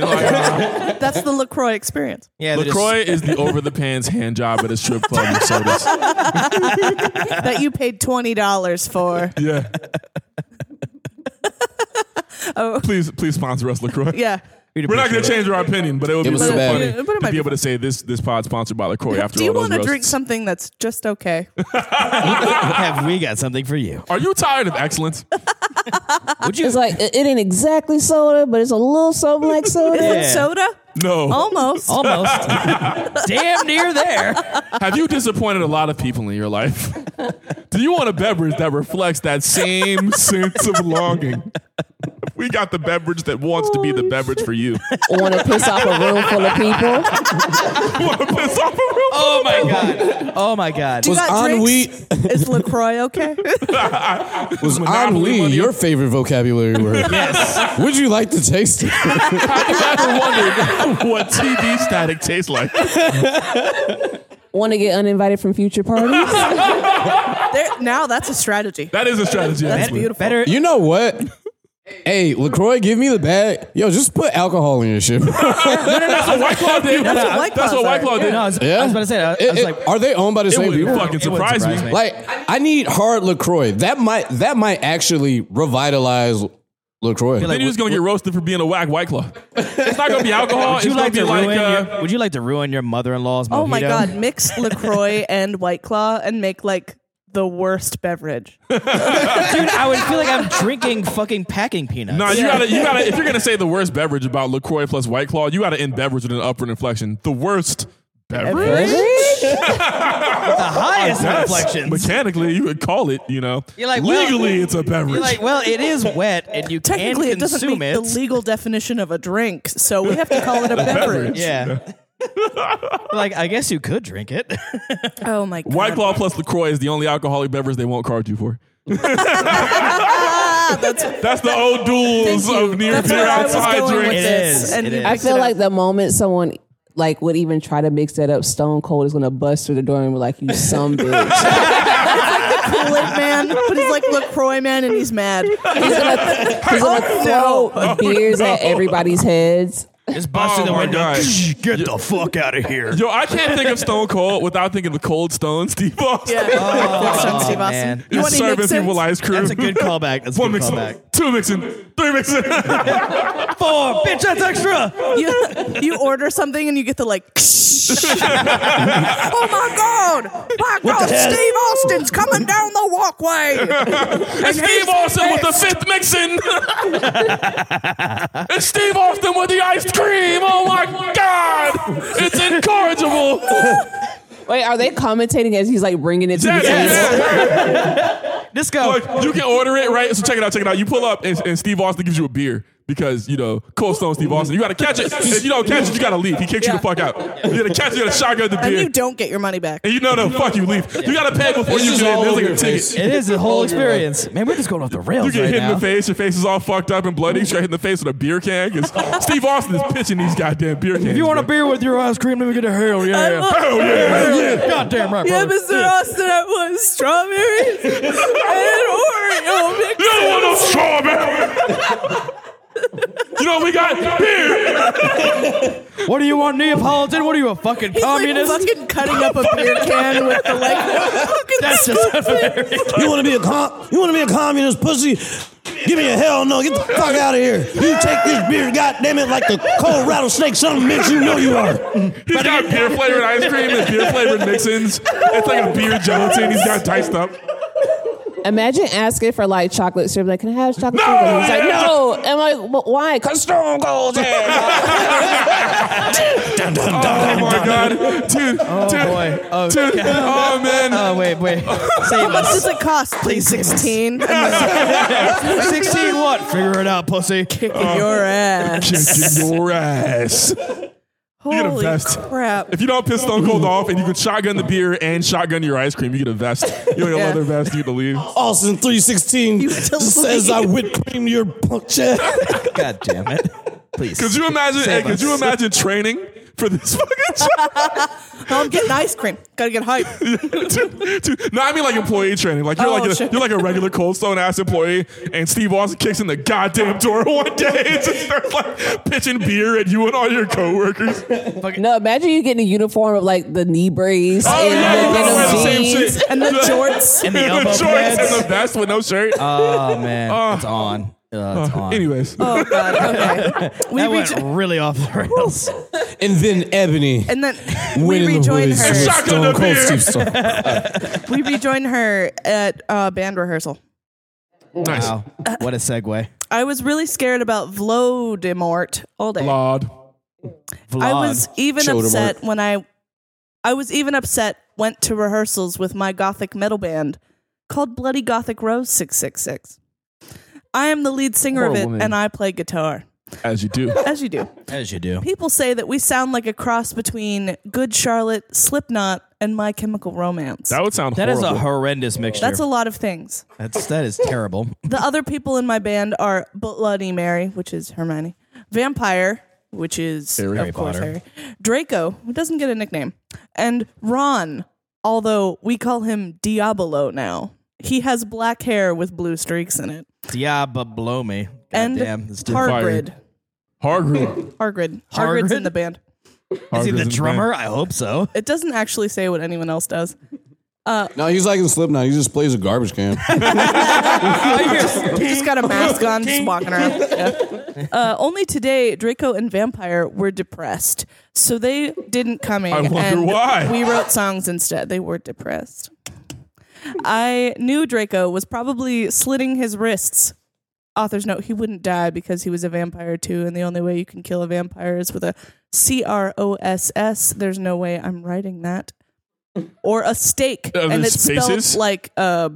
Speaker 3: That's the Lacroix experience.
Speaker 1: Yeah, they just-
Speaker 2: Lacroix is the over the pants hand job at a strip club with sodas.
Speaker 3: that you paid twenty dollars for.
Speaker 2: Yeah.
Speaker 3: Oh.
Speaker 2: Please, please sponsor us, Lacroix.
Speaker 3: [LAUGHS] Yeah.
Speaker 1: we'd
Speaker 2: We're not going to
Speaker 1: appreciate
Speaker 2: change our opinion, but it would
Speaker 6: Give
Speaker 2: be
Speaker 6: us
Speaker 2: so
Speaker 6: a bag.
Speaker 2: funny
Speaker 3: But it might
Speaker 2: to
Speaker 3: be
Speaker 2: be able to say this this pod sponsored by Lacroix after
Speaker 3: Do you
Speaker 2: all those
Speaker 3: want to
Speaker 2: roasts.
Speaker 3: drink something that's just okay?
Speaker 1: it. Have we got something for [LAUGHS] you?
Speaker 2: Are you tired of
Speaker 3: [LAUGHS]
Speaker 2: excellence?
Speaker 1: Would you?
Speaker 5: It's like it, it ain't exactly soda, but it's a little something like soda.
Speaker 3: [LAUGHS]
Speaker 1: Yeah.
Speaker 3: Soda,
Speaker 2: No.
Speaker 1: [LAUGHS]
Speaker 3: almost.
Speaker 1: Almost. Damn near there.
Speaker 2: Have you disappointed a lot of people in your
Speaker 3: [LAUGHS]
Speaker 2: life? Do you want a beverage that reflects that same sense of
Speaker 3: [LAUGHS]
Speaker 2: longing? We got the beverage that wants to be
Speaker 3: Oh,
Speaker 2: the beverage for you.
Speaker 5: Want to piss off a room full of people?
Speaker 2: Want to piss off a real
Speaker 1: Oh my god. Oh my god.
Speaker 6: was
Speaker 3: got
Speaker 6: ennui
Speaker 3: drinks? Is Lacroix okay?
Speaker 6: was
Speaker 2: Monopoly
Speaker 6: ennui
Speaker 2: money.
Speaker 6: your favorite vocabulary word? yes. Would you like to taste it?
Speaker 2: Have you ever wondered what TV static tastes like?
Speaker 5: Want to get uninvited from future
Speaker 3: [LAUGHS]
Speaker 5: parties?
Speaker 3: there, now that's a strategy.
Speaker 2: That is a strategy.
Speaker 3: That's
Speaker 2: actually.
Speaker 3: beautiful.
Speaker 1: Better.
Speaker 6: You know what? hey, Lacroix, give me the bag. Yo, just put alcohol in your shit.
Speaker 2: That's what White Claw did.
Speaker 3: what
Speaker 2: That's
Speaker 3: White Claws
Speaker 2: what White
Speaker 3: are.
Speaker 2: Claw did.
Speaker 1: No, I was,
Speaker 6: Yeah.
Speaker 1: I was about to say. that. I, I
Speaker 6: It-
Speaker 1: was
Speaker 6: it-
Speaker 1: like,
Speaker 6: are they owned by the
Speaker 2: It
Speaker 6: same
Speaker 2: wouldn't
Speaker 6: people?
Speaker 2: fucking
Speaker 1: It wouldn't
Speaker 2: surprise
Speaker 1: surprise
Speaker 2: me.
Speaker 1: me.
Speaker 6: Like, I need hard Lacroix. That might that might actually revitalize Lacroix.
Speaker 2: Then you're just gonna get roasted for being a whack White Claw. It's not gonna be
Speaker 1: [LAUGHS]
Speaker 2: alcohol.
Speaker 1: would
Speaker 2: It's
Speaker 1: you
Speaker 2: gonna
Speaker 1: like
Speaker 2: be
Speaker 1: to ruin?
Speaker 2: like uh,
Speaker 1: your, would you like to ruin your mother-in-law's?
Speaker 3: Oh my
Speaker 1: mojito?
Speaker 3: god, mix LaCroix and White Claw and make like the worst beverage.
Speaker 1: dude! I would feel like I'm drinking fucking packing peanuts.
Speaker 2: No, you gotta, you gotta. If you're gonna say the worst beverage about Lacroix plus White Claw, you gotta end beverage with an upward inflection. The worst beverage.
Speaker 1: the highest reflections.
Speaker 2: Mechanically, you could call it. You know,
Speaker 1: You're like, well-
Speaker 2: legally, it's a beverage.
Speaker 1: You're like, well, it is wet, and you can
Speaker 3: Technically, it doesn't
Speaker 1: consume
Speaker 3: meet the
Speaker 1: it.
Speaker 3: legal definition of a drink, so we have to call it [LAUGHS] a beverage.
Speaker 1: yeah. [LAUGHS] like, I guess you could drink
Speaker 2: [LAUGHS]
Speaker 1: it.
Speaker 3: Oh my god.
Speaker 2: White Claw plus Lacroix is the only alcoholic beverage they won't card you
Speaker 3: [LAUGHS]
Speaker 2: for. [LAUGHS] that's, the old duels of near
Speaker 3: That's
Speaker 2: beer
Speaker 3: where I was
Speaker 2: outside
Speaker 3: going with
Speaker 2: drinks.
Speaker 3: this.
Speaker 1: It is,
Speaker 3: And
Speaker 1: it
Speaker 3: you
Speaker 1: is.
Speaker 5: I
Speaker 3: picked
Speaker 5: feel
Speaker 3: it up.
Speaker 5: like the moment someone like would even try to mix that up, Stone Cold is gonna bust through the door and be like, "You
Speaker 3: [LAUGHS]
Speaker 5: some bitch."
Speaker 3: Kool-Aid man, but he's like LaCroix man and he's mad.
Speaker 5: he's gonna, he's gonna
Speaker 3: Oh,
Speaker 5: throw beers at everybody's heads.
Speaker 1: Just bust through
Speaker 2: Oh
Speaker 1: the
Speaker 2: my
Speaker 1: window.
Speaker 2: God.
Speaker 4: Get the fuck
Speaker 2: [LAUGHS]
Speaker 4: out of here.
Speaker 2: Yo, I can't think of Stone Cold without thinking of Cold Stone Steve Austin.
Speaker 3: [LAUGHS] Yeah. That's from Steve
Speaker 1: Oh, man.
Speaker 3: Austin. You want
Speaker 2: He's
Speaker 3: any
Speaker 2: serving
Speaker 3: mixins?
Speaker 2: people ice cream.
Speaker 1: That's a good callback. That's a
Speaker 2: One
Speaker 1: good
Speaker 2: mixing,
Speaker 1: callback.
Speaker 2: [LAUGHS] two mixing, three mixing.
Speaker 1: Four, bitch, that's extra.
Speaker 3: you, you order something and you get the like. [LAUGHS] oh my god! My god! Steve Austin's coming down the walkway.
Speaker 2: It's Steve
Speaker 3: he's
Speaker 2: Austin with the
Speaker 3: next.
Speaker 2: fifth mixing. [LAUGHS] it's Steve Austin with the ice cream. Oh my God. It's incorrigible.
Speaker 5: Wait, are they commentating as he's like bringing it to
Speaker 2: Yeah,
Speaker 5: the table?
Speaker 2: yeah, yeah.
Speaker 1: Disco.
Speaker 2: Look, you can order it, right? So check it out, check it out. You pull up and, and Steve Austin gives you a beer. Because you know, Cold Stone Steve Austin, you gotta catch it. If you don't catch it, you gotta leave. He kicks you the fuck out. You gotta catch it. You gotta shotgun the
Speaker 3: and
Speaker 2: beer,
Speaker 3: you don't get your money back.
Speaker 2: and you know, no, fuck you, leave. You gotta pay before you
Speaker 6: is
Speaker 2: get in.
Speaker 6: all
Speaker 2: There's
Speaker 6: over
Speaker 2: like a
Speaker 6: your
Speaker 2: ticket.
Speaker 6: face.
Speaker 1: It is the whole experience. Man, we're just going off the rails
Speaker 2: oh, You get
Speaker 1: right
Speaker 2: hit
Speaker 1: now.
Speaker 2: in the face. Your face is all fucked up and bloody. You get hit in the face with a beer can. 'cause Steve Austin is pitching these goddamn beer cans.
Speaker 1: If you want a
Speaker 2: bro.
Speaker 1: beer with your ice cream, let me get a hell yeah.
Speaker 3: love-
Speaker 1: hell yeah. Hell yeah. God damn right,
Speaker 3: Yeah,
Speaker 1: brother.
Speaker 3: Mr. Austin, I want [LAUGHS] strawberries and Oreo mix.
Speaker 2: you don't want no strawberry.
Speaker 1: [LAUGHS]
Speaker 2: you know we got beer.
Speaker 1: What do you want, Neapolitan? What are you, a fucking
Speaker 3: He's
Speaker 1: communist?
Speaker 3: like fucking cutting up a beer can with the like fucking
Speaker 1: That's just [LAUGHS] hilarious.
Speaker 6: You want to be a com- you want to be a communist pussy? Give me a hell no! Get the fuck out of here! You take this beer, goddamn it, like the cold rattlesnake, son of a bitch. You know you are.
Speaker 2: He's got beer flavored ice cream and beer flavored mixins. It's like a beer gelatin. He's got diced up.
Speaker 1: Oh
Speaker 5: Imagine asking for like chocolate syrup. Like, can I have chocolate
Speaker 2: No!
Speaker 5: syrup? And he's like, no. And I'm like, but why? Cause Stone Cold's here.
Speaker 6: Dun, dun, dun,
Speaker 2: Oh
Speaker 6: dun,
Speaker 2: my
Speaker 6: dun.
Speaker 2: god, dude. Oh dude,
Speaker 1: boy. Oh,
Speaker 2: dude. Oh man.
Speaker 1: Oh, wait, [LAUGHS] wait.
Speaker 3: How much does it cost? Please, sixteen. I'm
Speaker 1: 16 what? Figure it out, pussy. Oh,
Speaker 3: kicking
Speaker 2: [LAUGHS]
Speaker 3: your ass.
Speaker 2: Kicking your ass.
Speaker 3: Holy
Speaker 2: a vest.
Speaker 3: crap!
Speaker 2: If you don't piss Stone Cold off and you can shotgun the beer and shotgun your ice cream, you get a vest. You get a leather vest, you get to leave.
Speaker 6: Austin three sixteen
Speaker 3: to leave.
Speaker 6: says I whipped cream your punk
Speaker 3: [LAUGHS]
Speaker 6: chest.
Speaker 1: God damn it. Please.
Speaker 2: Could you imagine? Hey,
Speaker 1: Save
Speaker 2: could
Speaker 1: us.
Speaker 2: you imagine training for this fucking job?
Speaker 3: Oh, I'm getting ice cream. Gotta get hype.
Speaker 2: Dude, dude, no, I mean like employee training. Like you're
Speaker 3: Oh,
Speaker 2: like a,
Speaker 3: sure.
Speaker 2: you're like a regular Cold Stone ass employee, and Steve Austin kicks in the goddamn door [LAUGHS] one day and just starts like pitching beer at you and all your coworkers.
Speaker 5: no, imagine you getting a uniform of like the knee brace
Speaker 2: Oh
Speaker 5: and
Speaker 2: yeah, you gotta wear the
Speaker 5: the denim
Speaker 2: same
Speaker 5: jeans.
Speaker 2: shit.
Speaker 3: And the jorts.
Speaker 1: And the
Speaker 2: the
Speaker 1: elbow
Speaker 2: shorts
Speaker 1: pads.
Speaker 2: [LAUGHS] and the vest with no shirt.
Speaker 1: Oh, man. it's on. Uh, it's on.
Speaker 2: [LAUGHS] Anyways,
Speaker 3: Oh god. Okay. We
Speaker 1: That
Speaker 3: rejo-
Speaker 1: went really off the rails.
Speaker 6: And then Ebony.
Speaker 3: and then
Speaker 6: Win
Speaker 3: we
Speaker 6: in the
Speaker 3: rejoined
Speaker 6: woods. with
Speaker 3: her.
Speaker 2: Shotgun
Speaker 6: Stone
Speaker 2: the
Speaker 6: Cold
Speaker 2: beer.
Speaker 6: Steve Stone.
Speaker 3: We rejoined her at uh, band rehearsal.
Speaker 2: nice.
Speaker 1: Wow. What a segue.
Speaker 3: I was really scared about Vlodimort all day.
Speaker 2: Laud.
Speaker 1: Vlad.
Speaker 3: I was even
Speaker 6: Shoulder
Speaker 3: upset when I, I was even upset. Went to rehearsals with my gothic metal band called Bloody Gothic Rose Six Six Six. I am the lead singer of
Speaker 2: Poor
Speaker 3: it,
Speaker 2: woman.
Speaker 3: and I play guitar,
Speaker 2: as you do.
Speaker 3: as you do.
Speaker 1: As you do.
Speaker 3: People say that we sound like a cross between Good Charlotte, Slipknot, and My Chemical Romance.
Speaker 2: That would sound
Speaker 1: That is
Speaker 2: horrible.
Speaker 1: a horrendous mixture.
Speaker 3: That's a lot of things.
Speaker 1: That's, that is [LAUGHS] terrible.
Speaker 3: The other people in my band are Bloody Mary, which is Hermione, Vampire, which is of
Speaker 1: Harry
Speaker 3: course
Speaker 1: Potter.
Speaker 3: Harry, Draco, who doesn't get a nickname, and Ron. Although we call him Diabolo now, he has black hair with blue streaks in it.
Speaker 1: Diablo blow me.
Speaker 3: and
Speaker 1: damn, it's different.
Speaker 3: Hargrid.
Speaker 2: Hargrid.
Speaker 3: Hargrid. Hargrid's
Speaker 1: Hargrid?
Speaker 3: in the band.
Speaker 1: Is he
Speaker 2: Hargrid's
Speaker 1: the
Speaker 2: in
Speaker 1: drummer?
Speaker 2: band.
Speaker 1: I hope so.
Speaker 3: It doesn't actually say what anyone else does.
Speaker 6: No, he's like in Slipknot. He just plays a garbage
Speaker 3: [LAUGHS]
Speaker 6: can.
Speaker 2: [LAUGHS]
Speaker 3: Just got a mask on, just walking around. Yeah. [LAUGHS] Uh, only today, Draco and Vampire were depressed, so they didn't come in.
Speaker 2: I wonder
Speaker 3: and
Speaker 2: why.
Speaker 3: We wrote songs instead. They were depressed. I knew Draco was probably slitting his wrists. Author's note: He wouldn't die because he was a vampire too, and the only way you can kill a vampire is with a C R O S S. There's no way I'm writing that. Or a steak,
Speaker 2: Uh,
Speaker 3: and
Speaker 2: there's
Speaker 3: it's spelled
Speaker 2: spaces?
Speaker 3: like uh,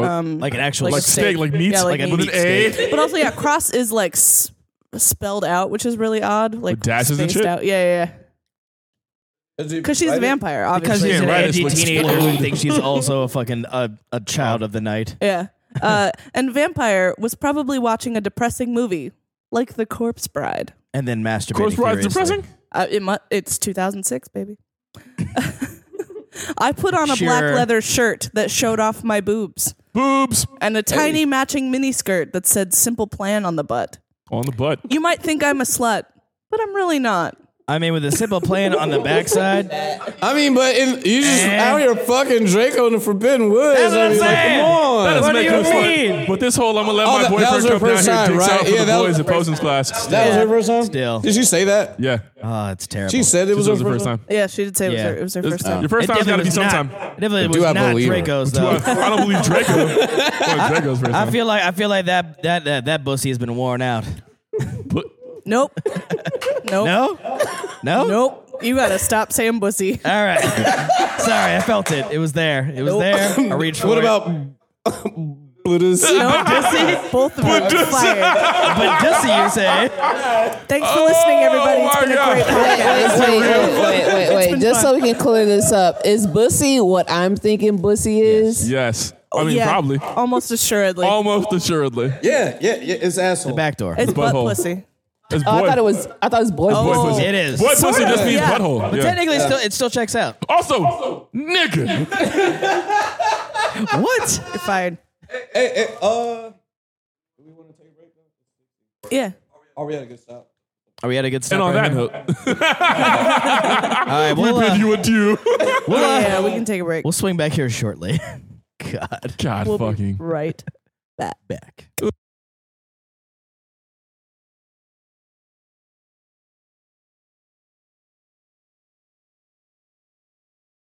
Speaker 1: Like an actual
Speaker 2: Like
Speaker 1: steak.
Speaker 2: steak, like meats,
Speaker 3: Yeah,
Speaker 2: like
Speaker 3: like
Speaker 2: with an
Speaker 3: meat
Speaker 2: A.
Speaker 3: but also, yeah, cross is like s- spelled out, which is really odd. Like
Speaker 2: With dashes and
Speaker 3: spaced
Speaker 2: shit?
Speaker 3: Out. Yeah, yeah, Because she's a vampire,
Speaker 1: Because
Speaker 3: obviously.
Speaker 1: she's
Speaker 2: Yeah,
Speaker 1: an
Speaker 2: right, it's
Speaker 1: edgy
Speaker 2: like
Speaker 1: teenager
Speaker 2: spoiled.
Speaker 1: who thinks she's also a fucking a, a child of the night.
Speaker 3: yeah. Uh, and vampire was probably watching a depressing movie, like The Corpse Bride.
Speaker 1: And then masturbating.
Speaker 2: Corpse Bride's
Speaker 1: furiously.
Speaker 2: depressing?
Speaker 3: Uh, it mu- it's 2006, baby. [LAUGHS] I put on a
Speaker 1: Sure.
Speaker 3: black leather shirt that showed off my boobs
Speaker 2: Boobs.
Speaker 3: and a tiny matching miniskirt that said "Simple Plan" on the butt.
Speaker 2: On the butt.
Speaker 3: You might think I'm a slut, but I'm really not.
Speaker 1: I mean, with a simple plan on the backside. That's
Speaker 6: I mean, but in, you just
Speaker 3: Eh.
Speaker 6: out here fucking Draco in the Forbidden Woods.
Speaker 1: what
Speaker 6: I
Speaker 1: I'm
Speaker 6: mean, like,
Speaker 1: saying.
Speaker 6: come on.
Speaker 2: That does
Speaker 1: What
Speaker 2: make
Speaker 1: do
Speaker 2: no
Speaker 1: you
Speaker 2: sense.
Speaker 1: mean?
Speaker 2: But this whole I'm gonna let
Speaker 6: Oh,
Speaker 2: my
Speaker 6: that- that
Speaker 2: boyfriend
Speaker 6: was her
Speaker 2: come down
Speaker 6: first
Speaker 2: here
Speaker 6: time,
Speaker 2: and dicks
Speaker 6: right?
Speaker 2: out for
Speaker 6: Yeah,
Speaker 2: the
Speaker 6: that was
Speaker 2: boys in
Speaker 6: her
Speaker 2: Posen's class.
Speaker 6: That was her first time?
Speaker 1: Still.
Speaker 6: Did she say that?
Speaker 2: Yeah.
Speaker 1: Oh, it's terrible.
Speaker 6: She said it was
Speaker 2: This
Speaker 6: her
Speaker 2: was the first time.
Speaker 3: Yeah, she did say
Speaker 1: Yeah.
Speaker 3: it was her, it was her first time.
Speaker 2: Your first time's
Speaker 1: definitely
Speaker 2: gotta be
Speaker 1: was
Speaker 2: sometime.
Speaker 1: Not, definitely
Speaker 6: Do I
Speaker 1: was not
Speaker 6: believe her?
Speaker 1: Draco's
Speaker 2: Well,
Speaker 1: though.
Speaker 2: I don't believe Draco. Well, Draco's first
Speaker 1: I
Speaker 2: time.
Speaker 1: feel like I feel like that that that, that bussy has been worn out.
Speaker 2: But
Speaker 3: Nope. nope.
Speaker 1: No, no,
Speaker 3: Nope. You gotta stop saying
Speaker 2: [LAUGHS]
Speaker 3: bussy.
Speaker 1: All right. [LAUGHS] Sorry, I felt it. It was there. It was there. I reached for
Speaker 6: What
Speaker 1: it.
Speaker 6: about [LAUGHS]
Speaker 3: [LAUGHS]
Speaker 6: Buddhas?
Speaker 3: Nope. Both of them are fired.
Speaker 1: But Dusty, you say?
Speaker 3: Thanks for listening, everybody. It's
Speaker 2: Oh my
Speaker 3: been a
Speaker 2: God.
Speaker 3: great podcast.
Speaker 5: Wait, wait, wait, wait, wait, wait. Just so we can clear this up, is bussy what I'm thinking bussy is?
Speaker 2: yes. I mean
Speaker 3: Yeah,
Speaker 2: probably.
Speaker 3: Almost assuredly.
Speaker 2: Almost assuredly.
Speaker 6: Yeah, yeah, yeah. It's asshole.
Speaker 1: Back door.
Speaker 3: it's butt
Speaker 2: butthole.
Speaker 3: pussy.
Speaker 2: It's
Speaker 5: Oh,
Speaker 2: boy-
Speaker 5: I thought it was. I thought it was boy.
Speaker 2: boy
Speaker 5: pussy.
Speaker 2: pussy.
Speaker 1: It is.
Speaker 2: Boy pussy
Speaker 3: Sorta,
Speaker 2: just means
Speaker 3: yeah.
Speaker 2: butthole. Yeah.
Speaker 1: Technically, still it still checks out.
Speaker 2: Also, nigga.
Speaker 1: What?
Speaker 3: You're fired.
Speaker 6: Uh,
Speaker 3: Yeah.
Speaker 6: are Oh, we at a good stop?
Speaker 1: Are we at a good stop?
Speaker 2: And on
Speaker 1: right
Speaker 2: that
Speaker 1: here?
Speaker 2: note, [LAUGHS]
Speaker 1: all right, we'll,
Speaker 2: bid
Speaker 1: uh,
Speaker 2: you adieu.
Speaker 1: we'll, uh,
Speaker 3: Yeah, we can take a break.
Speaker 1: we'll swing back here shortly. [LAUGHS] God,
Speaker 2: God
Speaker 3: We'll be
Speaker 2: fucking.
Speaker 3: right
Speaker 1: back.